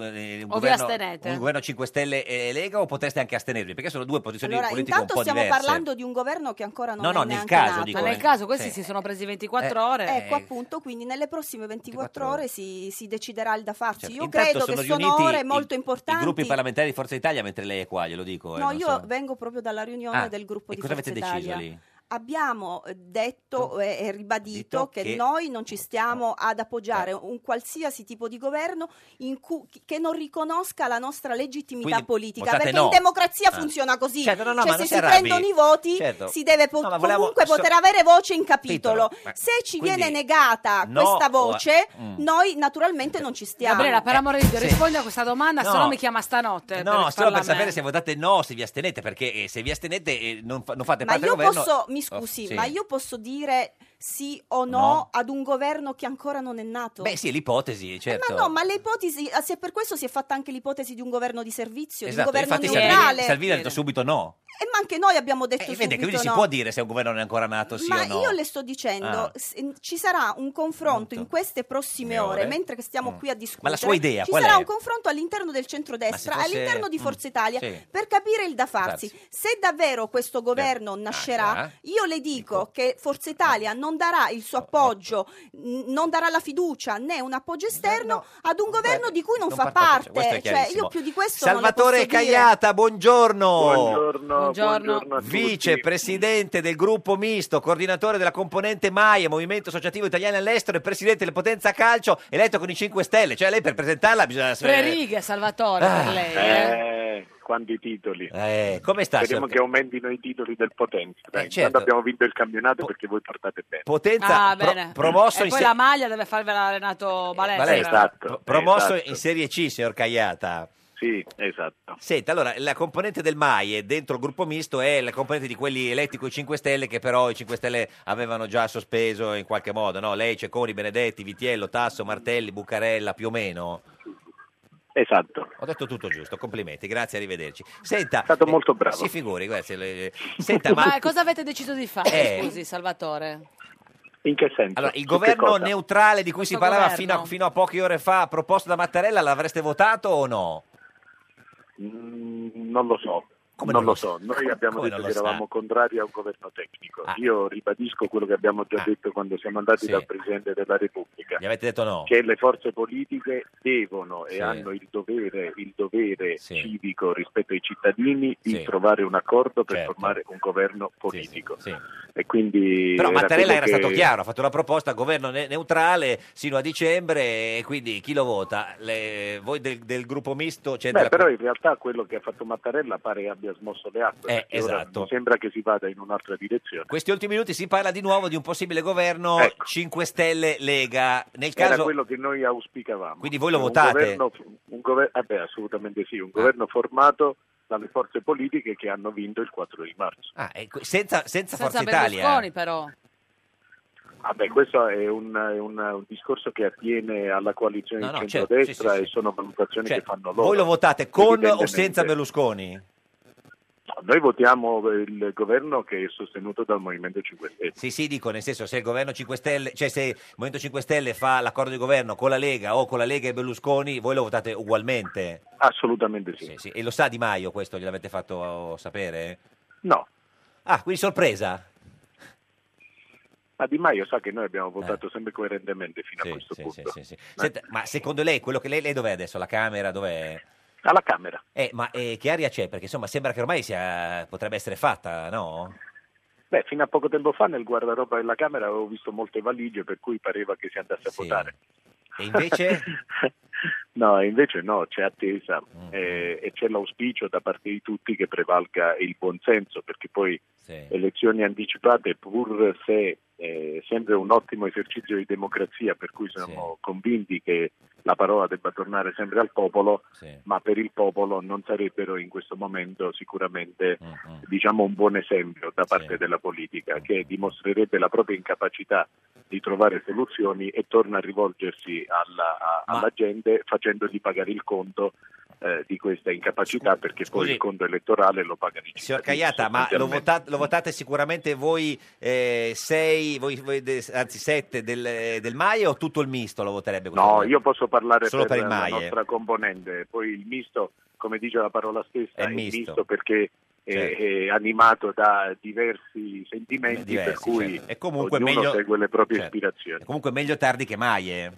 Speaker 11: O
Speaker 2: eh, un,
Speaker 11: vi
Speaker 2: governo,
Speaker 11: astenete.
Speaker 2: un governo 5 Stelle e Lega o potreste anche astenervi, perché sono due posizioni
Speaker 11: Allora,
Speaker 2: politiche un
Speaker 11: intanto
Speaker 2: po'
Speaker 11: stiamo
Speaker 2: diverse.
Speaker 11: parlando di un governo che ancora non
Speaker 2: No,
Speaker 11: è
Speaker 2: no, nel
Speaker 11: neanche
Speaker 2: caso,
Speaker 11: nato.
Speaker 2: dico, Ma nel eh, caso questi sì.
Speaker 1: si
Speaker 11: sono presi
Speaker 1: 24
Speaker 2: ore.
Speaker 11: Ecco
Speaker 2: Eh.
Speaker 11: appunto, quindi nelle prossime 24,
Speaker 2: 24
Speaker 11: ore si, si deciderà il da farci.
Speaker 2: Certo.
Speaker 11: Io
Speaker 2: Intanto
Speaker 11: credo
Speaker 2: sono
Speaker 11: che sono
Speaker 2: riuniti
Speaker 11: ore
Speaker 2: i-
Speaker 11: molto
Speaker 2: I
Speaker 11: importanti.
Speaker 2: gruppi parlamentari di Forza Italia mentre lei è qua, glielo dico. eh,
Speaker 11: No,
Speaker 2: non
Speaker 11: io
Speaker 2: so.
Speaker 11: vengo proprio dalla riunione
Speaker 2: Ah,
Speaker 11: del gruppo
Speaker 2: e
Speaker 11: di
Speaker 2: cosa
Speaker 11: Forza
Speaker 2: avete deciso
Speaker 11: Italia.
Speaker 2: lì?
Speaker 11: Abbiamo eh, detto eh, e
Speaker 2: Dito
Speaker 11: ribadito che,
Speaker 2: che- Ah. Certo.
Speaker 11: noi non ci stiamo ad appoggiare un qualsiasi tipo di governo in cu- che non riconosca la nostra legittimità
Speaker 2: Quindi
Speaker 11: politica.
Speaker 2: votate
Speaker 11: Perché
Speaker 2: no.
Speaker 11: in democrazia
Speaker 2: Ah.
Speaker 11: funziona così.
Speaker 2: Certo, no, no, ma
Speaker 11: cioè,
Speaker 2: non
Speaker 11: se
Speaker 2: si
Speaker 11: si
Speaker 2: arrabbi.
Speaker 11: prendono i voti,
Speaker 2: Certo.
Speaker 11: si deve po-
Speaker 2: No, ma volevo
Speaker 11: comunque
Speaker 2: so-
Speaker 11: poter avere voce in capitolo.
Speaker 2: Capitolo. Ma-
Speaker 11: Se ci
Speaker 2: quindi
Speaker 11: viene negata
Speaker 2: no
Speaker 11: questa
Speaker 2: o-
Speaker 11: voce,
Speaker 2: Mm. Eh,
Speaker 11: noi naturalmente non ci stiamo.
Speaker 1: Gabriela, per amore di Dio,
Speaker 2: sì.
Speaker 1: rispondi a questa domanda,
Speaker 2: No.
Speaker 1: se no mi chiama stanotte.
Speaker 2: No,
Speaker 1: per
Speaker 2: solo
Speaker 1: farla
Speaker 2: per
Speaker 1: a me.
Speaker 2: sapere se votate no, se vi astenete, perché eh, se vi astenete eh, non, fa- non fate
Speaker 11: Ma
Speaker 2: parte
Speaker 11: io
Speaker 2: del governo.
Speaker 11: posso, mi
Speaker 2: Oh,
Speaker 11: scusi,
Speaker 2: sì.
Speaker 11: ma io posso dire sì o no,
Speaker 2: No.
Speaker 11: ad un governo che ancora non è nato?
Speaker 2: Beh, sì, è l'ipotesi, certo.
Speaker 11: Eh, Ma no, ma le ipotesi, ah, se per questo si è fatta anche l'ipotesi di un governo di servizio,
Speaker 2: Esatto,
Speaker 11: di un governo
Speaker 2: infatti
Speaker 11: neutrale.
Speaker 2: Salvini, Salvini ha detto subito no.
Speaker 11: E ma anche noi abbiamo detto
Speaker 2: E vede,
Speaker 11: subito
Speaker 2: quindi si
Speaker 11: no.
Speaker 2: può dire se un governo non è ancora nato, sì
Speaker 11: ma
Speaker 2: o no.
Speaker 11: io le sto dicendo,
Speaker 2: Ah.
Speaker 11: s- ci sarà un confronto in queste prossime
Speaker 2: Le ore.
Speaker 11: ore, mentre che stiamo
Speaker 2: Mm.
Speaker 11: qui a discutere.
Speaker 2: Ma la sua idea
Speaker 11: ci
Speaker 2: qual
Speaker 11: sarà
Speaker 2: è?
Speaker 11: un confronto all'interno del centrodestra,
Speaker 2: Ma se fosse-
Speaker 11: all'interno di
Speaker 2: mm,
Speaker 11: Forza Italia,
Speaker 2: sì.
Speaker 11: per capire il da farsi.
Speaker 2: Farsi.
Speaker 11: Se davvero questo governo nascerà,
Speaker 2: ah. Oh,
Speaker 11: io le dico che Forza Italia non darà il suo appoggio, n- non darà la fiducia né un appoggio esterno ad un governo di cui non, fa parte.
Speaker 2: questo è
Speaker 11: Cioè,
Speaker 2: chiarissimo.
Speaker 11: io più di questo
Speaker 2: Salvatore
Speaker 11: non le posso dire.
Speaker 2: Cagliata, buongiorno.
Speaker 12: Buongiorno,
Speaker 1: Buongiorno.
Speaker 12: buongiorno a tutti.
Speaker 2: Vicepresidente del gruppo misto, coordinatore della componente MAIA, Movimento Associativo Italiano all'Estero e presidente del Potenza Calcio, eletto con i 5 Stelle. Cioè, lei per presentarla
Speaker 1: Tre
Speaker 2: bisogna sapere.
Speaker 1: righe, Salvatore, per lei. eh.
Speaker 12: Ah, Eh, quanti titoli.
Speaker 2: Eh, come sta?
Speaker 12: Speriamo
Speaker 2: signor-
Speaker 12: che aumentino i titoli del Potenza. dai.
Speaker 2: certo.
Speaker 12: Quando abbiamo vinto il campionato perché voi portate bene.
Speaker 2: Potenza
Speaker 1: Ah,
Speaker 2: pro-
Speaker 1: bene.
Speaker 2: promosso
Speaker 1: e
Speaker 2: in
Speaker 1: poi
Speaker 2: se-
Speaker 1: la maglia deve farvela Renato Balestra.
Speaker 2: Vale-
Speaker 12: Esatto,
Speaker 2: promosso
Speaker 12: esatto.
Speaker 2: in Serie C, signor Cagliata.
Speaker 12: Sì, esatto.
Speaker 2: Senta, allora, la componente del MAIE dentro il gruppo misto è la componente di quelli eletti con i 5 Stelle che però i 5 Stelle avevano già sospeso in qualche modo, no? Lei, Cecconi, Benedetti, Vitiello, Tasso, Martelli, Buccarella, più o meno.
Speaker 12: Esatto.
Speaker 2: Ho detto tutto giusto, complimenti, grazie, arrivederci. Senta, è
Speaker 12: stato molto bravo.
Speaker 2: Si figuri, grazie. le- Senta,
Speaker 1: Ma...
Speaker 2: Eh, ma...
Speaker 1: cosa avete deciso di fare,
Speaker 2: Eh.
Speaker 1: scusi, Salvatore?
Speaker 12: In che senso?
Speaker 2: Allora, il
Speaker 12: Su che
Speaker 2: governo
Speaker 12: cosa?
Speaker 2: neutrale di cui si
Speaker 1: Questo
Speaker 2: parlava
Speaker 1: governo.
Speaker 2: fino a, fino a poche ore fa, proposto da Mattarella, l'avreste votato o no?
Speaker 12: Mm, non lo so.
Speaker 2: Come
Speaker 12: non
Speaker 2: non
Speaker 12: lo
Speaker 2: lo
Speaker 12: so,
Speaker 2: sa?
Speaker 12: noi abbiamo
Speaker 2: Come
Speaker 12: detto che
Speaker 2: non lo sa? Ah.
Speaker 12: eravamo contrari a un governo tecnico.
Speaker 13: Ah.
Speaker 12: Io ribadisco quello che abbiamo già detto quando siamo andati
Speaker 2: Sì.
Speaker 12: dal Presidente della Repubblica.
Speaker 2: Gli avete detto no?
Speaker 12: che le forze politiche devono
Speaker 2: Sì.
Speaker 12: e hanno il dovere, il dovere
Speaker 2: Sì.
Speaker 12: civico rispetto ai cittadini di
Speaker 2: Sì.
Speaker 12: trovare un accordo per
Speaker 2: Certo.
Speaker 12: formare un governo politico.
Speaker 2: Sì, sì.
Speaker 12: E quindi
Speaker 2: Però
Speaker 12: era
Speaker 2: Mattarella
Speaker 12: quello
Speaker 2: era
Speaker 12: che-
Speaker 2: stato chiaro, ha fatto una proposta governo ne- neutrale sino a dicembre e quindi chi lo vota? Le- voi del, del gruppo misto? Cioè
Speaker 12: Beh,
Speaker 2: della-
Speaker 12: però in realtà quello che ha fatto Mattarella pare che abbia smosso le acque.
Speaker 2: Eh,
Speaker 12: perché ora
Speaker 2: esatto.
Speaker 12: mi sembra che si vada in un'altra direzione.
Speaker 2: Questi ultimi minuti si parla di nuovo di un possibile governo 5 Stelle Lega. Nel
Speaker 12: Ecco. Era
Speaker 2: caso...
Speaker 12: quello che noi auspicavamo.
Speaker 2: Quindi voi lo
Speaker 12: Un
Speaker 2: votate? Ah.
Speaker 12: Governo, un gover- eh beh, assolutamente sì, un governo formato dalle forze politiche che hanno vinto il 4 di marzo.
Speaker 2: Ah, e que- senza,
Speaker 1: Senza
Speaker 2: senza Forza Italia.
Speaker 1: Berlusconi, però.
Speaker 12: Vabbè, Ah, questo è un, è un- un discorso che attiene alla coalizione
Speaker 2: No, no,
Speaker 12: di
Speaker 2: certo,
Speaker 12: centrodestra
Speaker 2: sì, sì, sì.
Speaker 12: e sono valutazioni
Speaker 2: Cioè,
Speaker 12: che fanno loro.
Speaker 2: voi lo votate con o
Speaker 12: Evidentemente.
Speaker 2: senza Berlusconi?
Speaker 12: Noi votiamo il governo che è sostenuto dal Movimento 5 Stelle.
Speaker 2: Sì, sì, dico, nel senso, se il governo 5 Stelle, cioè se il Movimento 5 Stelle fa l'accordo di governo con la Lega o con la Lega e Berlusconi, voi lo votate ugualmente?
Speaker 12: Assolutamente sì.
Speaker 2: Sì, e lo sa Di Maio questo, gliel'avete fatto sapere?
Speaker 12: No.
Speaker 2: Ah, quindi sorpresa.
Speaker 12: Ma Di Maio sa che noi
Speaker 2: Eh.
Speaker 12: abbiamo votato sempre coerentemente fino a questo punto.
Speaker 2: Senta, ma secondo lei, quello che lei, lei dov'è adesso? La Camera? Dov'è?
Speaker 12: Alla Camera.
Speaker 2: Eh, ma eh, che aria c'è? Perché insomma sembra che ormai sia, potrebbe essere fatta, no?
Speaker 12: Beh, fino a poco tempo fa nel guardaroba della Camera avevo visto molte valigie, per cui pareva che si andasse a votare.
Speaker 2: E invece?
Speaker 12: No, invece no, c'è attesa
Speaker 2: Mm.
Speaker 12: eh, e c'è l'auspicio da parte di tutti che prevalga il buonsenso, perché poi elezioni anticipate, pur se eh, sempre un ottimo esercizio di democrazia, per cui siamo convinti che la parola debba tornare sempre al popolo, ma per il popolo non sarebbero in questo momento sicuramente diciamo, un buon esempio da parte della politica, che dimostrerebbe la propria incapacità di trovare soluzioni e torna a rivolgersi alla, a-
Speaker 2: Ma-
Speaker 12: alla gente facendogli pagare il conto eh, di questa incapacità, perché poi
Speaker 2: scusi.
Speaker 12: il conto elettorale lo pagano i
Speaker 2: Signor
Speaker 12: cittadini,
Speaker 2: Cagliata, ma lo,
Speaker 12: sostanzialmente.
Speaker 2: vota- lo votate sicuramente voi eh, sei, voi, voi de- anzi sette del, eh, del Maio o tutto il misto lo voterebbe?
Speaker 12: No, io posso parlare
Speaker 2: Solo per,
Speaker 12: per,
Speaker 2: il
Speaker 12: la
Speaker 2: Maie.
Speaker 12: nostra componente, poi il misto, come dice la parola stessa,
Speaker 2: È
Speaker 12: è,
Speaker 2: misto.
Speaker 12: misto. perché è,
Speaker 2: Certo.
Speaker 12: è animato da diversi sentimenti,
Speaker 2: Diversi,
Speaker 12: per cui
Speaker 2: certo. E comunque
Speaker 12: ognuno
Speaker 2: meglio-
Speaker 12: segue le proprie
Speaker 2: certo.
Speaker 12: ispirazioni.
Speaker 2: Comunque meglio tardi che Maie.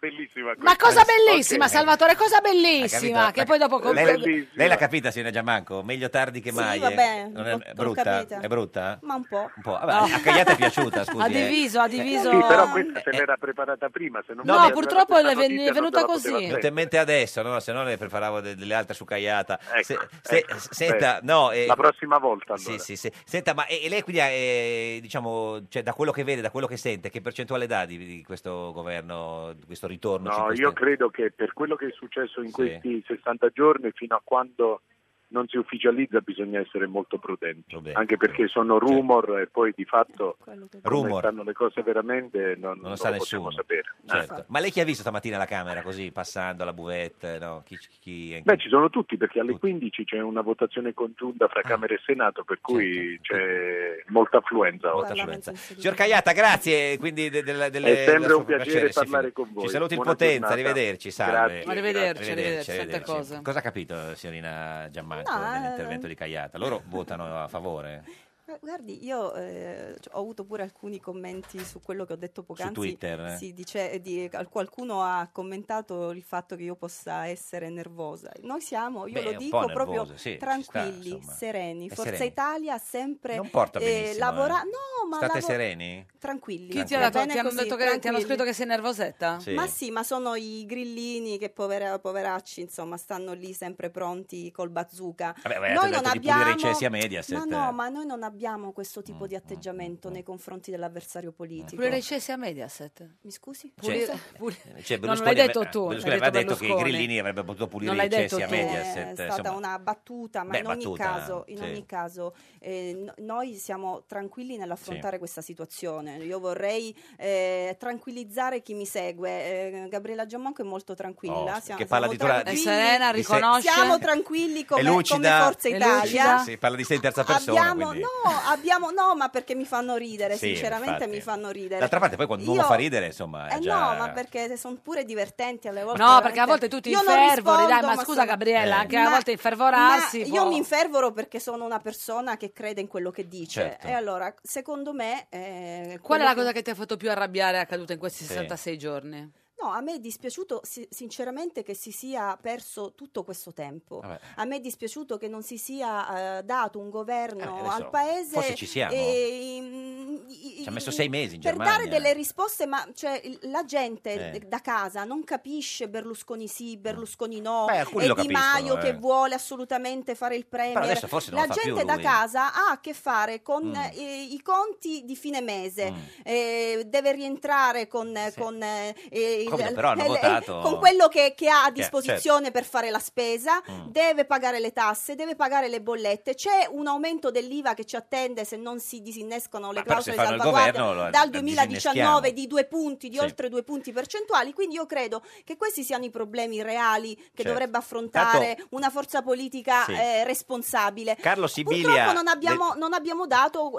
Speaker 12: Bellissima
Speaker 1: Ma cosa bellissima,
Speaker 2: Eh, Ok.
Speaker 1: Salvatore, cosa
Speaker 2: Ha
Speaker 1: bellissima,
Speaker 2: capito?
Speaker 1: che poi dopo... Oh, con-
Speaker 2: Lei, lei l'ha capita, signora Giammanco? Meglio tardi che
Speaker 11: Sì,
Speaker 2: mai.
Speaker 11: vabbè,
Speaker 2: Non è-
Speaker 11: l'ho-
Speaker 2: è
Speaker 11: l'ho
Speaker 2: brutta?
Speaker 11: capita.
Speaker 2: È brutta?
Speaker 11: Ma un po'.
Speaker 2: Un po'. Vabbè, a Cagliata è piaciuta, scusi.
Speaker 1: Ha
Speaker 2: eh.
Speaker 1: diviso, ha diviso... Eh.
Speaker 12: Sì, però questa se l'era preparata prima, se non
Speaker 1: No,
Speaker 12: fosse
Speaker 1: purtroppo
Speaker 12: arrivata
Speaker 1: è
Speaker 12: questa
Speaker 1: ven-
Speaker 12: notizia
Speaker 1: è venuta
Speaker 12: non te la poteva
Speaker 1: così.
Speaker 12: prendere.
Speaker 2: È venuta in mente adesso, no? se no ne preparavo de- delle altre su Cagliata. Se- se- senta,
Speaker 12: beh,
Speaker 2: no, eh,
Speaker 12: Ecco, la prossima volta
Speaker 2: sì,
Speaker 12: allora.
Speaker 2: sì, sì. Senta, ma e, e lei quindi ha, eh, diciamo, cioè, da quello che vede, da quello che sente, che percentuale dà di, di questo governo, di questo ritorno?
Speaker 12: No,
Speaker 2: cinque
Speaker 12: io
Speaker 2: stelle?
Speaker 12: credo che per quello che è successo in
Speaker 2: Sì.
Speaker 12: questi 60 giorni, fino a quando non si ufficializza, bisogna essere molto prudenti, anche perché sono rumor e poi di fatto come
Speaker 2: Rumor.
Speaker 12: stanno le cose veramente non,
Speaker 2: Non
Speaker 12: non
Speaker 2: lo sa
Speaker 12: lo possiamo
Speaker 2: nessuno.
Speaker 12: sapere.
Speaker 2: Certo.
Speaker 12: Eh.
Speaker 2: Ma lei chi ha visto stamattina alla Camera, così, passando alla buvette? No? Chi, chi- chi-
Speaker 12: Beh, ci sono tutti perché alle 15 c'è una votazione congiunta
Speaker 2: Ah.
Speaker 12: fra Camera e Senato, per cui c'è molta affluenza.
Speaker 2: Certo. Molta
Speaker 12: oggi.
Speaker 2: affluenza. Signor Cagliata, grazie quindi de- della- delle-
Speaker 12: È sempre
Speaker 2: della
Speaker 12: un
Speaker 2: sua
Speaker 12: piacere
Speaker 2: sì,
Speaker 12: parlare
Speaker 2: sì.
Speaker 12: con voi.
Speaker 2: Ci saluti in
Speaker 12: Buona
Speaker 2: potenza,
Speaker 12: giornata.
Speaker 2: arrivederci, salve.
Speaker 12: Grazie.
Speaker 1: Arrivederci, arrivederci, tante cose.
Speaker 2: Cosa ha capito signorina Giammanco
Speaker 11: No, eh,
Speaker 2: nell'intervento di Cagliata? Loro votano a favore?
Speaker 11: Eh, Guardi, io eh, c- ho avuto pure alcuni commenti su quello che ho detto poc'anzi.
Speaker 2: Twitter, eh?
Speaker 11: Sì, dice, eh, di- al- qualcuno ha commentato il fatto che io possa essere nervosa. Noi siamo, io
Speaker 2: Beh, un
Speaker 11: lo
Speaker 2: po'
Speaker 11: dico proprio
Speaker 2: nervoso, sì, ci sta,
Speaker 11: tranquilli,
Speaker 2: insomma.
Speaker 11: sereni.
Speaker 2: Eh,
Speaker 11: Forza
Speaker 2: sereni.
Speaker 11: Italia ha sempre
Speaker 2: Non porta benissimo, eh.
Speaker 11: lavora- No, ma
Speaker 2: State
Speaker 11: lavo-
Speaker 2: sereni?
Speaker 11: Tranquilli.
Speaker 1: Chi ti ha
Speaker 11: Va
Speaker 1: dato-
Speaker 11: bene
Speaker 1: ti hanno
Speaker 11: così,
Speaker 1: detto che- ti hanno
Speaker 11: tranquilli.
Speaker 1: scritto che sei nervosetta?
Speaker 2: Sì.
Speaker 11: Ma sì, ma sono i grillini che povera- poveracci, insomma, stanno lì sempre pronti col bazooka.
Speaker 2: Vabbè, vabbè, ti ho detto di pulire i cessi a Mediaset. eh. Mm,
Speaker 11: Ma no, ma noi non abbiamo questo tipo di atteggiamento nei confronti dell'avversario politico.
Speaker 1: Pure recessi a Mediaset.
Speaker 11: Mi scusi?
Speaker 1: Pure-
Speaker 2: Cioè,
Speaker 1: pure-
Speaker 2: Cioè,
Speaker 1: No, non
Speaker 2: Berlusconi
Speaker 1: l'hai
Speaker 2: ave-
Speaker 1: detto tu.
Speaker 2: Berlusconi
Speaker 1: l'hai
Speaker 2: aveva detto che
Speaker 1: Berlusconi.
Speaker 2: Grillini avrebbe potuto pulire
Speaker 1: Non l'hai
Speaker 2: i cessi
Speaker 1: detto
Speaker 2: a
Speaker 1: tu.
Speaker 2: Mediaset.
Speaker 11: È stata
Speaker 2: insomma.
Speaker 11: una battuta, ma
Speaker 2: Beh,
Speaker 11: in, ogni
Speaker 2: battuta,
Speaker 11: caso, in
Speaker 2: sì.
Speaker 11: ogni caso eh, no- noi siamo tranquilli nell'affrontare questa situazione. Io vorrei eh, tranquillizzare chi mi segue. Eh, Gabriella Giammanco è molto tranquilla.
Speaker 2: Oh,
Speaker 11: Sia- siamo
Speaker 2: che parla di tora-
Speaker 11: tranquilli.
Speaker 2: È serena, Di se- riconosce.
Speaker 11: Siamo tranquilli come,
Speaker 2: È lucida.
Speaker 11: come Forza
Speaker 2: È
Speaker 11: Italia.
Speaker 2: Sì, parla di sé in terza persona.
Speaker 11: Abbiamo
Speaker 2: quindi.
Speaker 11: no, abbiamo no, ma perché mi fanno ridere,
Speaker 2: Sì,
Speaker 11: sinceramente
Speaker 2: infatti.
Speaker 11: mi fanno ridere.
Speaker 2: D'altra parte poi quando un uomo
Speaker 11: Io-
Speaker 2: fa ridere, insomma, è
Speaker 11: eh
Speaker 2: già...
Speaker 11: no, ma perché sono pure divertenti alle volte.
Speaker 1: No, perché a
Speaker 11: veramente.
Speaker 1: volte tu ti
Speaker 11: Io non
Speaker 1: infervori, dai,
Speaker 11: rispondo,
Speaker 1: ma scusa
Speaker 11: sono-
Speaker 1: Gabriella,
Speaker 2: Eh.
Speaker 1: anche a
Speaker 11: Ma-
Speaker 1: volte infervorarsi
Speaker 11: ma
Speaker 1: può-
Speaker 11: Io mi infervoro perché sono una persona che crede in quello che dice.
Speaker 1: Certo.
Speaker 11: E allora, secondo me. eh,
Speaker 1: Qual è
Speaker 11: quello
Speaker 1: la
Speaker 11: che-
Speaker 1: cosa che ti ha fatto più arrabbiare accaduta in questi
Speaker 11: Sì.
Speaker 1: 66 giorni?
Speaker 11: No, a me è dispiaciuto si- sinceramente che si sia perso tutto questo tempo.
Speaker 1: Vabbè.
Speaker 11: A me è dispiaciuto che non si sia eh, dato un governo
Speaker 2: Eh, adesso,
Speaker 11: al paese.
Speaker 2: forse ci siamo.
Speaker 11: e, mm, i-
Speaker 2: Ci ha messo sei mesi in
Speaker 11: per
Speaker 2: Germania.
Speaker 11: dare delle risposte, ma cioè, il- la gente
Speaker 2: Eh.
Speaker 11: d- da casa non capisce Berlusconi sì, Berlusconi no,
Speaker 2: Beh,
Speaker 11: e
Speaker 2: alcuni
Speaker 11: Di
Speaker 2: lo capiscono,
Speaker 11: Maio
Speaker 2: eh.
Speaker 11: che vuole assolutamente fare il
Speaker 2: Però
Speaker 11: premier.
Speaker 2: adesso forse non
Speaker 11: La
Speaker 2: lo fa più
Speaker 11: gente da
Speaker 2: lui.
Speaker 11: casa ha a che fare con
Speaker 2: Mm.
Speaker 11: eh, i conti di fine mese, eh, deve rientrare con, con, eh, il-
Speaker 2: Come, però hanno
Speaker 11: il-
Speaker 2: votato- certo.
Speaker 11: con quello che, che ha a
Speaker 2: Che-
Speaker 11: disposizione per fare la spesa,
Speaker 2: Mm.
Speaker 11: deve pagare le tasse, deve pagare le bollette. C'è un aumento dell'IVA che ci attende se non si disinnescono le
Speaker 2: Ma però se
Speaker 11: clausole
Speaker 2: fanno il
Speaker 11: salvaguardia
Speaker 2: governo lo-
Speaker 11: dal
Speaker 2: lo
Speaker 11: 2019
Speaker 2: disinneschiamo.
Speaker 11: di due punti, di
Speaker 2: Sì.
Speaker 11: oltre due punti percentuali. Quindi io credo che questi siano i problemi reali che
Speaker 2: Certo.
Speaker 11: dovrebbe affrontare
Speaker 2: Tanto-
Speaker 11: una forza politica
Speaker 2: Sì.
Speaker 11: eh, responsabile.
Speaker 2: Carlo Sibilia...
Speaker 11: Purtroppo non abbiamo,
Speaker 2: del-
Speaker 11: non abbiamo dato eh,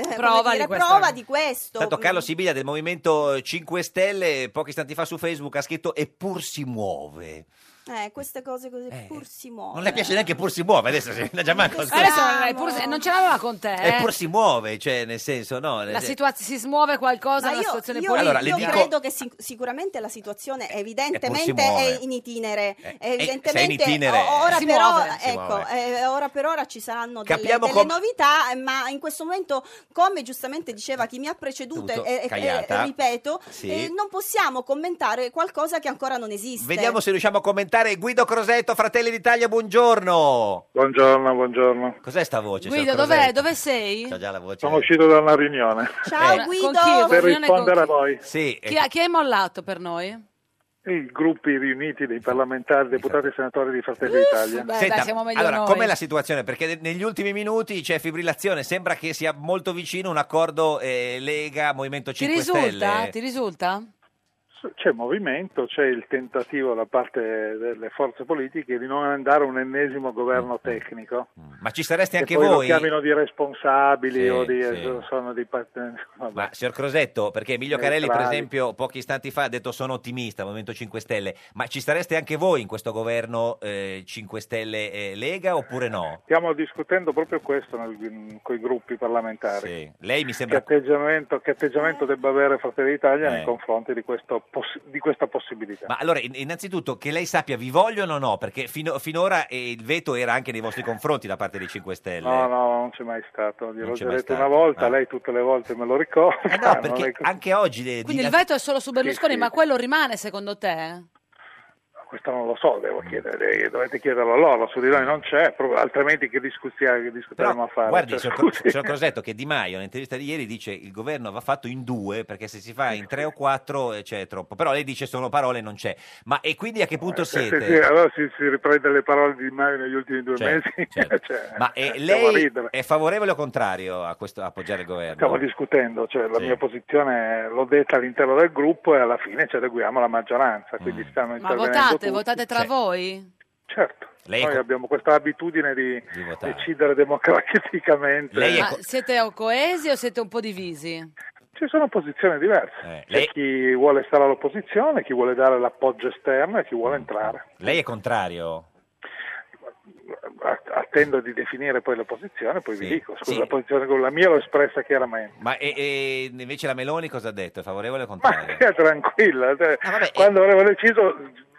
Speaker 11: eh, come
Speaker 1: Prova di
Speaker 11: dire,
Speaker 1: questa-
Speaker 11: prova di questo.
Speaker 2: Tanto Carlo Sibilia del Movimento 5 Stelle pochi istanti fa su Facebook ha scritto eppur si muove.
Speaker 11: Eh, queste cose così pur si muove.
Speaker 2: Non le piace neanche pur si muove adesso, se la Giammanco
Speaker 11: Adesso-
Speaker 1: Adesso non, è pur- Eh, non ce l'aveva con te.
Speaker 2: E
Speaker 1: eh.
Speaker 2: pur si muove, cioè nel senso no. nel
Speaker 1: La
Speaker 2: sen-
Speaker 1: situazione si smuove qualcosa
Speaker 11: Ma
Speaker 1: nella
Speaker 11: io,
Speaker 1: situazione
Speaker 11: io-
Speaker 1: politica.
Speaker 2: Allora, le
Speaker 11: io
Speaker 2: dico- Eh,
Speaker 11: credo che sic- sicuramente la situazione evidentemente
Speaker 2: muove. Eh,
Speaker 11: è in itinere.
Speaker 2: se è in
Speaker 11: Evidentemente
Speaker 2: itinere,
Speaker 11: o-
Speaker 1: eh.
Speaker 11: ora,
Speaker 2: si
Speaker 11: per
Speaker 2: muove.
Speaker 11: ora,
Speaker 2: Si
Speaker 11: ecco,
Speaker 2: muove.
Speaker 11: eh, ora per ora ci saranno delle,
Speaker 2: Capiamo
Speaker 11: delle
Speaker 2: com-
Speaker 11: novità, eh, ma in questo momento, come giustamente diceva chi mi ha preceduto,
Speaker 2: Tutto,
Speaker 11: e, e-
Speaker 2: Cagliata.
Speaker 11: e- ripeto,
Speaker 2: Sì.
Speaker 11: eh, non possiamo commentare qualcosa che ancora non esiste.
Speaker 2: Vediamo se riusciamo a commentare. Guido Crosetto, Fratelli d'Italia, buongiorno.
Speaker 13: Buongiorno, buongiorno.
Speaker 2: Cos'è sta voce?
Speaker 1: Guido,
Speaker 2: signor
Speaker 1: dov'è?
Speaker 2: Crosetto?
Speaker 1: Dove sei?
Speaker 2: C'ha già la voce.
Speaker 13: Sono uscito da una riunione.
Speaker 1: Ciao, Eh, Guido. con chi?
Speaker 13: Per
Speaker 1: Riunione con
Speaker 13: rispondere a
Speaker 1: chi?
Speaker 13: voi.
Speaker 2: Sì, eh.
Speaker 1: Chi, ha- chi è mollato per noi?
Speaker 13: I gruppi riuniti dei parlamentari, deputati e senatori di Fratelli
Speaker 1: Uff,
Speaker 13: d'Italia.
Speaker 1: beh,
Speaker 2: Senta,
Speaker 1: dai, siamo meglio
Speaker 2: allora,
Speaker 1: noi.
Speaker 2: com'è la situazione? Perché ne- negli ultimi minuti c'è fibrillazione, sembra che sia molto vicino un accordo eh, Lega Movimento
Speaker 1: Ti
Speaker 2: 5
Speaker 1: risulta?
Speaker 2: Stelle.
Speaker 1: Ti risulta?
Speaker 13: C'è movimento, c'è il tentativo da parte delle forze politiche di non andare a un ennesimo
Speaker 2: Mm,
Speaker 13: governo tecnico.
Speaker 2: Ma ci sareste
Speaker 13: Che
Speaker 2: anche
Speaker 13: poi lo
Speaker 2: voi?
Speaker 13: chiamino di responsabili
Speaker 2: Sì,
Speaker 13: o di
Speaker 2: sì.
Speaker 13: sono di parte- vabbè.
Speaker 2: Ma signor Crosetto, perché Emilio Carelli, per
Speaker 13: Neutrali.
Speaker 2: esempio, pochi istanti fa ha detto sono ottimista, Movimento 5 Stelle, ma ci stareste anche voi in questo governo eh, 5 Stelle eh, Lega oppure no?
Speaker 13: Stiamo discutendo proprio questo con i gruppi parlamentari.
Speaker 2: Lei mi
Speaker 13: Che
Speaker 2: sembra...
Speaker 13: atteggiamento, che atteggiamento debba avere Fratelli d'Italia
Speaker 2: Eh.
Speaker 13: nei confronti di, questo poss- di questa possibilità?
Speaker 2: Ma allora, in- innanzitutto, che lei sappia, vi vogliono o no? Perché fino- finora eh, il veto era anche nei vostri confronti da parte dei 5 Stelle.
Speaker 13: No, no, non c'è mai stato. Gliel'ho
Speaker 2: eh, Non c'è
Speaker 13: già
Speaker 2: mai
Speaker 13: detto
Speaker 2: stato,
Speaker 13: una volta,
Speaker 2: ah.
Speaker 13: lei tutte le volte me lo ricorda.
Speaker 2: No,
Speaker 13: non
Speaker 2: perché
Speaker 13: è-
Speaker 2: anche oggi... le-
Speaker 1: Quindi
Speaker 2: di-
Speaker 1: il veto è solo su Berlusconi,
Speaker 13: sì.
Speaker 1: ma quello rimane secondo te?
Speaker 13: Questo non lo so,
Speaker 2: Mm.
Speaker 13: devo chiedere, eh, dovete chiederlo a loro. Su di noi non c'è, pro- altrimenti che, discussiamo, che discuteremo a fare?
Speaker 2: Guardi,
Speaker 13: Cioè,
Speaker 2: signor, Cro-
Speaker 13: scusi.
Speaker 2: signor Crosetto, che Di Maio nell'intervista di ieri dice il governo va fatto in due perché se si fa in tre o quattro eh, c'è troppo. Però lei dice sono parole, non c'è. Ma e quindi a che punto
Speaker 13: Eh, Sì,
Speaker 2: siete?
Speaker 13: sì, allora si, si riprende le parole di Di Maio negli ultimi due
Speaker 2: Certo,
Speaker 13: mesi. Cioè,
Speaker 2: Ma eh,
Speaker 13: stiamo a
Speaker 2: lei
Speaker 13: ridere.
Speaker 2: è favorevole o contrario a questo a appoggiare il governo?
Speaker 13: Stiamo discutendo, cioè, la
Speaker 2: Sì.
Speaker 13: mia posizione l'ho detta all'interno del gruppo e alla fine ci adeguiamo alla maggioranza, quindi
Speaker 2: Mm.
Speaker 13: stanno
Speaker 1: Ma
Speaker 13: intervenendo
Speaker 1: votate,
Speaker 13: tutti.
Speaker 1: votate
Speaker 2: Cioè,
Speaker 1: tra voi?
Speaker 13: Certo.
Speaker 2: Lei è
Speaker 13: Noi
Speaker 2: co-
Speaker 13: abbiamo questa abitudine di,
Speaker 2: votare.
Speaker 13: decidere democraticamente.
Speaker 1: ma siete o coesi o siete un po' divisi?
Speaker 13: Ci sono posizioni diverse.
Speaker 2: eh,
Speaker 13: C'è chi vuole stare all'opposizione, chi vuole dare l'appoggio esterno e chi vuole entrare.
Speaker 2: Lei è contrario?
Speaker 13: A- Attendo di definire poi la posizione, poi vi
Speaker 2: Sì.
Speaker 13: dico. Scusa,
Speaker 2: Sì.
Speaker 13: la posizione con la mia l'ho espressa chiaramente.
Speaker 2: Ma e, e invece la Meloni cosa ha detto? È favorevole o
Speaker 13: Ma
Speaker 2: contrario?
Speaker 13: stia tranquilla, cioè,
Speaker 2: Ah, eh.
Speaker 13: quando avevo deciso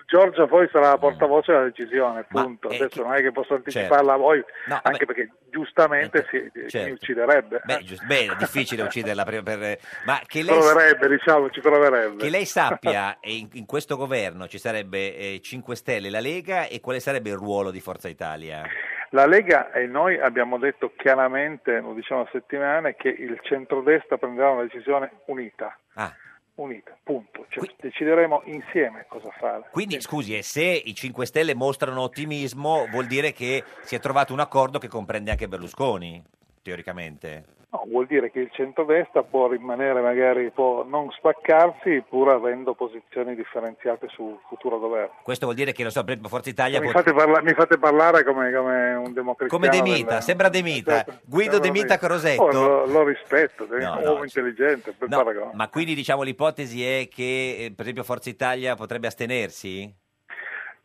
Speaker 13: Giorgia poi sarà la portavoce della decisione, punto.
Speaker 2: Mm. eh,
Speaker 13: Adesso non è che posso anticiparla
Speaker 2: certo.
Speaker 13: a voi,
Speaker 2: No,
Speaker 13: anche perché giustamente si,
Speaker 2: certo.
Speaker 13: mi ucciderebbe.
Speaker 2: Beh, giust- beh, è difficile ucciderla per, per- ma che
Speaker 13: Ci
Speaker 2: lei,
Speaker 13: proverebbe, diciamo, ci proverebbe.
Speaker 2: che lei sappia eh, in, in questo governo ci sarebbe eh, 5 Stelle, la Lega e quale sarebbe il ruolo di Forza Italia?
Speaker 13: La Lega e noi abbiamo detto chiaramente, lo diciamo a settimane, che il centrodestra prenderà una decisione unita.
Speaker 2: Ah.
Speaker 13: Unita, punto. Cioè, decideremo insieme cosa fare.
Speaker 2: Quindi scusi, eh, se i 5 Stelle mostrano ottimismo vuol dire che si è trovato un accordo che comprende anche Berlusconi, teoricamente.
Speaker 13: No, vuol dire che il centrodestra può rimanere, magari può non spaccarsi, pur avendo posizioni differenziate sul futuro governo.
Speaker 2: Questo vuol dire che, non so, per esempio Forza Italia...
Speaker 13: Mi
Speaker 2: può-
Speaker 13: fate, parla- mi fate parlare come, come un democristiano.
Speaker 2: Come De Mita,
Speaker 13: del-
Speaker 2: sembra De Mita.
Speaker 13: Esatto,
Speaker 2: Guido
Speaker 13: sembra
Speaker 2: De Mita Crosetto.
Speaker 13: Oh, lo, lo rispetto, è
Speaker 2: No,
Speaker 13: un
Speaker 2: no, cioè,
Speaker 13: uomo intelligente, per
Speaker 2: No,
Speaker 13: paragone.
Speaker 2: ma quindi diciamo l'ipotesi è che eh, per esempio Forza Italia potrebbe astenersi?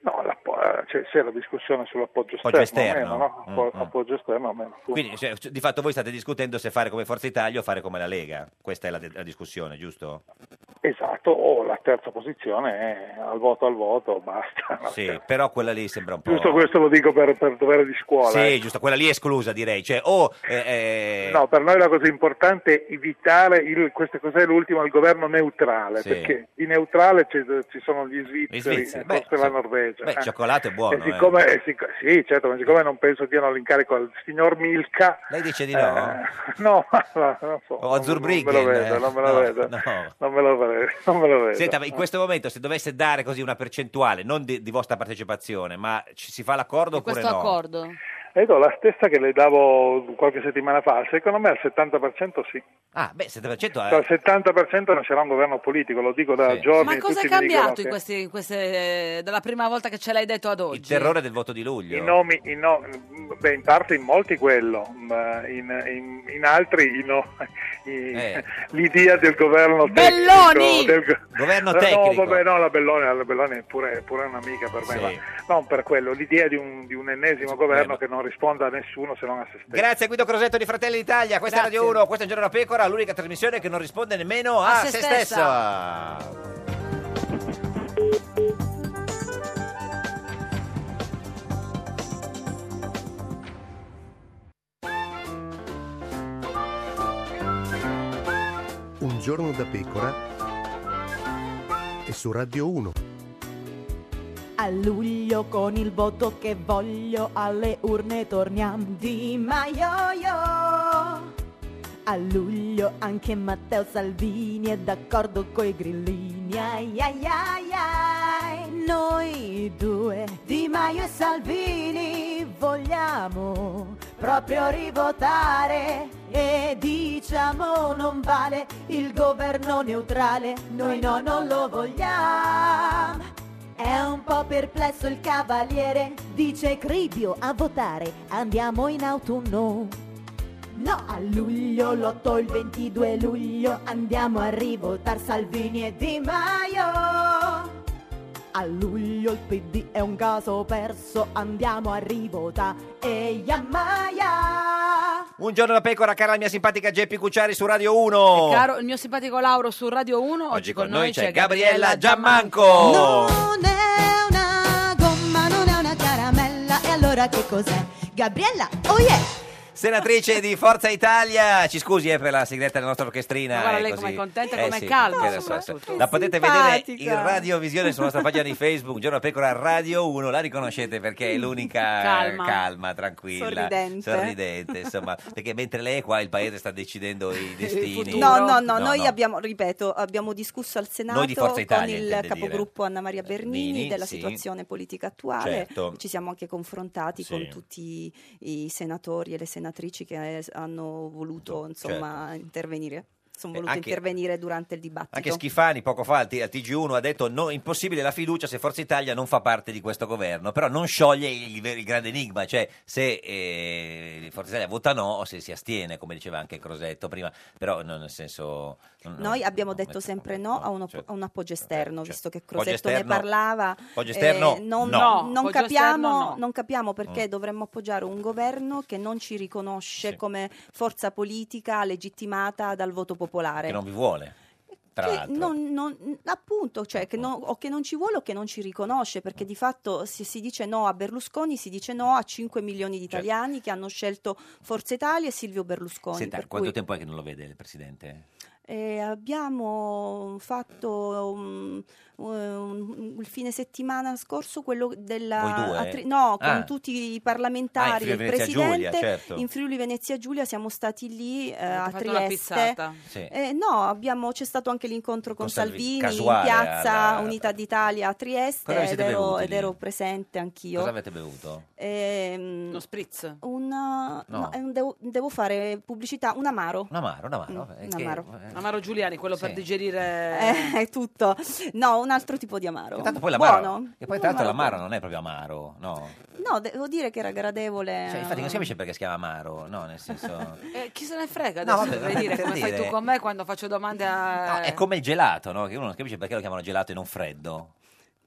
Speaker 13: No, l'appo- eh, c'è, c'è la discussione sull'appoggio
Speaker 2: Appoggio
Speaker 13: esterno,
Speaker 2: esterno.
Speaker 13: o meno, no? Appo-
Speaker 2: Mm, mm.
Speaker 13: Appoggio esterno o meno.
Speaker 2: Quindi cioè, di fatto voi state discutendo se fare come Forza Italia o fare come la Lega, questa è la, la discussione, giusto?
Speaker 13: Esatto, o la terza posizione è al voto al voto, basta.
Speaker 2: Sì, però quella lì sembra un po'...
Speaker 13: Ah, certo. Giusto questo lo dico per, per dovere di scuola.
Speaker 2: Sì,
Speaker 13: eh.
Speaker 2: giusto, quella lì è esclusa direi, cioè o... eh, eh,
Speaker 13: No, per noi la cosa importante è evitare, il, questo cos'è l'ultimo, il governo neutrale,
Speaker 2: Sì.
Speaker 13: perché di neutrale ci, ci sono gli svizzeri,
Speaker 2: Gli svizzeri,
Speaker 13: eh,
Speaker 2: beh,
Speaker 13: forse la Norvegia.
Speaker 2: beh, il
Speaker 13: eh.
Speaker 2: cioccolato è buono,
Speaker 13: E siccome,
Speaker 2: eh.
Speaker 13: e sic- sì, certo, ma siccome non penso diano l'incarico al signor Milka...
Speaker 2: Lei dice
Speaker 13: Eh,
Speaker 2: di no?
Speaker 13: no, ma non so.
Speaker 2: o a Zurbriggen?
Speaker 13: Non me lo vedo, non me lo vedo.
Speaker 2: eh. No, no.
Speaker 13: Non me lo vedo, non me lo vedo.
Speaker 2: Senta, ma in questo momento se dovesse dare così una percentuale, non di, di vostra partecipazione, ma ci si fa l'accordo oppure
Speaker 1: Questo
Speaker 2: no?
Speaker 1: accordo?
Speaker 13: E do la stessa che le davo qualche settimana fa, secondo me al 70% sì.
Speaker 2: Ah, beh, 700
Speaker 13: Al 70% non c'era un governo politico, lo dico da giorni.
Speaker 1: Ma cosa
Speaker 13: tutti
Speaker 1: è
Speaker 13: mi
Speaker 1: cambiato in
Speaker 13: dicono
Speaker 1: queste, in queste- eh, dalla prima volta che ce l'hai detto ad oggi?
Speaker 2: Il terrore del voto di luglio.
Speaker 13: che I nomi, i no- beh, in parte in molti quello, ma in, in- in altri i no- i-
Speaker 2: Eh.
Speaker 13: l'idea del governo tecnico.
Speaker 1: Belloni!
Speaker 13: Del, go-
Speaker 2: Governo
Speaker 13: No,
Speaker 2: tecnico.
Speaker 13: No, vabbè, no, la Belloni, la Belloni è pure, pure un'amica per me,
Speaker 2: Sì. Eh,
Speaker 13: ma non per quello, l'idea di un, di un ennesimo governo che non risponda a nessuno se non a se stesso.
Speaker 2: Grazie a Guido Crosetto di Fratelli d'Italia, questa è Radio 1, questa è Un Giorno da Pecora, l'unica trasmissione che non risponde nemmeno a,
Speaker 1: A se
Speaker 2: stessa.
Speaker 1: stessa.
Speaker 9: Un giorno da pecora e su Radio 1.
Speaker 8: A luglio con il voto che voglio alle urne torniamo di Maio io. A luglio anche Matteo Salvini è d'accordo coi grillini. Ai ai ai ai. Noi due, Di Maio e Salvini, vogliamo proprio rivotare e diciamo non vale il governo neutrale. Noi no, non lo vogliamo. È un po' perplesso il cavaliere, dice Cribio a votare, andiamo in autunno. No, a luglio, l'8, il 22 luglio, andiamo a rivotar Salvini e Di Maio. A luglio il PD è un caso perso, andiamo a rivotare e Yamaya.
Speaker 2: Un giorno da pecora, cara la mia simpatica Geppi Cucciari su Radio 1.
Speaker 1: Caro il mio simpatico Lauro su Radio 1, oggi,
Speaker 2: Oggi con noi c'è Gabriella Giammanco.
Speaker 8: Una gomma non è una caramella, e allora che cos'è? Gabriella, oh yeah!
Speaker 2: Senatrice di Forza Italia, ci scusi eh, per la segreta della nostra orchestrina.
Speaker 1: Ma guarda
Speaker 2: è
Speaker 1: lei
Speaker 2: così.
Speaker 1: com'è contenta,
Speaker 2: Eh
Speaker 1: com'è
Speaker 2: sì,
Speaker 1: calma,
Speaker 2: che adesso-
Speaker 1: soprattutto.
Speaker 2: La potete vedere
Speaker 1: Simpatica.
Speaker 2: in radiovisione sulla nostra pagina di Facebook, Giorno da Pecora Radio 1, la riconoscete perché è l'unica
Speaker 1: Calma.
Speaker 2: calma, tranquilla,
Speaker 11: Sorridente.
Speaker 2: sorridente, insomma, perché mentre lei è qua il paese sta decidendo i destini.
Speaker 11: No, no, no, noi abbiamo, ripeto, abbiamo discusso al Senato
Speaker 2: Noi di Forza
Speaker 11: con
Speaker 2: Italia,
Speaker 11: il
Speaker 2: intende dire.
Speaker 11: capogruppo Anna Maria Bernini
Speaker 2: Bernini,
Speaker 11: della
Speaker 2: sì.
Speaker 11: situazione politica attuale.
Speaker 2: Certo.
Speaker 11: Ci siamo anche confrontati
Speaker 2: Sì.
Speaker 11: con tutti i senatori e le senatrici che eh, hanno voluto insomma, intervenire. Sono
Speaker 2: Certo. Eh,
Speaker 11: voluto
Speaker 2: anche-
Speaker 11: intervenire durante il dibattito.
Speaker 2: Anche Schifani poco fa al T- al TG1 ha detto no, impossibile la fiducia se Forza Italia non fa parte di questo governo, però non scioglie il, il grande enigma, cioè se eh, Forza Italia vota no o se si astiene, come diceva anche Crosetto prima, però no, nel senso... non-
Speaker 11: Noi
Speaker 2: non-
Speaker 11: abbiamo detto sempre no a, uno-
Speaker 2: certo,
Speaker 11: a un appoggio esterno, visto che Crosetto ne
Speaker 2: esterno-
Speaker 11: parlava. eh,
Speaker 2: appoggio esterno,
Speaker 11: non,
Speaker 2: no. Mm.
Speaker 11: non
Speaker 1: No, appoggio
Speaker 11: capiamo,
Speaker 1: esterno, no.
Speaker 11: non capiamo perché dovremmo appoggiare un governo che non ci riconosce come forza politica legittimata dal voto popolare.
Speaker 2: Che non vi vuole, tra
Speaker 11: Che
Speaker 2: l'altro.
Speaker 11: non- non- appunto, cioè,
Speaker 2: Mm.
Speaker 11: che non- o che non ci vuole o che non ci riconosce, perché di fatto se si dice no a Berlusconi, si dice no a 5 milioni di
Speaker 2: Certo.
Speaker 11: italiani che hanno scelto Forza Italia e Silvio Berlusconi.
Speaker 2: Senta,
Speaker 11: per
Speaker 2: quanto
Speaker 11: cui-
Speaker 2: tempo è che non lo vede il Presidente?
Speaker 11: eh, abbiamo fatto um, um, il fine settimana scorso quello della
Speaker 2: Voi due?
Speaker 11: a Tri- no, con
Speaker 2: Ah.
Speaker 11: tutti i parlamentari,
Speaker 2: Ah, in
Speaker 11: il
Speaker 2: Friuli Venezia
Speaker 11: presidente
Speaker 2: Giulia, certo.
Speaker 11: in Friuli Venezia Giulia siamo stati lì eh, a
Speaker 1: fatto una
Speaker 11: Trieste.
Speaker 1: pizzata.
Speaker 2: Sì.
Speaker 11: Eh, no, abbiamo- c'è stato anche l'incontro con,
Speaker 2: Con Salvini,
Speaker 11: Salvini,
Speaker 2: casuale,
Speaker 11: in piazza
Speaker 2: alla-
Speaker 11: Unità d'Italia a
Speaker 2: Cosa
Speaker 11: Trieste
Speaker 2: vi
Speaker 11: ed
Speaker 2: siete
Speaker 11: ero,
Speaker 2: bevuti
Speaker 11: ed
Speaker 2: lì?
Speaker 11: ero presente anch'io.
Speaker 2: Cosa avete bevuto?
Speaker 11: Ehm,
Speaker 1: Uno spritz.
Speaker 11: una-
Speaker 2: No.
Speaker 11: no, è un- devo, devo fare pubblicità, un amaro.
Speaker 2: Un amaro, un amaro.
Speaker 11: Mm,
Speaker 2: eh,
Speaker 11: un
Speaker 2: che-
Speaker 11: amaro.
Speaker 2: eh,
Speaker 1: Amaro Giuliani, quello per digerire
Speaker 11: Eh, è tutto. No, un altro tipo di amaro.
Speaker 2: che tanto poi
Speaker 11: Buono.
Speaker 2: l'amaro, che poi
Speaker 11: Un
Speaker 2: tra l'altro
Speaker 11: amaro
Speaker 2: l'amaro non è proprio amaro, no?
Speaker 11: buono. No, devo dire che era gradevole.
Speaker 2: Cioè, infatti non si capisce perché si chiama amaro, no? Nel senso...
Speaker 1: Eh, chi se ne frega
Speaker 2: No,
Speaker 1: adesso
Speaker 2: vabbè,
Speaker 1: dovrei
Speaker 2: per
Speaker 1: dire come fai
Speaker 2: dire- ecco.
Speaker 1: tu con me quando faccio domande a
Speaker 2: È come il gelato, no? Che uno non capisce perché lo chiamano gelato e non freddo.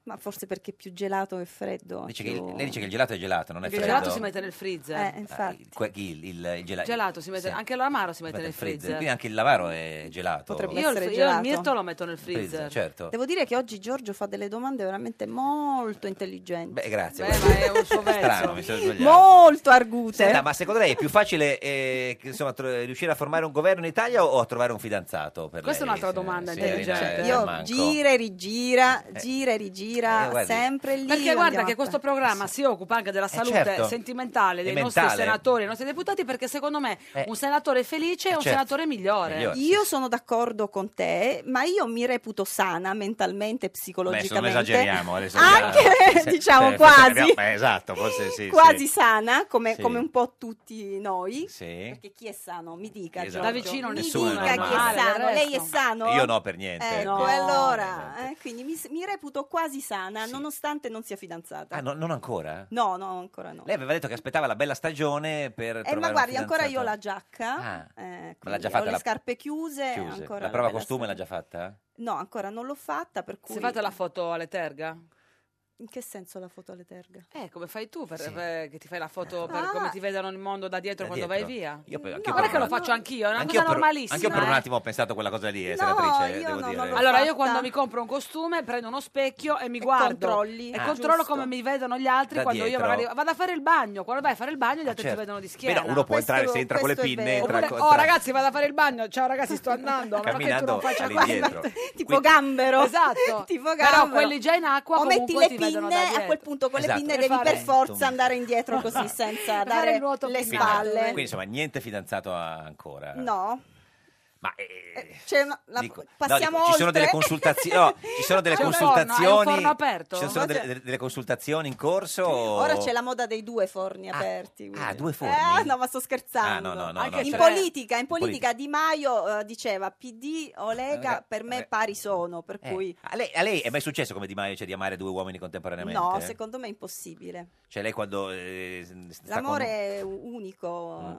Speaker 11: Ma forse perché è più gelato che freddo.
Speaker 2: Dice che
Speaker 11: più-
Speaker 2: il- lei dice che il gelato è gelato, non è
Speaker 1: il
Speaker 2: freddo.
Speaker 1: gelato si mette nel freezer.
Speaker 11: Eh, infatti.
Speaker 2: Que- il, il- il gela-
Speaker 1: Il gelato si mette
Speaker 2: sì,
Speaker 1: anche l'amaro si
Speaker 2: si
Speaker 1: mette nel freezer.
Speaker 2: Quindi anche il lavaro è gelato.
Speaker 11: Potrebbe
Speaker 1: Io, il-
Speaker 11: essere
Speaker 1: io il
Speaker 11: gelato.
Speaker 1: mirto lo metto nel freezer.
Speaker 2: certo.
Speaker 11: Devo dire che oggi Giorgio fa delle domande veramente molto intelligenti.
Speaker 2: Beh, grazie.
Speaker 1: è un suo
Speaker 2: Strano, mi sono sbagliato.
Speaker 11: Molto argute.
Speaker 2: Senta, ma secondo lei è più facile eh, che, insomma, tro- riuscire a formare un governo in Italia o a trovare un fidanzato? Per
Speaker 1: Questa è
Speaker 2: lei,
Speaker 1: un'altra
Speaker 2: signora-
Speaker 1: domanda
Speaker 2: signorina
Speaker 1: intelligente.
Speaker 11: Io
Speaker 2: Manco?
Speaker 11: gira e rigira, gira e rigira.
Speaker 2: Eh,
Speaker 11: tira
Speaker 2: guardi.
Speaker 11: sempre lì.
Speaker 1: Perché guarda
Speaker 11: andiamo
Speaker 1: che
Speaker 11: a-
Speaker 1: questo programma si occupa anche della salute
Speaker 2: certo.
Speaker 1: sentimentale dei
Speaker 2: E
Speaker 1: nostri
Speaker 2: mentale.
Speaker 1: senatori, dei nostri deputati, perché secondo me
Speaker 11: Eh.
Speaker 1: un senatore
Speaker 2: Eh,
Speaker 1: felice è un
Speaker 11: certo.
Speaker 1: senatore migliore.
Speaker 11: Io sono d'accordo con te, ma io mi reputo sana mentalmente e
Speaker 14: Beh,
Speaker 11: psicologicamente. Ah,
Speaker 14: se non esageriamo adesso.
Speaker 11: Anche,
Speaker 14: Se-
Speaker 11: diciamo,
Speaker 14: se-
Speaker 11: quasi.
Speaker 14: eh, esatto, forse sì. sì.
Speaker 11: quasi sana, come,
Speaker 14: Sì.
Speaker 11: come un po' tutti noi.
Speaker 14: Sì.
Speaker 11: Perché chi è sano? Mi dica.
Speaker 14: Esatto.
Speaker 11: Giorgio.
Speaker 14: Da vicino
Speaker 11: mi
Speaker 14: nessuno è
Speaker 11: dica chi è
Speaker 14: normale, del
Speaker 11: sano. Lei è
Speaker 14: resto.
Speaker 11: sano?
Speaker 2: Io no, per niente.
Speaker 11: Ecco,
Speaker 2: No, esatto.
Speaker 11: e allora, eh, quindi mi, mi reputo quasi sana, nonostante non sia fidanzata.
Speaker 2: Ah, no- non ancora?
Speaker 11: No, no, ancora no.
Speaker 2: Lei aveva detto che aspettava la bella stagione per
Speaker 11: Eh,
Speaker 2: trovare
Speaker 11: ma
Speaker 2: un
Speaker 11: guardi, ancora io ho
Speaker 2: fidanzato.
Speaker 11: la giacca,
Speaker 2: Ah.
Speaker 11: eh,
Speaker 2: Ma l'ha
Speaker 11: quindi
Speaker 2: già
Speaker 11: ho
Speaker 2: fatta
Speaker 11: le
Speaker 2: la-
Speaker 11: scarpe chiuse,
Speaker 2: Chiuse.
Speaker 11: ancora
Speaker 2: La prova
Speaker 11: bella
Speaker 2: costume l'ha già fatta?
Speaker 11: No, ancora non l'ho fatta, per cui...
Speaker 1: Se fate la foto alle terga?
Speaker 11: In che senso la foto alle terga?
Speaker 1: Eh, come fai tu per, per- che ti fai la foto per
Speaker 11: Ah.
Speaker 1: come ti vedono il mondo da dietro
Speaker 2: Da
Speaker 1: quando
Speaker 2: dietro?
Speaker 1: vai via?
Speaker 2: Io per- anch'io
Speaker 1: no, guarda
Speaker 2: per
Speaker 1: che
Speaker 2: un
Speaker 1: lo
Speaker 2: attimo-
Speaker 1: faccio anch'io, è una
Speaker 2: Anch'io
Speaker 1: cosa
Speaker 2: per-
Speaker 1: normalissima.
Speaker 2: Anche io per un
Speaker 1: eh.
Speaker 2: attimo ho pensato quella cosa lì, eh,
Speaker 1: No,
Speaker 2: senatrice,
Speaker 1: io
Speaker 2: devo
Speaker 1: no,
Speaker 2: dire.
Speaker 1: Allora, io quando mi compro un costume prendo uno specchio e mi guardo
Speaker 11: controlli,
Speaker 1: e
Speaker 2: Ah.
Speaker 1: controllo
Speaker 11: giusto.
Speaker 1: come mi vedono gli altri
Speaker 2: Da
Speaker 1: quando
Speaker 2: dietro.
Speaker 1: io magari vado a fare il bagno. Quando vai a fare il bagno, gli altri
Speaker 2: certo.
Speaker 1: ti vedono di
Speaker 2: Beh,
Speaker 1: schiena.
Speaker 2: no, uno può Questo- entrare, se entra con le questo è pinne, entra
Speaker 1: Oppure,
Speaker 2: con-
Speaker 1: oh,
Speaker 2: tra-
Speaker 1: ragazzi, vado a fare il bagno. Ciao, ragazzi, sto andando. Ma perché tu non
Speaker 2: camminando
Speaker 1: faccia
Speaker 2: all'indietro.
Speaker 11: Tipo gambero.
Speaker 1: Esatto.
Speaker 11: tipo
Speaker 1: Però
Speaker 11: gambero.
Speaker 1: quelli già in acqua
Speaker 11: O metti
Speaker 1: comunque
Speaker 11: le
Speaker 1: ti vedono da
Speaker 11: pinne, a
Speaker 1: dietro.
Speaker 11: quel punto con
Speaker 2: Esatto.
Speaker 11: le pinne
Speaker 2: Per
Speaker 11: devi per
Speaker 2: fare-
Speaker 11: forza andare indietro così senza
Speaker 1: Per
Speaker 11: dare
Speaker 1: fare il nuoto
Speaker 11: le
Speaker 1: pinnato.
Speaker 11: spalle.
Speaker 2: Quindi insomma, niente fidanzato ancora.
Speaker 11: No.
Speaker 2: Ma eh,
Speaker 11: C'è una- la-
Speaker 2: dico- no,
Speaker 11: passiamo
Speaker 2: dico, ci sono
Speaker 11: oltre.
Speaker 2: delle consultazioni, no, ci sono delle
Speaker 11: C'è un forno, hai un
Speaker 2: consultazioni,
Speaker 11: forno aperto?
Speaker 2: ci sono delle,
Speaker 11: Cosa-
Speaker 2: delle- delle consultazioni in corso.
Speaker 11: Ora c'è la moda dei due forni aperti.
Speaker 2: Ah, due forni.
Speaker 11: Eh, no, ma sto scherzando.
Speaker 2: Ah, no, no, no, no,
Speaker 11: in,
Speaker 2: cioè-
Speaker 11: politica, in
Speaker 2: In politica.
Speaker 11: politica Di Maio eh, diceva PD o Lega per me pari sono, per
Speaker 2: Eh,
Speaker 11: cui
Speaker 2: a, lei, a lei è mai successo come Di Maio cioè, di amare due uomini contemporaneamente?
Speaker 11: no, secondo me è impossibile.
Speaker 2: Cioè lei quando eh, s- sta
Speaker 11: L'amore
Speaker 2: con-
Speaker 11: è
Speaker 2: Mm,
Speaker 11: u- unico,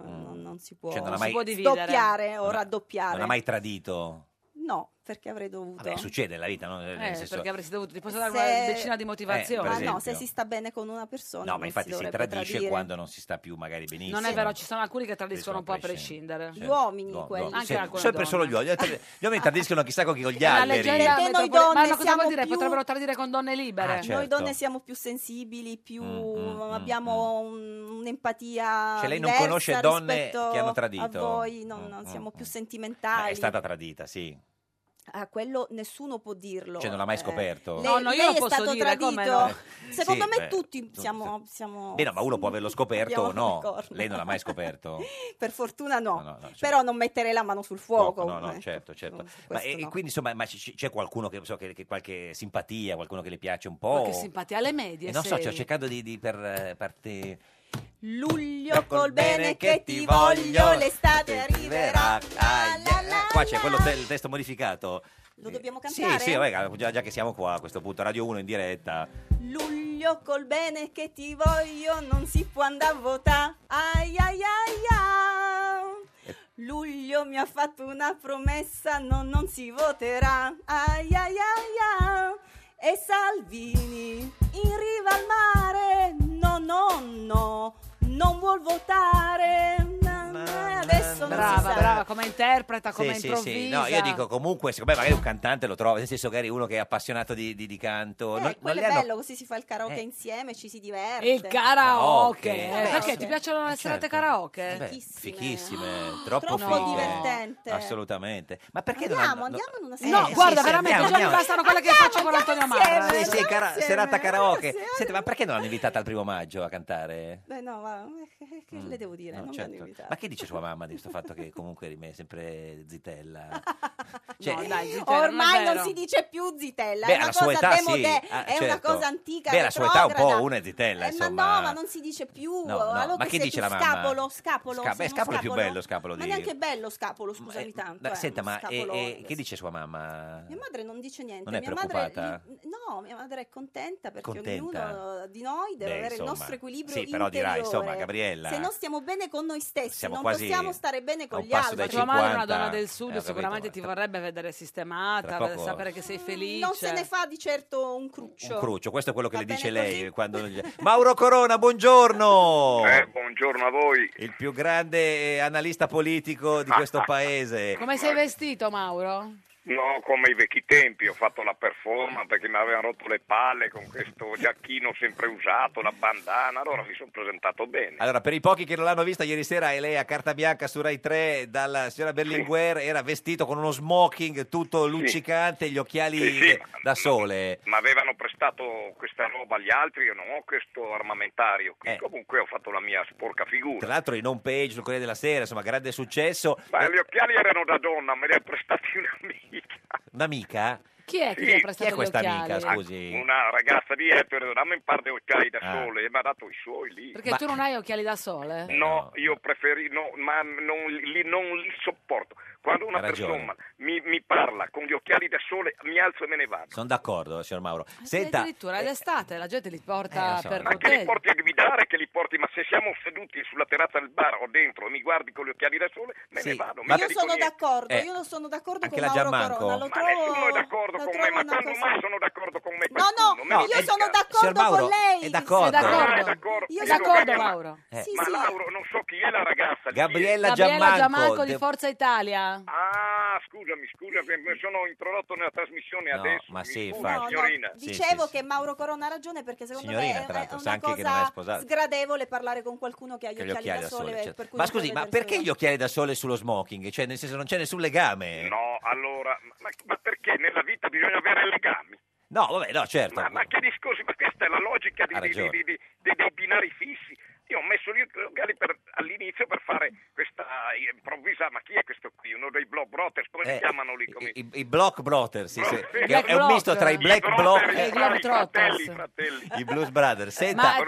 Speaker 11: non, non si può,
Speaker 2: Cioè, non ha
Speaker 11: non
Speaker 2: mai-
Speaker 11: si può
Speaker 2: dividere.
Speaker 11: doppiare o
Speaker 2: Non ha-
Speaker 11: raddoppiare.
Speaker 2: non ha mai tradito.
Speaker 11: No, perché avrei dovuto.
Speaker 2: Vabbè, succede nella vita, no? Nel
Speaker 1: Eh,
Speaker 2: senso-
Speaker 1: perché avresti dovuto, ti posso dare
Speaker 11: Se-
Speaker 1: una decina di motivazioni.
Speaker 2: Eh, per
Speaker 11: ma no,
Speaker 2: esempio.
Speaker 11: se si sta bene con una persona,
Speaker 2: No,
Speaker 11: non
Speaker 2: ma infatti si
Speaker 11: dovrebbe
Speaker 2: tradisce
Speaker 11: tradire.
Speaker 2: quando non si sta più magari benissimo.
Speaker 1: Non è vero, ci sono alcuni che tradiscono un po' a
Speaker 2: prescindere. Certo.
Speaker 1: prescindere.
Speaker 11: Gli uomini,
Speaker 2: No,
Speaker 11: quelli.
Speaker 2: no,
Speaker 1: Anche
Speaker 2: se-
Speaker 1: alcune
Speaker 2: sempre
Speaker 1: donne.
Speaker 2: solo gli uomini. Gli uomini tradiscono chissà con chi con gli
Speaker 1: La
Speaker 2: alberi.
Speaker 1: leggenda
Speaker 11: Perché noi
Speaker 1: metropolitana-
Speaker 11: donne
Speaker 1: ma cosa
Speaker 11: siamo
Speaker 1: vuol dire?
Speaker 11: più-
Speaker 1: Potrebbero tradire con donne libere.
Speaker 2: Ah, certo. Mm,
Speaker 11: Noi donne siamo più sensibili, più abbiamo un- un'empatia.
Speaker 2: Cioè, lei non
Speaker 11: diversa
Speaker 2: conosce donne
Speaker 11: rispetto
Speaker 2: che hanno tradito? Mm,
Speaker 11: A voi no, no, siamo più sentimentali.
Speaker 2: È stata tradita, sì.
Speaker 11: Ah, quello nessuno può dirlo.
Speaker 2: Cioè, non l'ha mai
Speaker 11: Eh,
Speaker 2: scoperto?
Speaker 11: lei-
Speaker 1: No, no, io
Speaker 11: lei
Speaker 1: lo
Speaker 11: è
Speaker 1: posso
Speaker 11: stato
Speaker 1: dire,
Speaker 11: tradito. Eh,
Speaker 1: come no?
Speaker 11: Secondo
Speaker 2: Sì,
Speaker 11: me
Speaker 2: beh,
Speaker 11: tutti siamo. siamo
Speaker 2: Beh, no, ma uno può averlo scoperto o
Speaker 11: Abbiamo
Speaker 2: no.
Speaker 11: il corno.
Speaker 2: Lei non l'ha mai scoperto.
Speaker 11: Per fortuna no.
Speaker 2: no, no,
Speaker 11: Però non mettere la mano sul fuoco.
Speaker 2: No, no,
Speaker 11: eh.
Speaker 2: certo, certo.
Speaker 11: questo
Speaker 2: Ma e- e
Speaker 11: no.
Speaker 2: quindi insomma, ma c- c'è qualcuno che, so, che, che qualche simpatia, qualcuno che le piace un po'?
Speaker 1: Qualche simpatia alle medie.
Speaker 2: Oh. Eh, non so,
Speaker 1: sei.
Speaker 2: sto cercando di, di per Ecco, eh, parte
Speaker 11: Luglio col bene che ti voglio, l'estate arriverà.
Speaker 2: Ah, yeah. Qua c'è quello te- il testo modificato.
Speaker 11: Lo dobbiamo
Speaker 2: Sì,
Speaker 11: cantare?
Speaker 2: sì, vabbè, già, già che siamo qua a questo punto, Radio 1 in diretta.
Speaker 11: Luglio col bene che ti voglio, non si può andare a votare. Ai ai ai
Speaker 2: Eh.
Speaker 11: ai. Luglio mi ha fatto una promessa, no, non si voterà. Ai ai ai ai. E Salvini in riva al mare, no, no, no, non vuol votare. Na, na, Adesso non si
Speaker 1: Brava,
Speaker 11: sa.
Speaker 1: brava, come interpreta, come
Speaker 2: sì, sì,
Speaker 1: improvvisa.
Speaker 2: sì. No, io dico comunque, siccome magari un cantante lo trova, nel senso magari uno che è appassionato di, di- di canto. non- non
Speaker 11: Eh, Quello
Speaker 2: le
Speaker 11: è
Speaker 2: hanno- Eh.
Speaker 11: bello, Ah, così si fa il karaoke insieme, ci si diverte.
Speaker 1: Il karaoke.
Speaker 2: Karaoke.
Speaker 1: Eh, Perché ti piacciono le
Speaker 2: Eh,
Speaker 1: serate
Speaker 2: certo.
Speaker 1: karaoke?
Speaker 2: Beh, fichissime,
Speaker 11: Ah,
Speaker 2: troppo,
Speaker 1: Troppo
Speaker 2: fiche.
Speaker 1: divertente.
Speaker 2: Assolutamente. Ma perché
Speaker 11: Andiamo,
Speaker 2: non hanno-
Speaker 11: andiamo in una
Speaker 1: No,
Speaker 11: serata.
Speaker 1: guarda,
Speaker 2: sì,
Speaker 1: veramente
Speaker 2: andiamo,
Speaker 1: già mi
Speaker 2: andiamo.
Speaker 1: bastano quelle che faccio con Antonio Marra.
Speaker 2: Sì, sì, cara- serata karaoke. Senti, ma perché non l'hanno invitata al primo maggio a cantare?
Speaker 11: Beh, no, ma che, che le devo dire?
Speaker 2: No,
Speaker 11: non
Speaker 2: certo.
Speaker 11: mi hanno invitato.
Speaker 2: Ma che dice sua mamma di questo fatto che comunque rimane sempre zitella? Cioè, eh,
Speaker 11: No,
Speaker 1: dai, zitella,
Speaker 11: Ormai
Speaker 1: non è
Speaker 11: non,
Speaker 1: vero.
Speaker 11: si dice più zitella,
Speaker 2: Beh,
Speaker 11: è una
Speaker 2: alla sua
Speaker 11: cosa
Speaker 2: età sì,
Speaker 11: demodè,
Speaker 2: ah,
Speaker 11: è una
Speaker 2: certo.
Speaker 11: cosa antica.
Speaker 2: Beh, alla sua età un
Speaker 11: retrograda.
Speaker 2: po' una è zitella,
Speaker 11: Eh,
Speaker 2: insomma.
Speaker 11: Ma no, ma non si dice più.
Speaker 2: No, no,
Speaker 11: allora tu
Speaker 2: ma che
Speaker 11: sei
Speaker 2: dice
Speaker 11: più
Speaker 2: la mamma?
Speaker 11: Scapolo, scapolo.
Speaker 2: Sca-
Speaker 11: sei
Speaker 2: beh,
Speaker 11: uno
Speaker 2: scapolo è più bello, scapolo
Speaker 11: Ma
Speaker 2: di-
Speaker 11: neanche bello scapolo, scusami tanto.
Speaker 2: Ma
Speaker 11: eh,
Speaker 2: senta,
Speaker 11: uno
Speaker 2: ma e-
Speaker 11: scapolone.
Speaker 2: e che dice sua mamma?
Speaker 11: Mia madre non dice niente.
Speaker 2: Non è
Speaker 11: mia madre,
Speaker 2: preoccupata?
Speaker 11: li- no, mia madre è contenta perché
Speaker 2: Contenta?
Speaker 11: ognuno di noi deve
Speaker 2: Beh,
Speaker 11: avere
Speaker 2: insomma.
Speaker 11: il nostro equilibrio
Speaker 2: Sì, però dirai,
Speaker 11: interiore.
Speaker 2: insomma, Gabriella.
Speaker 11: Se non stiamo bene con noi stessi,
Speaker 2: Siamo
Speaker 11: non
Speaker 2: quasi
Speaker 11: possiamo stare bene
Speaker 2: a
Speaker 11: con
Speaker 2: un
Speaker 11: gli
Speaker 2: passo
Speaker 11: altri.
Speaker 2: dai
Speaker 1: Tua madre è una
Speaker 2: 50.
Speaker 1: donna del
Speaker 2: Eh, ho
Speaker 1: sud,
Speaker 2: capito,
Speaker 1: sicuramente
Speaker 2: ma
Speaker 1: ti
Speaker 2: tra-
Speaker 1: vorrebbe vedere
Speaker 2: tra
Speaker 1: sistemata,
Speaker 2: poco-
Speaker 1: sapere che sei felice.
Speaker 11: Mm, Non se ne fa di certo un cruccio.
Speaker 2: Un cruccio, questo è quello che le dice lei. quando- Mauro Corona, buongiorno!
Speaker 15: Eh, buongiorno a voi. Ah,
Speaker 2: Il più grande eh, analista politico di questo paese.
Speaker 1: Come sei vestito, Mauro?
Speaker 15: No, come i vecchi tempi, ho fatto la performance perché mi avevano rotto le palle con questo giacchino sempre usato, la bandana, allora mi sono presentato bene.
Speaker 2: Allora, per i pochi che non l'hanno vista ieri sera, e lei a carta bianca su Rai 3 dalla signora Berlinguer era vestito con uno smoking tutto luccicante, gli occhiali
Speaker 15: Sì, sì,
Speaker 2: eh, da sole.
Speaker 15: Ma avevano prestato questa roba agli altri, io non ho questo armamentario, qui comunque ho fatto la mia sporca figura.
Speaker 2: Eh. Tra l'altro in home page sul Corriere della Sera, insomma, grande successo.
Speaker 15: Ma
Speaker 2: Eh,
Speaker 15: gli occhiali erano da donna, me li ha prestati un'amica.
Speaker 2: Un'amica?
Speaker 1: Chi è che
Speaker 15: Sì,
Speaker 1: ti ha
Speaker 15: chi è
Speaker 1: prestato
Speaker 2: questa
Speaker 1: gli
Speaker 2: amica,
Speaker 1: occhiali?
Speaker 2: scusi?
Speaker 15: Una ragazza di Ettore, dammi un par di occhiali da
Speaker 2: Ah.
Speaker 15: sole, e mi ha dato i suoi lì.
Speaker 1: Perché tu non hai occhiali da sole?
Speaker 11: Eh,
Speaker 15: No, io preferisco, ma non li, non li sopporto. Quando una
Speaker 2: Ha ragione.
Speaker 15: persona mi, mi parla con gli occhiali da sole, mi alzo e me ne vado.
Speaker 2: Sono d'accordo, signor Mauro. Senta,
Speaker 1: Addirittura è d'estate, la gente li porta
Speaker 2: Eh, lo so.
Speaker 1: per
Speaker 2: Ma che
Speaker 1: corteggio.
Speaker 15: Porti a guidare, che li porti, ma se siamo seduti sulla terrazza del bar o dentro e mi guardi con gli occhiali da sole, me ne vado.
Speaker 2: ma-
Speaker 11: io sono d'accordo,
Speaker 2: Eh,
Speaker 11: io non sono d'accordo con
Speaker 2: anche la
Speaker 11: Mauro
Speaker 2: Giammanco.
Speaker 11: Corona. Lo
Speaker 2: Ma
Speaker 11: trovo,
Speaker 15: nessuno è d'accordo
Speaker 11: la
Speaker 15: con
Speaker 11: trovo
Speaker 15: me, ma
Speaker 11: una
Speaker 15: quando
Speaker 11: cosa-
Speaker 15: mai sono d'accordo con me?
Speaker 11: No, no,
Speaker 15: me
Speaker 2: No,
Speaker 11: io sono
Speaker 2: eh, signor
Speaker 11: d'accordo
Speaker 2: Mauro,
Speaker 11: con lei.
Speaker 2: è d'accordo. Sei
Speaker 11: Ah,
Speaker 2: d'accordo?
Speaker 11: è Io sono
Speaker 1: È d'accordo,
Speaker 11: d'accordo.
Speaker 1: Mauro?
Speaker 2: Eh.
Speaker 11: Sì,
Speaker 15: Ma
Speaker 11: sì.
Speaker 15: Lauro, non so chi è la ragazza. lì.
Speaker 2: Gabriella,
Speaker 1: Gabriella
Speaker 2: Giammanco
Speaker 1: Giamanco di
Speaker 2: de-
Speaker 1: Forza Italia.
Speaker 15: Ah, scusami, scusa, che mi sono introdotto nella trasmissione
Speaker 2: No,
Speaker 15: adesso.
Speaker 2: ma
Speaker 15: mi
Speaker 2: sì,
Speaker 15: scusi,
Speaker 2: infatti.
Speaker 15: signorina.
Speaker 2: Sì,
Speaker 11: Dicevo che Mauro Corona ha ragione perché secondo
Speaker 2: Signorina,
Speaker 11: me è-
Speaker 2: tra
Speaker 11: è,
Speaker 2: l'altro, sa
Speaker 11: una
Speaker 2: anche che non è
Speaker 11: cosa
Speaker 2: sposata.
Speaker 11: sgradevole parlare con qualcuno che ha gli
Speaker 2: che
Speaker 11: occhiali,
Speaker 2: gli occhiali
Speaker 11: da sole.
Speaker 2: cioè.
Speaker 11: per cui
Speaker 2: Ma
Speaker 11: non
Speaker 2: scusi,
Speaker 11: può
Speaker 2: ma
Speaker 11: vedere il
Speaker 2: perché
Speaker 11: sole.
Speaker 2: gli occhiali da sole sullo smoking? Cioè, nel senso, non c'è nessun legame?
Speaker 15: No, allora, ma, ma perché nella vita bisogna avere legami?
Speaker 2: No, vabbè, no, certo.
Speaker 15: Ma, ma che discorsi? Ma questa è la logica di-
Speaker 2: Ha
Speaker 15: di-
Speaker 2: ragione.
Speaker 15: di- di- di- dei binari fissi. Io ho messo lì magari per, all'inizio per fare questa eh, improvvisa, ma chi è questo qui? Uno dei Block Brothers, come
Speaker 2: Eh,
Speaker 15: si chiamano lì? Come...
Speaker 2: I, i Block Brothers, sì, sì.
Speaker 15: Black
Speaker 2: Che è un
Speaker 15: Block.
Speaker 2: misto tra i
Speaker 15: I
Speaker 2: Black
Speaker 15: Brothers,
Speaker 2: Block
Speaker 15: E i Globetrotters.
Speaker 2: i Blues Brothers. Senta,
Speaker 1: Ma eh,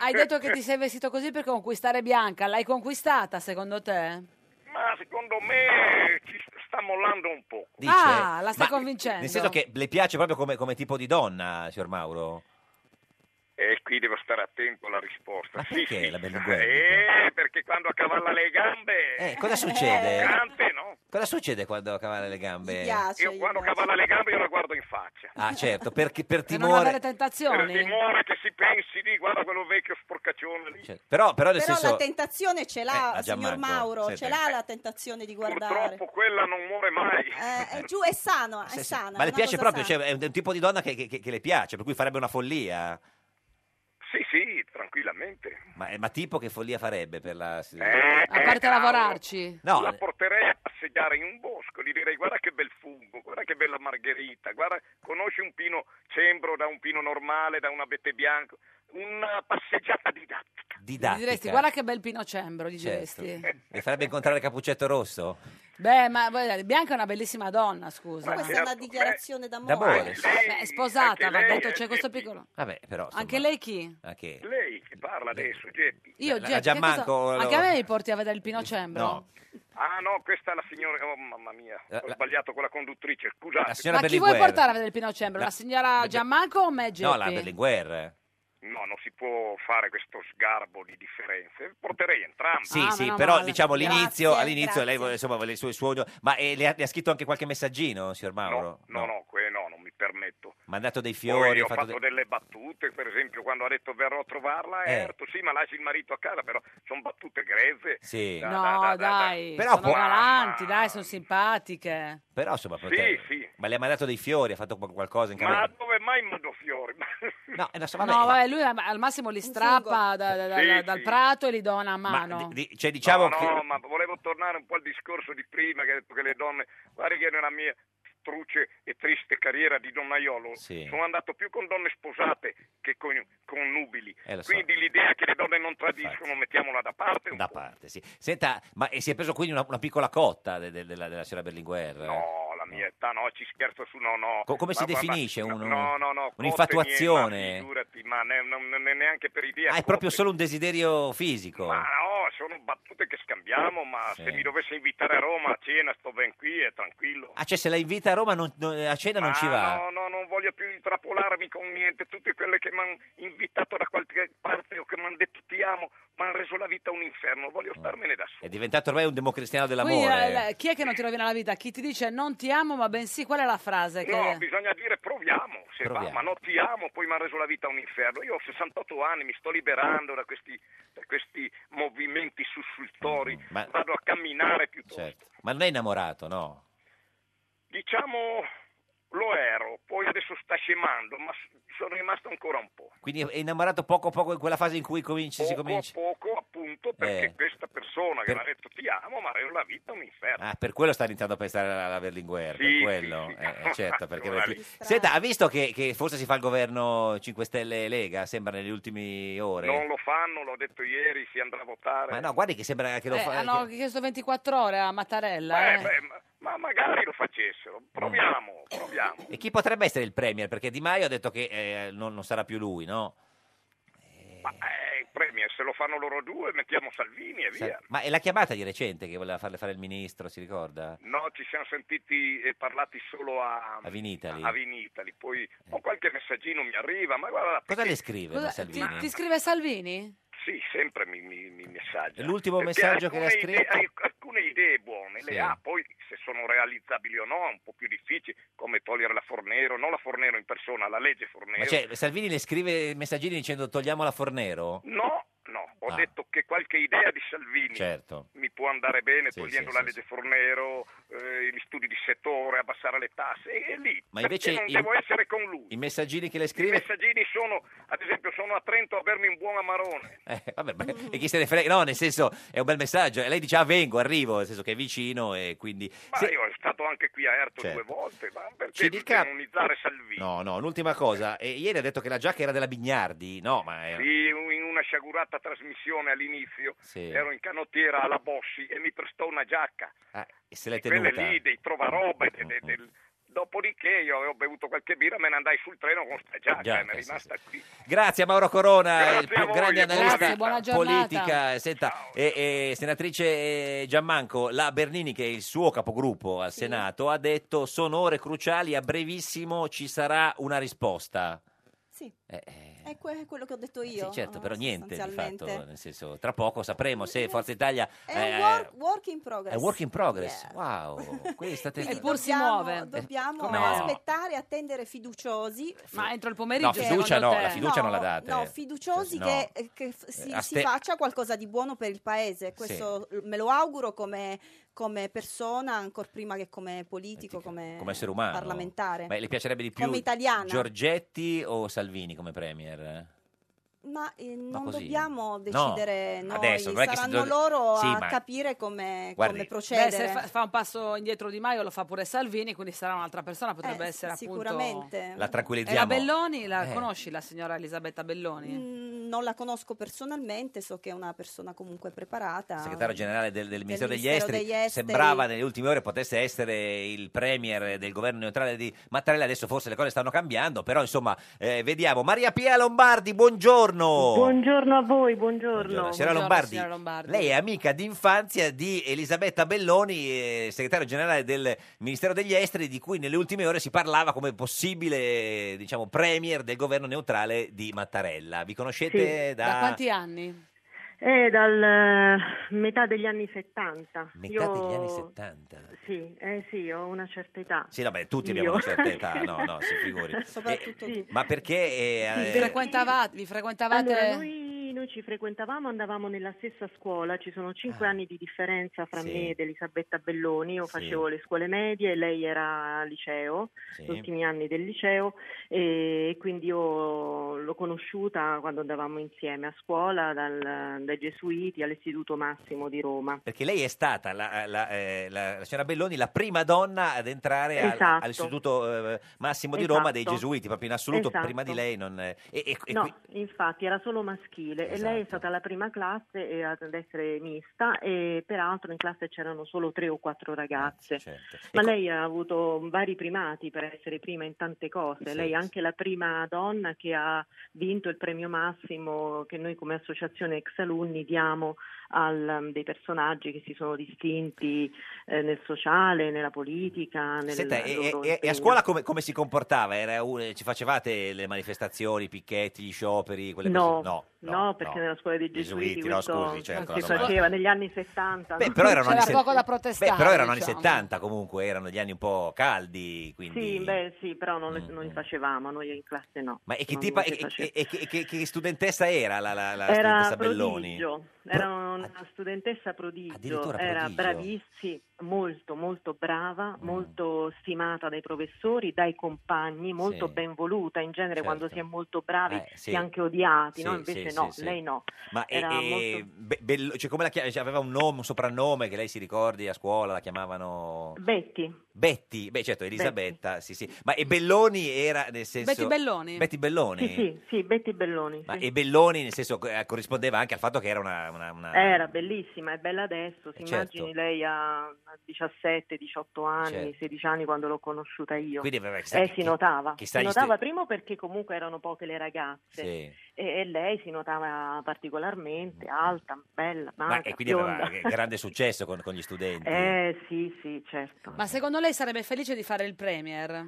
Speaker 1: hai detto che ti sei vestito così per conquistare Bianca, l'hai conquistata secondo te?
Speaker 15: Ma secondo me ci sta mollando un po'.
Speaker 2: Dice?
Speaker 1: Ah, la stai
Speaker 2: Ma-
Speaker 11: eh,
Speaker 1: convincendo.
Speaker 2: nel senso che le piace proprio come, come tipo di donna, signor Mauro?
Speaker 15: E qui devo stare attento alla risposta.
Speaker 2: Ma perché la Berlinguer?
Speaker 15: Eh, perché quando accavalla le gambe...
Speaker 2: Eh, cosa succede?
Speaker 15: Croccante, no?
Speaker 2: Cosa succede quando cavalla le gambe?
Speaker 15: io quando accavalla le gambe io la guardo in faccia.
Speaker 2: Ah, certo, perché per
Speaker 1: Per non avere
Speaker 2: timore.
Speaker 1: tentazioni?
Speaker 15: Per timore che si pensi lì, guarda quello vecchio sporcaccione lì.
Speaker 2: Cioè, però, però nel
Speaker 11: Però la
Speaker 2: senso.
Speaker 11: tentazione ce l'ha,
Speaker 2: Eh, la
Speaker 11: signor
Speaker 2: Giammanco,
Speaker 11: Mauro,
Speaker 2: sì,
Speaker 11: ce
Speaker 2: sì.
Speaker 11: l'ha la tentazione di guardare.
Speaker 15: Purtroppo quella non muore mai.
Speaker 11: Eh, è giù, è sano, è
Speaker 2: Sì, sì.
Speaker 11: sana.
Speaker 2: Ma
Speaker 11: è
Speaker 2: le
Speaker 11: una
Speaker 2: piace
Speaker 11: cosa
Speaker 2: proprio,
Speaker 11: sana.
Speaker 2: cioè, è un è un tipo di donna che, che- che- che le piace, per cui farebbe una follia.
Speaker 15: Sì, sì, tranquillamente.
Speaker 2: Ma, ma tipo che follia farebbe per la.
Speaker 1: A parte lavorarci?
Speaker 2: No,
Speaker 15: Eh,
Speaker 2: eh.
Speaker 15: La porterei a passeggiare in un bosco, gli direi guarda che bel fungo, guarda che bella margherita, guarda, conosci un pino cembro da un pino normale, da un abete bianco, una passeggiata didattica.
Speaker 1: Gli
Speaker 2: didattica.
Speaker 1: diresti, guarda che bel pinocembro, gli
Speaker 2: Certo.
Speaker 1: diresti.
Speaker 2: Le farebbe incontrare Capuccetto Rosso?
Speaker 1: Beh, ma guarda, Bianca è una bellissima donna, scusa.
Speaker 11: Ma questa è una dichiarazione d'amore.
Speaker 2: D'amore. sì.
Speaker 1: Beh, è sposata, va detto, c'è questo piccolo...
Speaker 2: Vabbè, però. insomma,
Speaker 1: Anche lei chi?
Speaker 2: anche-
Speaker 15: Lei che parla adesso, Geppi.
Speaker 1: Io,
Speaker 2: La- la
Speaker 1: Geppi, che
Speaker 2: Giammanco,
Speaker 1: cosa-
Speaker 2: lo-
Speaker 1: Anche a me mi porti a vedere il pinocembro?
Speaker 2: No.
Speaker 15: Ah no, questa è la signora, oh mamma mia, ho sbagliato con la conduttrice, scusate.
Speaker 2: La
Speaker 1: Ma
Speaker 2: signora
Speaker 1: chi
Speaker 2: Berlinguer.
Speaker 1: vuoi portare a vedere il pinocembro?
Speaker 2: La-
Speaker 1: La signora Giammanco o me, Geppi?
Speaker 2: No, la Berlinguer.
Speaker 15: No, non si può fare questo sgarbo di differenze, porterei entrambi.
Speaker 1: Ah,
Speaker 2: Sì, sì, però diciamo all'inizio, all'inizio
Speaker 15: Ah, grazie.
Speaker 2: lei vuole- insomma, vuole il suo il suo- Ma eh, le, ha, le ha scritto anche qualche messaggino, signor Mauro?
Speaker 15: No, no, que- no, non mi permetto.
Speaker 2: Mandato dei
Speaker 15: Poi
Speaker 2: fiori,
Speaker 15: ho
Speaker 2: ha
Speaker 15: fatto,
Speaker 2: fatto de-
Speaker 15: delle battute, per esempio, quando ha detto verrò a trovarla,
Speaker 2: Eh.
Speaker 15: eh. certo, sì, ma lasci il marito a casa, però sono battute grezze.
Speaker 2: Sì.
Speaker 15: Da- da-
Speaker 1: No,
Speaker 15: da- da-
Speaker 1: dai,
Speaker 2: Però
Speaker 1: sono
Speaker 2: può-
Speaker 1: galanti, dai, sono simpatiche.
Speaker 2: Però insomma,
Speaker 15: Sì,
Speaker 2: pote-
Speaker 15: sì.
Speaker 2: ma le ha mandato dei fiori, ha fatto qual- qualcosa in
Speaker 15: Ma
Speaker 2: camera?
Speaker 15: dove mai mando fiori? Ma-
Speaker 2: No, eh, no, so-
Speaker 1: No,
Speaker 2: vabbè,
Speaker 1: vabbè, lui al al massimo li strappa da- da- da-
Speaker 15: Sì,
Speaker 1: da- dal
Speaker 15: sì.
Speaker 1: prato e li dona a mano.
Speaker 2: di- di- cioè, diciamo
Speaker 15: no,
Speaker 2: che...
Speaker 15: no, ma volevo tornare un po' al discorso di prima, che ha detto che le donne... Guarda che nella mia truce e triste carriera di donnaiolo
Speaker 2: Sì.
Speaker 15: sono andato più con donne sposate che con, con nubili.
Speaker 2: Eh, lo so.
Speaker 15: Quindi l'idea che le donne non tradiscono, mettiamola da parte.
Speaker 2: Da parte, sì. Senta, ma e si è preso quindi una, una piccola cotta de- de- della, della signora Berlinguer?
Speaker 15: No, la mia età no, ci scherzo su, no, no.
Speaker 2: Co- come si
Speaker 15: Ma guarda,
Speaker 2: definisce
Speaker 15: no,
Speaker 2: un-
Speaker 15: no, no, no,
Speaker 2: un'infatuazione?
Speaker 15: cotte mie, ma figurati, ma ne- non- ne- neanche per idea.
Speaker 2: Ah, è
Speaker 15: cotte.
Speaker 2: proprio solo un desiderio fisico?
Speaker 15: Ma no, sono battute che scambiamo, ma
Speaker 2: Sì.
Speaker 15: se mi dovesse invitare a Roma a cena sto ben qui e tranquillo.
Speaker 2: Ah, cioè se la invita a Roma non- non- a cena non
Speaker 15: Ma
Speaker 2: ci va?
Speaker 15: No, no, non voglio più intrappolarmi con niente. Tutte quelle che mi hanno invitato da qualche parte o che mi hanno detto ti amo, mi hanno reso la vita un inferno.
Speaker 2: Mm.
Speaker 15: Voglio starmene da
Speaker 2: È diventato ormai un democristiano
Speaker 1: Quindi,
Speaker 2: dell'amore.
Speaker 1: eh, la- chi è che non ti rovina la vita? Chi ti dice non ti amo, ma bensì, qual è la frase? Che...
Speaker 15: No, bisogna dire proviamo, se
Speaker 2: Eh. Proviamo.
Speaker 15: va, ma no ti amo, poi mi ha reso la vita un inferno. Io ho 68 anni, mi sto liberando da questi, da questi movimenti sussultori,
Speaker 2: Mm, ma-
Speaker 15: vado a camminare piuttosto.
Speaker 2: Certo. Ma non è innamorato, no?
Speaker 15: Di diciamo lo ero, poi adesso sta scemando, ma s- sono rimasto ancora un po'.
Speaker 2: Quindi è innamorato poco a poco in quella fase in cui cominci, si
Speaker 15: Poco a
Speaker 2: comincia.
Speaker 15: poco, appunto, perché
Speaker 2: Eh.
Speaker 15: questa persona che
Speaker 2: Per-
Speaker 15: mi ha detto ti amo, ma la vita è un inferno.
Speaker 2: Ah, per quello sta iniziando a pensare alla, alla Berlinguer, per quello. Eh, eh, certo, perché
Speaker 15: Giornalista.
Speaker 2: Senta, ha visto che, che forse si fa il governo 5 Stelle e Lega, sembra nelle ultime ore.
Speaker 15: Non lo fanno, l'ho detto ieri, si andrà a votare.
Speaker 2: Ma no, guardi che sembra che lo
Speaker 1: Eh,
Speaker 2: fa.
Speaker 1: hanno chiesto 24 ore a Mattarella.
Speaker 15: Eh,
Speaker 1: eh.
Speaker 15: beh, ma, ma magari lo
Speaker 2: Mm.
Speaker 15: facessero, proviamo, proviamo.
Speaker 2: E chi potrebbe essere il premier? Perché Di Maio ha detto che eh, non, non sarà più lui, no?
Speaker 15: Ma eh, il premier, se lo fanno loro due, mettiamo Salvini e
Speaker 2: Sa-
Speaker 15: via.
Speaker 2: Ma è la chiamata di recente che voleva farle fare il ministro, si ricorda?
Speaker 15: No, ci siamo sentiti e parlati solo a,
Speaker 2: A Vinitali. Eh.
Speaker 15: a Vinitali, poi ho qualche messaggino mi arriva, ma guarda,
Speaker 2: Cosa le scrive
Speaker 1: Cosa-
Speaker 2: la
Speaker 1: ti,
Speaker 2: Salvini?
Speaker 1: ti scrive Salvini?
Speaker 15: sì, sempre mi, mi, mi messaggia.
Speaker 2: L'ultimo
Speaker 15: Perché
Speaker 2: messaggio che le ha
Speaker 15: alcune idee-
Speaker 2: scritto?
Speaker 15: alc- alcune idee buone
Speaker 2: Sì.
Speaker 15: le ha, poi se sono realizzabili o no è un po' più difficile, come togliere la Fornero, non la Fornero in persona, la legge Fornero.
Speaker 2: Ma cioè, Salvini le scrive messaggini dicendo togliamola Fornero?
Speaker 15: No, no, ho
Speaker 2: Ah.
Speaker 15: detto che qualche idea di Salvini
Speaker 2: Certo.
Speaker 15: mi può andare bene
Speaker 2: Sì,
Speaker 15: togliendo
Speaker 2: sì,
Speaker 15: la
Speaker 2: sì,
Speaker 15: legge Fornero, eh, gli studi di settore, abbassare le tasse, e, e lì
Speaker 2: Ma
Speaker 15: perché
Speaker 2: invece
Speaker 15: non
Speaker 2: i-
Speaker 15: devo essere con lui.
Speaker 2: I messaggini che le
Speaker 15: I
Speaker 2: scrive?
Speaker 15: messaggini sono, ad esempio, sono a Trento a bermi un buon amarone.
Speaker 2: Eh, vabbè, beh, e chi se ne frega? No, nel senso, è un bel messaggio. E lei dice, ah, vengo, arrivo, nel senso che è vicino e quindi...
Speaker 15: Ma
Speaker 2: Se-
Speaker 15: io sono stato anche qui a Erto
Speaker 2: Certo.
Speaker 15: due volte, ma
Speaker 2: Ci
Speaker 15: perché
Speaker 2: dica-
Speaker 15: demonizzare Salvini?
Speaker 2: No, no, un'ultima cosa. E ieri ha detto che la giacca era della Bignardi. No, ma... È...
Speaker 15: Sì, in una sciagurata trasmissione all'inizio
Speaker 2: Sì.
Speaker 15: ero in canottiera alla Bossi e mi prestò una giacca.
Speaker 2: Ah, e se l'è
Speaker 15: quelle
Speaker 2: tenuta?
Speaker 15: lì dei
Speaker 2: Mm,
Speaker 15: trovarobe de- de- del- dopodiché io avevo bevuto qualche birra me ne andai sul treno con sta giacca
Speaker 2: Giacca,
Speaker 15: e mi è
Speaker 2: sì,
Speaker 15: rimasta qui
Speaker 2: Grazie a Mauro Corona, il
Speaker 15: a
Speaker 2: più
Speaker 15: voi,
Speaker 2: grande
Speaker 15: e buona
Speaker 2: analista
Speaker 15: vita. Grazie, buona
Speaker 2: politica. Senta, e, e, senatrice eh, Giammanco, la Bernini, che è il suo capogruppo al Senato, ha detto sono ore cruciali, a brevissimo ci sarà una risposta.
Speaker 11: Sì,
Speaker 2: Eh, eh,
Speaker 11: è que- è quello che ho detto io.
Speaker 2: sì, certo,
Speaker 11: eh,
Speaker 2: però niente di fatto,
Speaker 11: sostanzialmente.
Speaker 2: nel senso, tra poco sapremo se Forza Italia
Speaker 11: È un
Speaker 2: eh,
Speaker 11: work, work in progress.
Speaker 2: è work in progress. Wow, qui state...
Speaker 11: Quindi
Speaker 1: Eppur si
Speaker 11: dobbiamo-
Speaker 1: muove.
Speaker 11: Dobbiamo
Speaker 2: No.
Speaker 11: aspettare, attendere fiduciosi.
Speaker 1: Ma entro il
Speaker 2: No, fiducia no, la fiducia non la date.
Speaker 11: Cioè, No, fiduciosi
Speaker 2: No.
Speaker 11: che, che f- si,
Speaker 2: Eh,
Speaker 11: si
Speaker 2: aste-
Speaker 11: faccia qualcosa di buono per il paese. Questo me lo auguro come, come persona, ancora prima che come politico, come,
Speaker 2: come essere umano.
Speaker 11: parlamentare.
Speaker 2: Beh, le piacerebbe di più
Speaker 11: Come italiana.
Speaker 2: Giorgetti o Salvini come premier?
Speaker 11: Ma eh, non
Speaker 2: così.
Speaker 11: dobbiamo
Speaker 2: No,
Speaker 11: decidere noi,
Speaker 2: adesso, non è che si
Speaker 11: saranno
Speaker 2: do-
Speaker 11: loro
Speaker 2: Sì,
Speaker 11: a
Speaker 2: ma-
Speaker 11: capire come,
Speaker 2: Guardi-
Speaker 11: come
Speaker 1: Beh,
Speaker 11: procedere.
Speaker 1: se fa, fa un passo indietro Di Maio lo fa pure Salvini, quindi sarà un'altra persona, potrebbe
Speaker 11: Eh,
Speaker 1: essere appunto...
Speaker 11: sicuramente.
Speaker 2: La
Speaker 1: E la
Speaker 2: tranquillizziamo.
Speaker 1: Belloni, la
Speaker 2: Eh.
Speaker 1: conosci la signora Elisabetta Belloni?
Speaker 11: Mm, Non la conosco personalmente, so che è una persona comunque preparata.
Speaker 2: Segretario generale del, del Ministero degli
Speaker 11: Ministero
Speaker 2: Esteri,
Speaker 11: degli Esteri.
Speaker 2: sembrava nelle ultime ore potesse essere il premier del governo neutrale di Mattarella. Adesso forse le cose stanno cambiando, però insomma, eh, vediamo. Maria Pia Lombardi, buongiorno.
Speaker 16: Buongiorno a voi, buongiorno.
Speaker 2: Oh. Buongiorno, signora Lombardi. Lei è amica d'infanzia di Elisabetta Belloni, eh, segretario generale del Ministero degli Esteri, di cui nelle ultime ore si parlava come possibile eh, diciamo, premier del governo neutrale di Mattarella. Vi conoscete
Speaker 16: Sì.
Speaker 2: da...
Speaker 16: Da quanti
Speaker 1: anni?
Speaker 16: È dal eh, metà degli anni 70.
Speaker 2: Metà
Speaker 16: Io-
Speaker 2: degli anni 70.
Speaker 16: Sì, eh sì, ho una certa età.
Speaker 2: Sì, vabbè, tutti
Speaker 16: Io.
Speaker 2: abbiamo una certa età, no, no, si figuri.
Speaker 16: Soprattutto
Speaker 2: Eh,
Speaker 16: tu.
Speaker 2: ma perché... eh,
Speaker 1: Vi
Speaker 2: eh,
Speaker 1: frequentavate? Vi frequentavate...
Speaker 16: Allora, noi, noi ci frequentavamo, andavamo nella stessa scuola, ci sono
Speaker 2: Ah.
Speaker 16: cinque anni di differenza fra
Speaker 17: Sì.
Speaker 16: me ed Elisabetta Belloni, io
Speaker 17: Sì.
Speaker 16: facevo le scuole medie, lei era al liceo,
Speaker 17: Sì.
Speaker 16: gli ultimi anni del liceo e quindi io l'ho conosciuta quando andavamo insieme a scuola dal- dai Gesuiti all'Istituto Massimo di Roma.
Speaker 2: Perché lei è stata, la, la- eh, la- la signora Belloni, la prima donna ad entrare al-
Speaker 16: Esatto.
Speaker 2: all'Istituto eh, Massimo di
Speaker 16: Esatto.
Speaker 2: Roma dei Gesuiti, proprio in assoluto,
Speaker 16: Esatto.
Speaker 2: prima di lei non... eh, E, e- e
Speaker 16: No,
Speaker 2: qui- Esatto.
Speaker 16: infatti era solo maschile e lei è stata la prima classe eh, ad essere mista e peraltro in classe c'erano solo tre o
Speaker 2: Ah,
Speaker 16: quattro ragazze. Ma
Speaker 2: certo.
Speaker 17: Ecco.
Speaker 16: lei ha avuto vari primati per essere prima in tante cose.
Speaker 17: Sì,
Speaker 16: lei è anche la prima donna che ha vinto il premio massimo che noi come associazione ex alunni diamo a dei personaggi che si sono distinti eh, nel sociale, nella politica, nel
Speaker 2: Senta, e, e-
Speaker 16: loro
Speaker 2: e- e a
Speaker 16: impegno.
Speaker 2: scuola come, come si comportava? Era un- ci facevate le manifestazioni, i picchetti, gli scioperi? Quelle
Speaker 16: No,
Speaker 2: cose? no,
Speaker 16: no, no, perché nella scuola dei
Speaker 14: Gesuiti,
Speaker 16: gesuiti,
Speaker 14: no,
Speaker 16: questo
Speaker 14: scusi, certo,
Speaker 16: si
Speaker 14: la domanda.
Speaker 16: faceva negli anni 70.
Speaker 2: Beh, però erano, anni,
Speaker 16: C'era
Speaker 2: se-
Speaker 16: poco da
Speaker 2: Beh,
Speaker 16: protestare,
Speaker 2: però erano anni
Speaker 16: diciamo.
Speaker 2: 70 comunque, erano gli anni un po' caldi, quindi... Mm,
Speaker 16: Sì, beh, sì, però non, le- non li facevamo, noi in classe no.
Speaker 2: Ma e che,
Speaker 16: Non-
Speaker 2: tipo,
Speaker 16: non si
Speaker 2: e- e-
Speaker 16: faceva.
Speaker 2: e- che- che- che studentessa era la, la, la
Speaker 16: Era
Speaker 2: studentessa Belloni?
Speaker 16: prodigio, era una studentessa prodigio,
Speaker 2: addirittura
Speaker 16: era
Speaker 2: prodigio. Mm.
Speaker 16: bravissima, molto molto brava, molto stimata dai professori, dai compagni, molto
Speaker 2: Sì.
Speaker 16: ben voluta, in genere quando si è molto bravi
Speaker 2: Eh,
Speaker 16: si
Speaker 2: sì.
Speaker 16: è anche odiati, no?
Speaker 2: Sì,
Speaker 16: invece
Speaker 2: sì,
Speaker 16: no,
Speaker 2: sì, sì.
Speaker 16: lei no.
Speaker 2: Ma e-
Speaker 16: era
Speaker 2: e- Be- Bello- cioè, come la chia- cioè, aveva un nome, un soprannome che lei si ricordi a scuola, la chiamavano...
Speaker 16: molto... Betty,
Speaker 2: Betty, beh certo, Elisabetta, sì sì. Ma e Belloni era nel senso...
Speaker 16: Betty Belloni.
Speaker 2: Betty Belloni?
Speaker 16: sì sì, sì, Betty Belloni.
Speaker 2: Ma
Speaker 16: sì.
Speaker 2: e Belloni nel senso eh, corrispondeva anche al fatto che era una... una- una-
Speaker 16: Eh, Era bellissima, è bella adesso, si
Speaker 2: Eh, certo.
Speaker 16: immagini lei a a 17, 18 anni,
Speaker 2: Certo.
Speaker 16: 16 anni quando l'ho conosciuta io.
Speaker 2: Quindi aveva chissà
Speaker 16: Eh, si
Speaker 2: chi-
Speaker 16: notava,
Speaker 2: chissà
Speaker 16: si
Speaker 2: gli
Speaker 16: notava
Speaker 2: stu-
Speaker 16: primo perché comunque erano poche le ragazze
Speaker 2: Sì.
Speaker 16: e, e lei si notava particolarmente alta, bella, magra,
Speaker 2: Mm. Ma e quindi mm. aveva
Speaker 16: bionda.
Speaker 2: grande successo con, con gli studenti.
Speaker 16: Eh sì, sì, certo.
Speaker 1: Ma secondo lei sarebbe felice di fare il premier?
Speaker 2: Eh.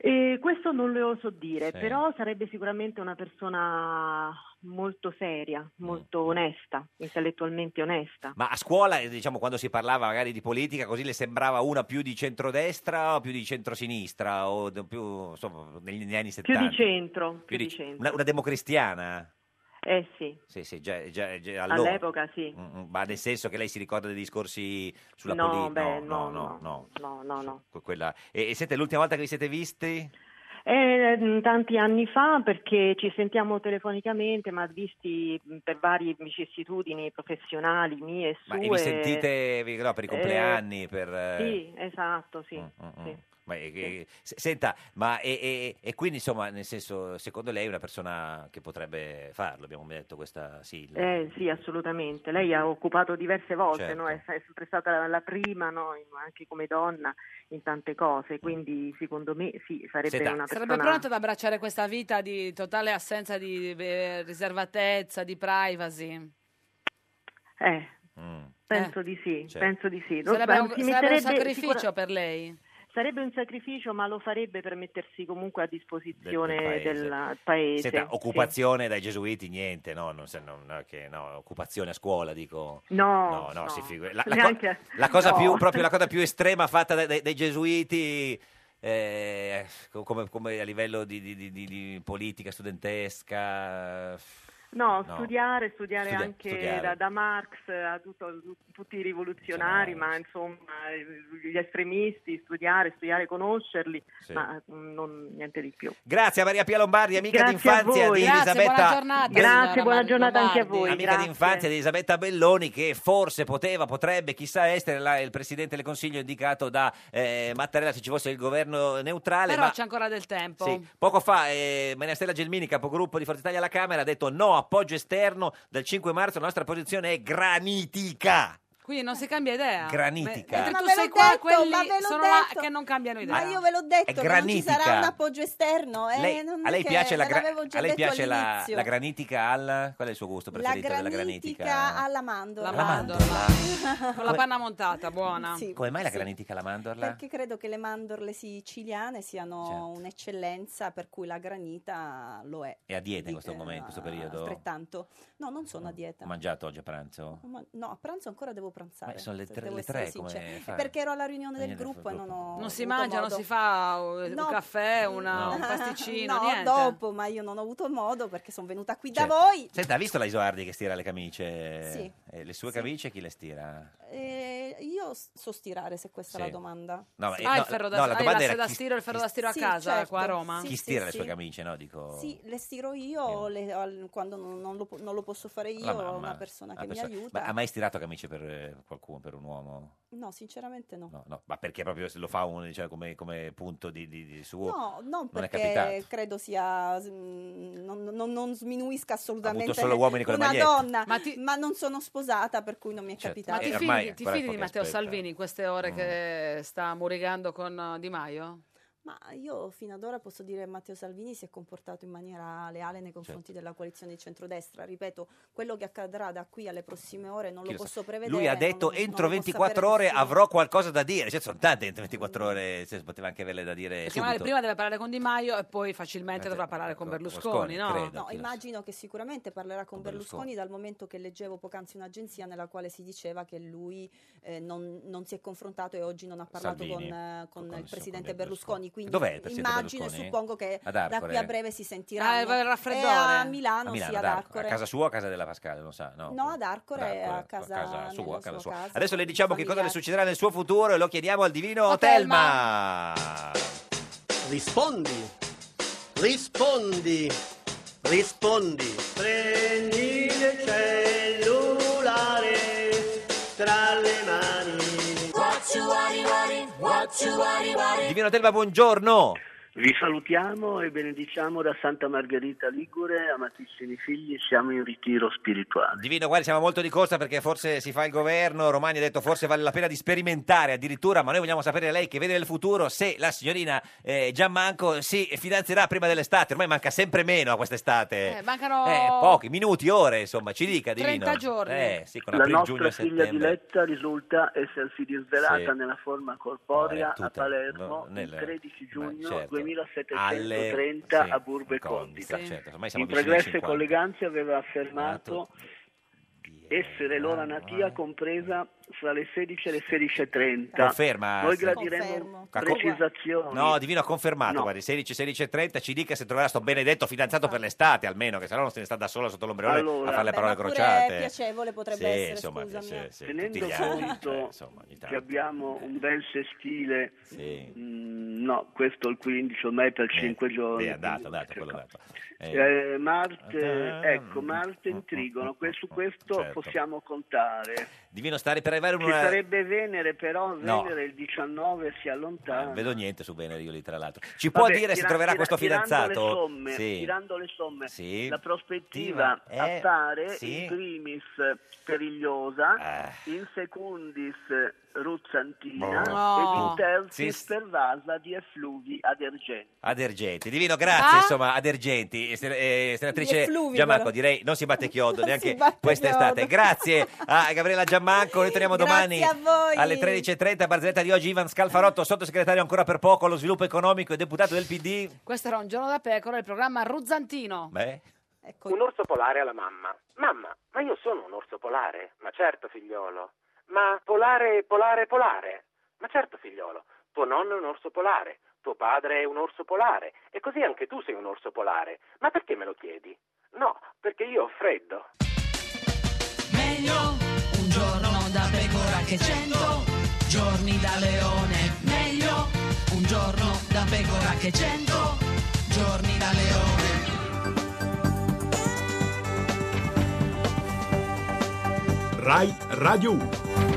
Speaker 16: E questo non lo so dire,
Speaker 1: Sì.
Speaker 16: però sarebbe sicuramente una persona molto seria,
Speaker 2: Mm.
Speaker 16: molto onesta, intellettualmente onesta.
Speaker 2: Ma a scuola, eh, diciamo, quando si parlava magari di politica, così le sembrava una più di centrodestra o più di centrosinistra o de- più, insomma, negli, negli anni 70.
Speaker 16: Più di centro, più,
Speaker 2: Più
Speaker 16: di,
Speaker 2: di-
Speaker 16: centro.
Speaker 2: Una, una democristiana?
Speaker 16: Eh sì,
Speaker 2: Sì, sì, già, già- già allora.
Speaker 16: all'epoca sì.
Speaker 2: Mm, mm, Ma nel senso che lei si ricorda dei discorsi sulla
Speaker 16: No,
Speaker 2: politica?
Speaker 16: beh,
Speaker 2: no,
Speaker 16: no,
Speaker 2: no, no.
Speaker 16: No, no, no.
Speaker 2: Que- quella- E, e siete l'ultima volta che vi siete visti?
Speaker 16: Eh, mh, tanti anni fa perché ci sentiamo telefonicamente, ma visti mh, per varie vicissitudini professionali mie e
Speaker 2: Ma
Speaker 16: sue.
Speaker 2: e vi sentite vi- no, per i
Speaker 16: eh,
Speaker 2: compleanni? per, eh, Mm,
Speaker 16: Sì, esatto, sì. sì.
Speaker 2: Ma e- e- se- senta, ma e, e- e quindi insomma, nel senso, secondo lei è una persona che potrebbe farlo? Abbiamo detto questa sì. la-
Speaker 16: Eh, sì, assolutamente. Lei ha occupato diverse volte,
Speaker 2: Certo.
Speaker 16: no? è, è sempre stata la, la prima, no? In- anche come donna, in tante cose, quindi secondo me sì, sarebbe
Speaker 2: Mm. Senta.
Speaker 16: una persona...
Speaker 1: Sarebbe pronta ad abbracciare questa vita di totale assenza di eh, riservatezza, di privacy?
Speaker 16: Eh,
Speaker 2: Mm.
Speaker 16: penso di sì,
Speaker 1: Certo.
Speaker 16: penso di sì. Non-
Speaker 1: Sarebbe un,
Speaker 16: si
Speaker 1: sarebbe un
Speaker 16: metterebbe
Speaker 1: sacrificio
Speaker 16: sicura-
Speaker 1: per lei?
Speaker 16: Sarebbe un sacrificio, ma lo farebbe per mettersi comunque a disposizione
Speaker 2: Del-
Speaker 16: del
Speaker 2: del paese.
Speaker 16: paese.
Speaker 2: Senta,
Speaker 16: sì.
Speaker 2: occupazione dai gesuiti, niente, no, non, se- non- no, che, no, occupazione a scuola, dico.
Speaker 16: No,
Speaker 2: no, no,
Speaker 16: no.
Speaker 2: si figuri. La, la co-
Speaker 16: Neanche-
Speaker 2: la cosa
Speaker 16: no.
Speaker 2: più, proprio la cosa più estrema fatta dai, dai- dai gesuiti, eh, co- come, come a livello di, di- di- di- di politica studentesca.
Speaker 16: No,
Speaker 2: No.
Speaker 16: studiare, studiare
Speaker 2: Studia-
Speaker 16: anche
Speaker 2: studiare.
Speaker 16: Da, da Marx a tutto- tu- tutti i rivoluzionari, ma insomma eh, gli estremisti, studiare, studiare, conoscerli,
Speaker 2: Sì.
Speaker 16: ma eh, non, niente di più.
Speaker 2: Grazie a Maria Pia Lombardi, amica
Speaker 16: Grazie a
Speaker 2: d'infanzia
Speaker 16: voi.
Speaker 2: di
Speaker 16: Grazie,
Speaker 2: Elisabetta.
Speaker 16: buona giornata, Grazie, signora buona Mar- giornata anche a Lombardi. voi,
Speaker 2: Amica
Speaker 16: grazie.
Speaker 2: d'infanzia di Elisabetta Belloni, che forse poteva, potrebbe, chissà, essere la- il presidente del consiglio indicato da eh, Mattarella se ci fosse il governo neutrale.
Speaker 1: Però
Speaker 2: ma...
Speaker 1: c'è ancora del tempo.
Speaker 2: Sì, poco fa eh, Maria Stella Gelmini, capogruppo di Forza Italia alla Camera, ha detto no appoggio esterno dal 5 marzo, la nostra posizione è granitica.
Speaker 1: Qui non si cambia idea.
Speaker 2: Granitica.
Speaker 1: Me- Mentre
Speaker 11: Eh, Ma
Speaker 1: tu
Speaker 11: ve l'ho
Speaker 1: sei qua,
Speaker 11: detto,
Speaker 1: quelli
Speaker 11: ma ve l'ho
Speaker 1: sono là
Speaker 11: detto.
Speaker 1: che non cambiano idea.
Speaker 11: Ma io ve l'ho detto che non ci
Speaker 2: granitica.
Speaker 11: sarà un appoggio esterno. eh,
Speaker 2: Lei-
Speaker 11: non
Speaker 2: a
Speaker 11: è
Speaker 2: lei
Speaker 11: che
Speaker 2: piace, la,
Speaker 11: ve
Speaker 2: gra-
Speaker 11: l'avevo già
Speaker 2: a lei
Speaker 11: detto
Speaker 2: piace la,
Speaker 11: all'inizio.
Speaker 2: la granitica al... Qual è il suo gusto
Speaker 11: La
Speaker 2: preferito della granitica?
Speaker 11: alla mandorla.
Speaker 2: Alla mandorla.
Speaker 1: Con la panna montata, buona.
Speaker 11: Sì,
Speaker 2: Come mai la Certo.
Speaker 11: sì.
Speaker 2: granitica alla mandorla?
Speaker 11: Perché credo che le mandorle siciliane siano un'eccellenza, per cui la granita lo è.
Speaker 2: È a dieta in questo
Speaker 11: eh,
Speaker 2: momento, in questo periodo?
Speaker 11: Altrettanto. No, non sono a dieta.
Speaker 2: Ho mangiato oggi a pranzo?
Speaker 11: Ma- No, a pranzo ancora devo pranzare.
Speaker 2: Ma sono le tre-
Speaker 11: devo
Speaker 2: le tre,
Speaker 11: essere
Speaker 2: come
Speaker 11: sincera.
Speaker 2: fai?
Speaker 11: Perché ero alla riunione del
Speaker 2: Riunione del
Speaker 11: gruppo e non ho
Speaker 1: Non si
Speaker 11: avuto
Speaker 1: mangia, non
Speaker 11: modo.
Speaker 1: si fa uh, un
Speaker 11: No.
Speaker 1: caffè, una- un
Speaker 2: No.
Speaker 1: pasticcino,
Speaker 11: no,
Speaker 1: niente.
Speaker 11: dopo, ma io non ho avuto modo perché sono venuta qui da
Speaker 2: Certo.
Speaker 11: voi.
Speaker 2: Senta, ha visto la Isoardi che stira le camicie?
Speaker 11: Sì.
Speaker 2: Eh, le sue camicie chi le stira?
Speaker 11: Eh, io so stirare, se questa è
Speaker 2: Sì.
Speaker 11: la domanda.
Speaker 2: No, ma-
Speaker 1: Ah,
Speaker 2: eh, no,
Speaker 1: il ferro da,
Speaker 2: no,
Speaker 1: ah,
Speaker 2: la
Speaker 1: la
Speaker 2: domanda
Speaker 1: seta
Speaker 2: era
Speaker 1: da
Speaker 2: chi-
Speaker 1: stiro, il ferro da stiro a
Speaker 11: Sì,
Speaker 1: casa, eh,
Speaker 11: certo.
Speaker 1: qua a Roma.
Speaker 11: Sì,
Speaker 2: chi
Speaker 11: sì,
Speaker 2: stira le
Speaker 11: sì.
Speaker 2: sue camicie, no? Dico...
Speaker 11: Sì, le stiro io le- al- quando non, non lo, po- non lo posso fare io,
Speaker 2: La
Speaker 11: ho
Speaker 2: mamma,
Speaker 11: una persona
Speaker 2: la
Speaker 11: che mi
Speaker 2: persona-
Speaker 11: aiuta.
Speaker 2: Ma ha mai stirato camicie per eh, qualcuno, per un uomo?
Speaker 11: No, sinceramente no.
Speaker 2: No, no, ma perché proprio se lo fa uno diciamo, come, come punto di, di- di suo?
Speaker 11: No, non
Speaker 2: è
Speaker 11: perché
Speaker 2: capitato.
Speaker 11: credo sia. mm, Non, non- non sminuisca assolutamente
Speaker 2: solo uomini con le
Speaker 11: una
Speaker 2: magliette.
Speaker 11: donna, ma, non sono sposata, per cui non mi è
Speaker 2: Certo.
Speaker 11: capitato.
Speaker 1: Ma ti
Speaker 2: Eh,
Speaker 1: fidi,
Speaker 2: ormai,
Speaker 1: ti
Speaker 2: qual è
Speaker 1: fidi
Speaker 2: il
Speaker 1: di
Speaker 2: fuoco
Speaker 1: Matteo
Speaker 2: aspetta?
Speaker 1: Salvini in queste ore che sta murigando con uh, eh, Di Maio?
Speaker 11: Ma io fino ad ora posso dire che Matteo Salvini si è comportato in maniera leale nei confronti
Speaker 2: Certo.
Speaker 11: della coalizione di centrodestra. Ripeto, quello che accadrà da qui alle prossime ore non
Speaker 2: Chi
Speaker 11: lo
Speaker 2: lo sa?
Speaker 11: posso prevedere.
Speaker 2: Lui ha
Speaker 11: non lo-
Speaker 2: detto
Speaker 11: non lo
Speaker 2: entro
Speaker 11: può
Speaker 2: 24
Speaker 11: sapere
Speaker 2: ore
Speaker 11: nessuno". Mm.
Speaker 2: avrò qualcosa da dire. Cioè, sono tante entro 24 ore, cioè, poteva anche averle da dire
Speaker 1: Perché magari
Speaker 2: subito.
Speaker 1: prima deve parlare con Di Maio e poi facilmente
Speaker 2: Eh,
Speaker 1: dovrà parlare con
Speaker 2: con
Speaker 1: Berlusconi, no?
Speaker 2: Berlusconi, credo.
Speaker 11: No,
Speaker 2: chi lo sa.
Speaker 11: immagino che sicuramente parlerà con,
Speaker 2: Con
Speaker 11: Berlusconi, dal
Speaker 2: Berlusconi.
Speaker 11: momento che leggevo poc'anzi un'agenzia nella quale si diceva che lui eh, non, non si è confrontato e oggi non ha parlato con,
Speaker 2: Salvini,
Speaker 11: eh, con il presidente Berlusconi. Quindi
Speaker 2: Dov'è il presidente
Speaker 11: immagino e
Speaker 2: Berlusconi?
Speaker 11: suppongo che
Speaker 2: Ad
Speaker 11: da
Speaker 2: Arcore?
Speaker 11: qui a breve si sentirà
Speaker 1: Ah, il
Speaker 11: e
Speaker 1: raffreddore.
Speaker 11: a
Speaker 2: a
Speaker 11: Milano,
Speaker 2: Milano,
Speaker 11: sì, ad
Speaker 2: ad Arco-
Speaker 11: Arcore.
Speaker 2: a casa sua o a casa della Pascale, non sa, no?
Speaker 11: No, ad Arcore,
Speaker 2: Ad Arcore,
Speaker 11: a casa, nella
Speaker 2: sua, a casa sua.
Speaker 11: casa,
Speaker 2: Adesso le
Speaker 11: con i
Speaker 2: diciamo che cosa le
Speaker 11: familiari.
Speaker 2: succederà nel suo futuro e lo chiediamo al divino
Speaker 11: Otelma.
Speaker 2: Telma.
Speaker 17: Rispondi, rispondi, rispondi. Prendi il cellulare tra le mani.
Speaker 5: What you worry, worry, what you worry, worry.
Speaker 2: Divino Telma, buongiorno.
Speaker 18: Vi salutiamo e benediciamo da Santa Margherita Ligure, amatissimi figli, siamo in ritiro spirituale.
Speaker 2: Divino, guarda, siamo molto di corsa perché forse si fa il governo. Romani ha detto forse vale la pena di sperimentare addirittura, ma noi vogliamo sapere da lei che vede nel futuro se la signorina eh, Gianmanco si fidanzerà prima dell'estate. Ormai manca sempre meno a quest'estate.
Speaker 1: Eh, mancano
Speaker 2: Eh, pochi minuti, ore, insomma, ci dica, Divino.
Speaker 18: 30 giorni.
Speaker 2: Eh, sì, con
Speaker 18: La
Speaker 2: aprile, giugno
Speaker 18: nostra
Speaker 2: e
Speaker 18: figlia
Speaker 2: settembre.
Speaker 18: Diletta risulta essersi disvelata
Speaker 2: Sì.
Speaker 18: nella forma corporea
Speaker 2: No, è tutta-
Speaker 18: a Palermo
Speaker 2: no, nel-
Speaker 18: il 13 giugno
Speaker 2: certo.
Speaker 18: 2730
Speaker 2: Alle-
Speaker 18: a Burbe
Speaker 2: sì,
Speaker 18: Condita.
Speaker 2: Condita, certo, ormai siamo
Speaker 18: In
Speaker 2: vicini ai
Speaker 18: pregresso e
Speaker 2: 50.
Speaker 18: colleganze aveva affermato essere l'ora natia compresa fra le 16 e le 16.30.
Speaker 2: Conferma.
Speaker 18: Noi
Speaker 2: sì.
Speaker 18: gradiremo
Speaker 2: Confermo.
Speaker 18: precisazioni.
Speaker 2: No, Divino ha confermato, guardi, 16, 16 e 30 ci dica se troverà sto benedetto fidanzato per l'estate almeno, che sennò non se ne sta da sola sotto l'ombrellone
Speaker 18: Allora.
Speaker 2: a fare le
Speaker 18: Beh,
Speaker 2: parole
Speaker 18: ma pure
Speaker 2: crociate.
Speaker 11: piacevole potrebbe
Speaker 2: Sì,
Speaker 11: essere,
Speaker 2: insomma,
Speaker 11: scusami,
Speaker 2: sì,
Speaker 11: eh.
Speaker 2: sì, tutti
Speaker 18: Tenendo
Speaker 2: gli anni.
Speaker 18: conto che abbiamo un bel sestile, mm, no, questo il 15 o metà, il 5 giorni.
Speaker 2: Eh, Sì, è andato, è andato, quello è andato. Eh,
Speaker 18: Eh, Marte,
Speaker 2: Ah,
Speaker 18: ecco, Marte in trigono, que- su questo
Speaker 2: certo.
Speaker 18: possiamo contare.
Speaker 2: Divino stare per arrivare in
Speaker 18: Ci
Speaker 2: una...
Speaker 18: sarebbe Venere, però
Speaker 2: No.
Speaker 18: Venere il 19 si allontana.
Speaker 2: Non vedo niente su Venere io lì tra l'altro. Ci
Speaker 18: Vabbè,
Speaker 2: può dire se
Speaker 18: tira-
Speaker 2: troverà
Speaker 18: tira-
Speaker 2: questo
Speaker 18: Tirando
Speaker 2: fidanzato?
Speaker 18: le somme,
Speaker 2: sì.
Speaker 18: tirando le somme,
Speaker 2: Sì.
Speaker 18: la prospettiva
Speaker 2: Sì, ma- eh,
Speaker 18: appare
Speaker 2: sì. Eh.
Speaker 18: in primis perigliosa, in secundis ruzzantina
Speaker 2: Boh.
Speaker 18: ed in tertis
Speaker 2: Sì.
Speaker 18: pervasa di effluvi adergenti.
Speaker 2: Ad Ergenti, divino,
Speaker 18: Ah?
Speaker 2: grazie insomma ad Ergenti, eh,
Speaker 18: Gli
Speaker 2: senatrice
Speaker 18: effluvi,
Speaker 2: Giammanco,
Speaker 18: però.
Speaker 2: direi non si batte chiodo neanche
Speaker 18: batte chiodo.
Speaker 2: quest'estate. Grazie a Gabriella Giammanco, noi torniamo domani
Speaker 18: Grazie a voi.
Speaker 2: alle 13.30, barzelletta di oggi Ivan Scalfarotto, sottosegretario ancora per poco allo sviluppo economico e deputato del PD.
Speaker 1: Questo era un giorno da pecora, il programma Ruzzantino.
Speaker 2: Beh,
Speaker 19: Un orso polare alla mamma. Mamma, ma io sono un orso polare. Ma certo, figliolo. Ma polare, polare, polare. Ma certo, figliolo. Tuo nonno è un orso polare. Tuo padre è un orso polare. E così anche tu sei un orso polare. Ma perché me lo chiedi? No, perché io ho freddo.
Speaker 20: Meglio un giorno da pecora che cento giorni da leone. Meglio un giorno da pecora che cento giorni da leone.
Speaker 21: Rai Radio 1.